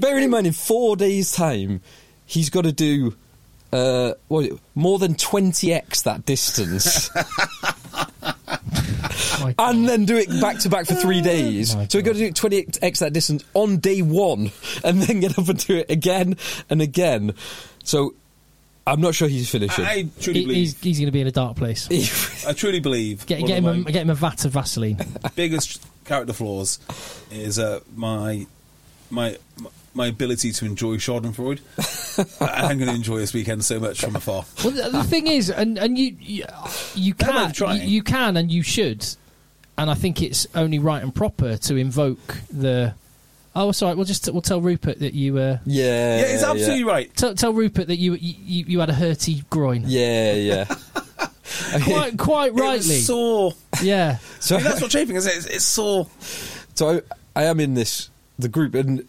Speaker 3: bearing in mind, in four days' time, he's got to do uh, what is it, more than twenty x that distance,
Speaker 2: My God.
Speaker 3: and then do it back to back for three days.
Speaker 2: Oh My
Speaker 3: so he got to do twenty x that distance on day one, and then get up and do it again and again. So, I'm not sure he's finishing.
Speaker 1: I, I truly
Speaker 2: He-
Speaker 1: believe.
Speaker 2: he's he's going to be in a dark place.
Speaker 1: I truly believe.
Speaker 2: Get,
Speaker 1: one
Speaker 2: get,
Speaker 1: of
Speaker 2: him a,
Speaker 1: my
Speaker 2: get him a vat of Vaseline.
Speaker 1: biggest character flaws is uh, my my my ability to enjoy Schadenfreude. I- I'm going to enjoy this weekend so much from afar.
Speaker 2: Well, the, the thing is, and and you you, you
Speaker 1: No, no,
Speaker 2: can you,
Speaker 1: trying.
Speaker 2: you can and you should, and I think it's only right and proper to invoke the. Oh, sorry. We'll just we'll tell Rupert that you uh,
Speaker 3: yeah,
Speaker 1: Yeah, it's absolutely right.
Speaker 2: tell, tell Rupert that you you, you had a hurty groin.
Speaker 3: Yeah, yeah.
Speaker 2: Quite quite
Speaker 1: It was
Speaker 2: rightly.
Speaker 1: sore.
Speaker 2: yeah.
Speaker 3: So
Speaker 1: I mean, that's what chafing is. It's, it's sore.
Speaker 3: So I, I am in this the group, and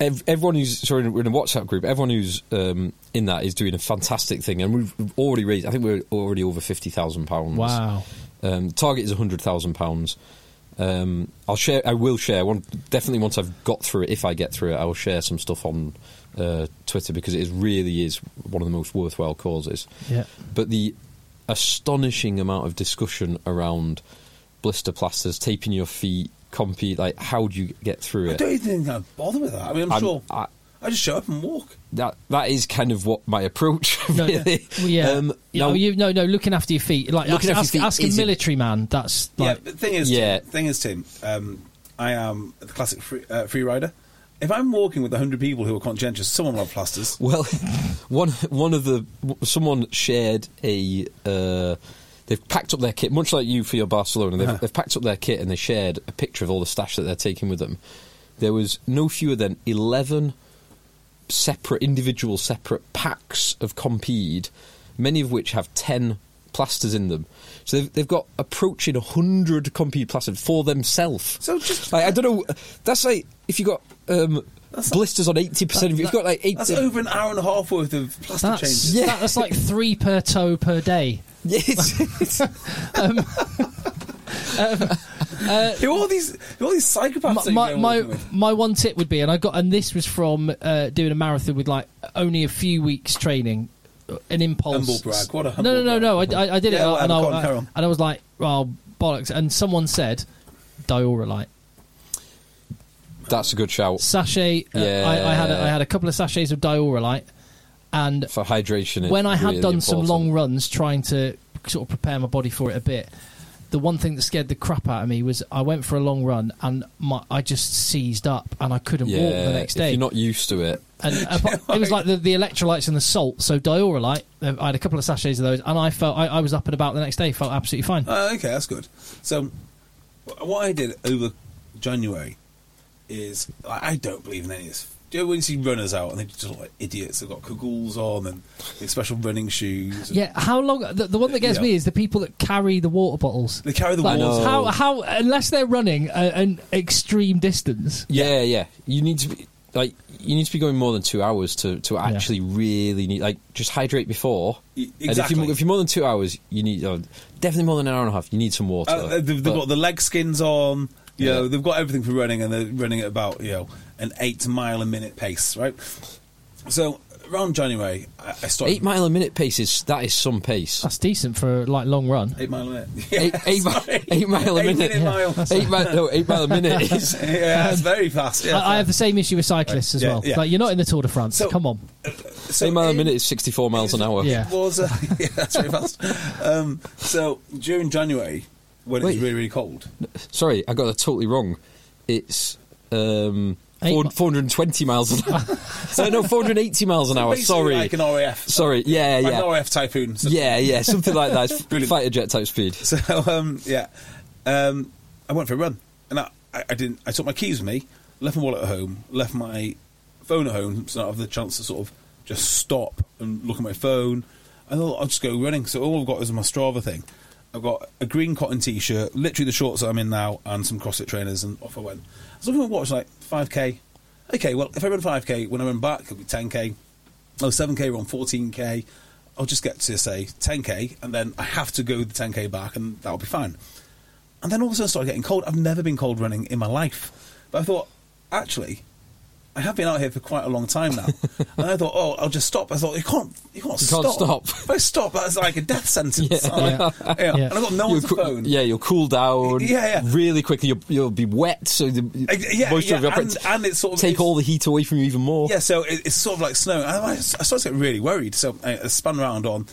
Speaker 3: ev- everyone who's sorry, we're in a WhatsApp group. Everyone who's um, in that is doing a fantastic thing, and we've already raised. I think we're already over fifty thousand pounds.
Speaker 2: Wow.
Speaker 3: Um, target is hundred thousand pounds. Um, I'll share. I will share. One, definitely once I've got through it, if I get through it, I will share some stuff on uh, Twitter because it is, really is one of the most worthwhile causes.
Speaker 2: Yeah.
Speaker 3: But the astonishing amount of discussion around blister plasters, taping your feet, compete, like how do you get through
Speaker 1: I
Speaker 3: it?
Speaker 1: don't even think I'd bother with that. I mean, I'm,
Speaker 3: I'm-
Speaker 1: sure. I,
Speaker 3: I-
Speaker 1: just show up and walk.
Speaker 3: That that is kind of what my approach
Speaker 2: No,
Speaker 3: really.
Speaker 2: well, yeah.
Speaker 3: Um,
Speaker 2: Yeah,
Speaker 3: now-
Speaker 2: oh, you, no, no. Looking after your feet, like ask,
Speaker 3: Looking after your
Speaker 2: ask,
Speaker 3: feet
Speaker 2: ask a
Speaker 3: is a-
Speaker 2: military man. That's
Speaker 1: yeah,
Speaker 2: like
Speaker 1: but the thing is,
Speaker 3: Yeah.
Speaker 1: Tim, thing is, Tim, um, I am the classic free, uh, free rider. If I'm walking with 100 people who are conscientious, someone will have plasters.
Speaker 3: Well, one one of the w- someone shared a. Uh, They've packed up their kit, much like you for your Barcelona. They've,
Speaker 1: Uh-huh.
Speaker 3: they've packed up their kit and they shared a picture of all the stash that they're taking with them. There was no fewer than eleven separate, individual, separate packs of Compede, many of which have ten plasters in them. So they've, they've got approaching hundred Compede plasters for themselves.
Speaker 1: So just-
Speaker 3: like, I don't know. That's like if you got um,
Speaker 1: That's-
Speaker 3: blisters on eighty percent of you. You've got like eight.
Speaker 1: That's over an hour and a half worth of plaster
Speaker 2: that's
Speaker 1: changes.
Speaker 3: Yeah.
Speaker 2: that's like three per toe per day.
Speaker 3: Yeah, it's- it's-
Speaker 1: Who are these? Who are these psychopaths? that
Speaker 2: my
Speaker 1: you're
Speaker 2: my,
Speaker 1: walking with?
Speaker 2: my one tip would be, and I got, and this was from uh, doing a marathon with like only a few weeks training, uh, an impulse.
Speaker 1: Humble brag. What a humble
Speaker 2: no, no, no, no. I, I, I did
Speaker 1: Yeah,
Speaker 2: it, and,
Speaker 1: well,
Speaker 2: I,
Speaker 1: go on, carry on.
Speaker 2: and I was like, "Oh bollocks!" And someone said, "Dioralite
Speaker 3: That's a good shout
Speaker 2: sachet." Uh, I, I had a,
Speaker 3: Yeah.
Speaker 2: I had a couple of sachets of dioralite, and
Speaker 3: for hydration. it's
Speaker 2: when I had
Speaker 3: really
Speaker 2: done some
Speaker 3: important.
Speaker 2: long runs trying to sort of prepare my body for it a bit, the one thing that scared the crap out of me was I went for a long run and my, I just seized up and I couldn't
Speaker 3: yeah,
Speaker 2: walk the next day.
Speaker 3: If you're not used to it,
Speaker 2: and apart- it was like the, the electrolytes and the salt. So diorolite, uh, I had a couple of sachets of those, and I felt I, I was up and about the next day. Felt absolutely fine.
Speaker 1: Oh, okay, that's good. So, wh- what I did over January is I I don't believe in any of this. Do you ever when you see runners out and they're just like idiots? They've got cagoules on and these special running shoes. and
Speaker 2: yeah, how long? The, the one that gets
Speaker 1: Yeah.
Speaker 2: me is the people that carry the water bottles.
Speaker 1: They carry the
Speaker 2: Like,
Speaker 1: water.
Speaker 2: How how unless they're running a, an extreme distance.
Speaker 3: yeah, yeah, you need to be like you need to be going more than two hours to to actually really need like just hydrate before.
Speaker 1: Y-
Speaker 3: And if,
Speaker 1: E, exactly.
Speaker 3: you, if you're more than two hours, you need uh, definitely more than an hour and a half. You need some water.
Speaker 1: Uh, they've, they've
Speaker 3: But-
Speaker 1: got the leg skins on. You know,
Speaker 3: Yeah.
Speaker 1: they've got everything for running, and they're running at about you know an eight mile a minute pace, right? So around January, I, I started
Speaker 3: Eight mile a minute pace is that is some pace.
Speaker 2: That's decent for like long run.
Speaker 1: eight mile a minute.
Speaker 3: Eight, eight, mi-
Speaker 1: sorry.
Speaker 3: eight mile a
Speaker 1: Eight
Speaker 3: minute.
Speaker 1: minute mile.
Speaker 3: Eight mile. No, eight mile a minute is
Speaker 1: yeah, that's very fast. Yeah,
Speaker 2: I, I have the same issue with cyclists as
Speaker 1: Yeah,
Speaker 2: well.
Speaker 1: yeah.
Speaker 2: Like you're not in the Tour de France.
Speaker 1: So-
Speaker 2: Come on.
Speaker 1: so
Speaker 3: eight mile a
Speaker 1: in-
Speaker 3: minute is sixty four miles an hour.
Speaker 2: Yeah.
Speaker 1: It was uh, yeah, that's very fast. Um, so during January, when it was
Speaker 3: Wait.
Speaker 1: really really cold,
Speaker 3: Sorry, I got that totally wrong. It's um,
Speaker 2: Eight
Speaker 3: four
Speaker 2: mi-
Speaker 3: hundred and twenty miles an hour. so no, four hundred and eighty miles an hour.
Speaker 1: Basically
Speaker 3: Sorry,
Speaker 1: like an RAF.
Speaker 3: Sorry, yeah,
Speaker 1: like
Speaker 3: yeah,
Speaker 1: an RAF Typhoon. So,
Speaker 3: yeah, yeah, something like that. It's
Speaker 1: Brilliant.
Speaker 3: Fighter jet type speed.
Speaker 1: So um, yeah, um, I went for a run, and I, I, I didn't. I took my keys with me, left my wallet at home, left my phone at home, so I have the chance to sort of just stop and look at my phone. And I thought I'll just go running. So all I've got is my Strava thing. I've got a green cotton t-shirt, literally the shorts that I'm in now, and some CrossFit trainers, and off I went. So I was looking at my watch, like five k. Okay, well if I run five k, when I run back, it'll be ten k. Oh, 7k, we're on 14k. I'll just get to, say, 10k, and then I have to go the 10k back, and that'll be fine. And then all of a sudden, I started getting cold. I've never been cold running in my life. But I thought, actually, I have been out here for quite a long time now. and I thought, oh, I'll just stop. I thought, you can't, you can't,
Speaker 3: You
Speaker 1: stop.
Speaker 3: can't stop.
Speaker 1: If I stop, that's like a death sentence.
Speaker 3: Yeah.
Speaker 1: Like,
Speaker 2: Yeah.
Speaker 1: yeah.
Speaker 2: Yeah.
Speaker 1: And I've got no
Speaker 3: You'll
Speaker 1: one's
Speaker 3: coo-
Speaker 1: phone.
Speaker 3: Yeah, you'll cool down.
Speaker 1: Yeah, yeah.
Speaker 3: Really quickly, you'll, you'll be wet, so the
Speaker 1: Uh, yeah,
Speaker 3: moisture
Speaker 1: yeah,
Speaker 3: will evaporate.
Speaker 1: and- and it's sort of-
Speaker 3: take
Speaker 1: it's-
Speaker 3: all the heat away from you even more.
Speaker 1: Yeah, so it, it's sort of like snow. And I, I started to get really worried. So I, I spun around on,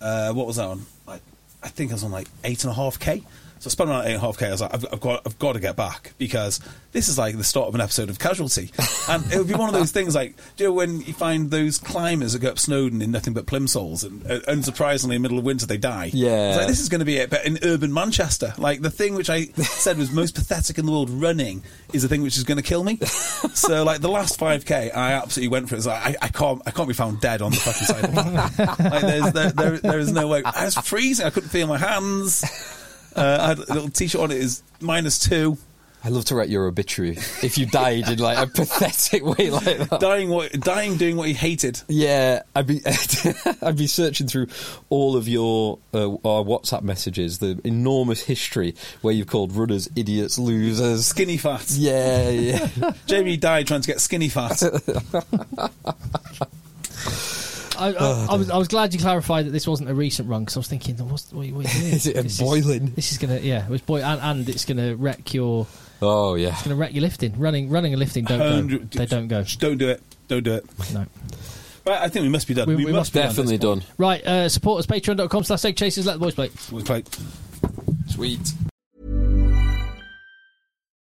Speaker 1: uh, what was that on? Like, I think I was on like eight and a half k. So I spun around at eight and a half k. I was like, I've, I've got, I've got to get back because this is like the start of an episode of Casualty, and it would be one of those things like, do you know when you find those climbers that go up Snowden in nothing but plimsolls, and uh, unsurprisingly, in the middle of winter they die.
Speaker 3: Yeah.
Speaker 1: It's like, this is going to be it, but in urban Manchester, like the thing which I said was most pathetic in the world, running is the thing which is going to kill me. so, like the last five k, I absolutely went for it. It's like I, I can't, I can't be found dead on the fucking side. of the- like there's, there, there, there is no way. I was freezing. I couldn't feel my hands. Uh, I had a little t-shirt on. It is minus two.
Speaker 3: I love to write your obituary if you died in like a pathetic way like that.
Speaker 1: Dying, what, dying, doing what he hated.
Speaker 3: Yeah, I'd be I'd be searching through all of your uh, our WhatsApp messages, the enormous history where you've called runners idiots, losers.
Speaker 1: Skinny fat.
Speaker 3: Yeah, yeah.
Speaker 1: Jamie died trying to get skinny fat.
Speaker 2: I, I, I was I was glad you clarified that this wasn't a recent run because I was thinking, what's, what, are you- what are you doing?
Speaker 3: Is it a
Speaker 2: This
Speaker 3: boiling?
Speaker 2: This is gonna yeah, it was boil and, and it's gonna wreck your
Speaker 3: oh yeah.
Speaker 2: gonna wreck your lifting. Running running and lifting don't go.
Speaker 1: Hundred-
Speaker 2: They don't go.
Speaker 1: Don't do it. Don't do it.
Speaker 2: No.
Speaker 1: Right, I think we must be done.
Speaker 2: We-
Speaker 1: We,
Speaker 2: we must
Speaker 1: must,
Speaker 2: be
Speaker 1: be
Speaker 3: Definitely done.
Speaker 2: Right, uh, support us patreon.com slash egg chasers. Let the boys play.
Speaker 1: done. We'll play-
Speaker 3: Sweet.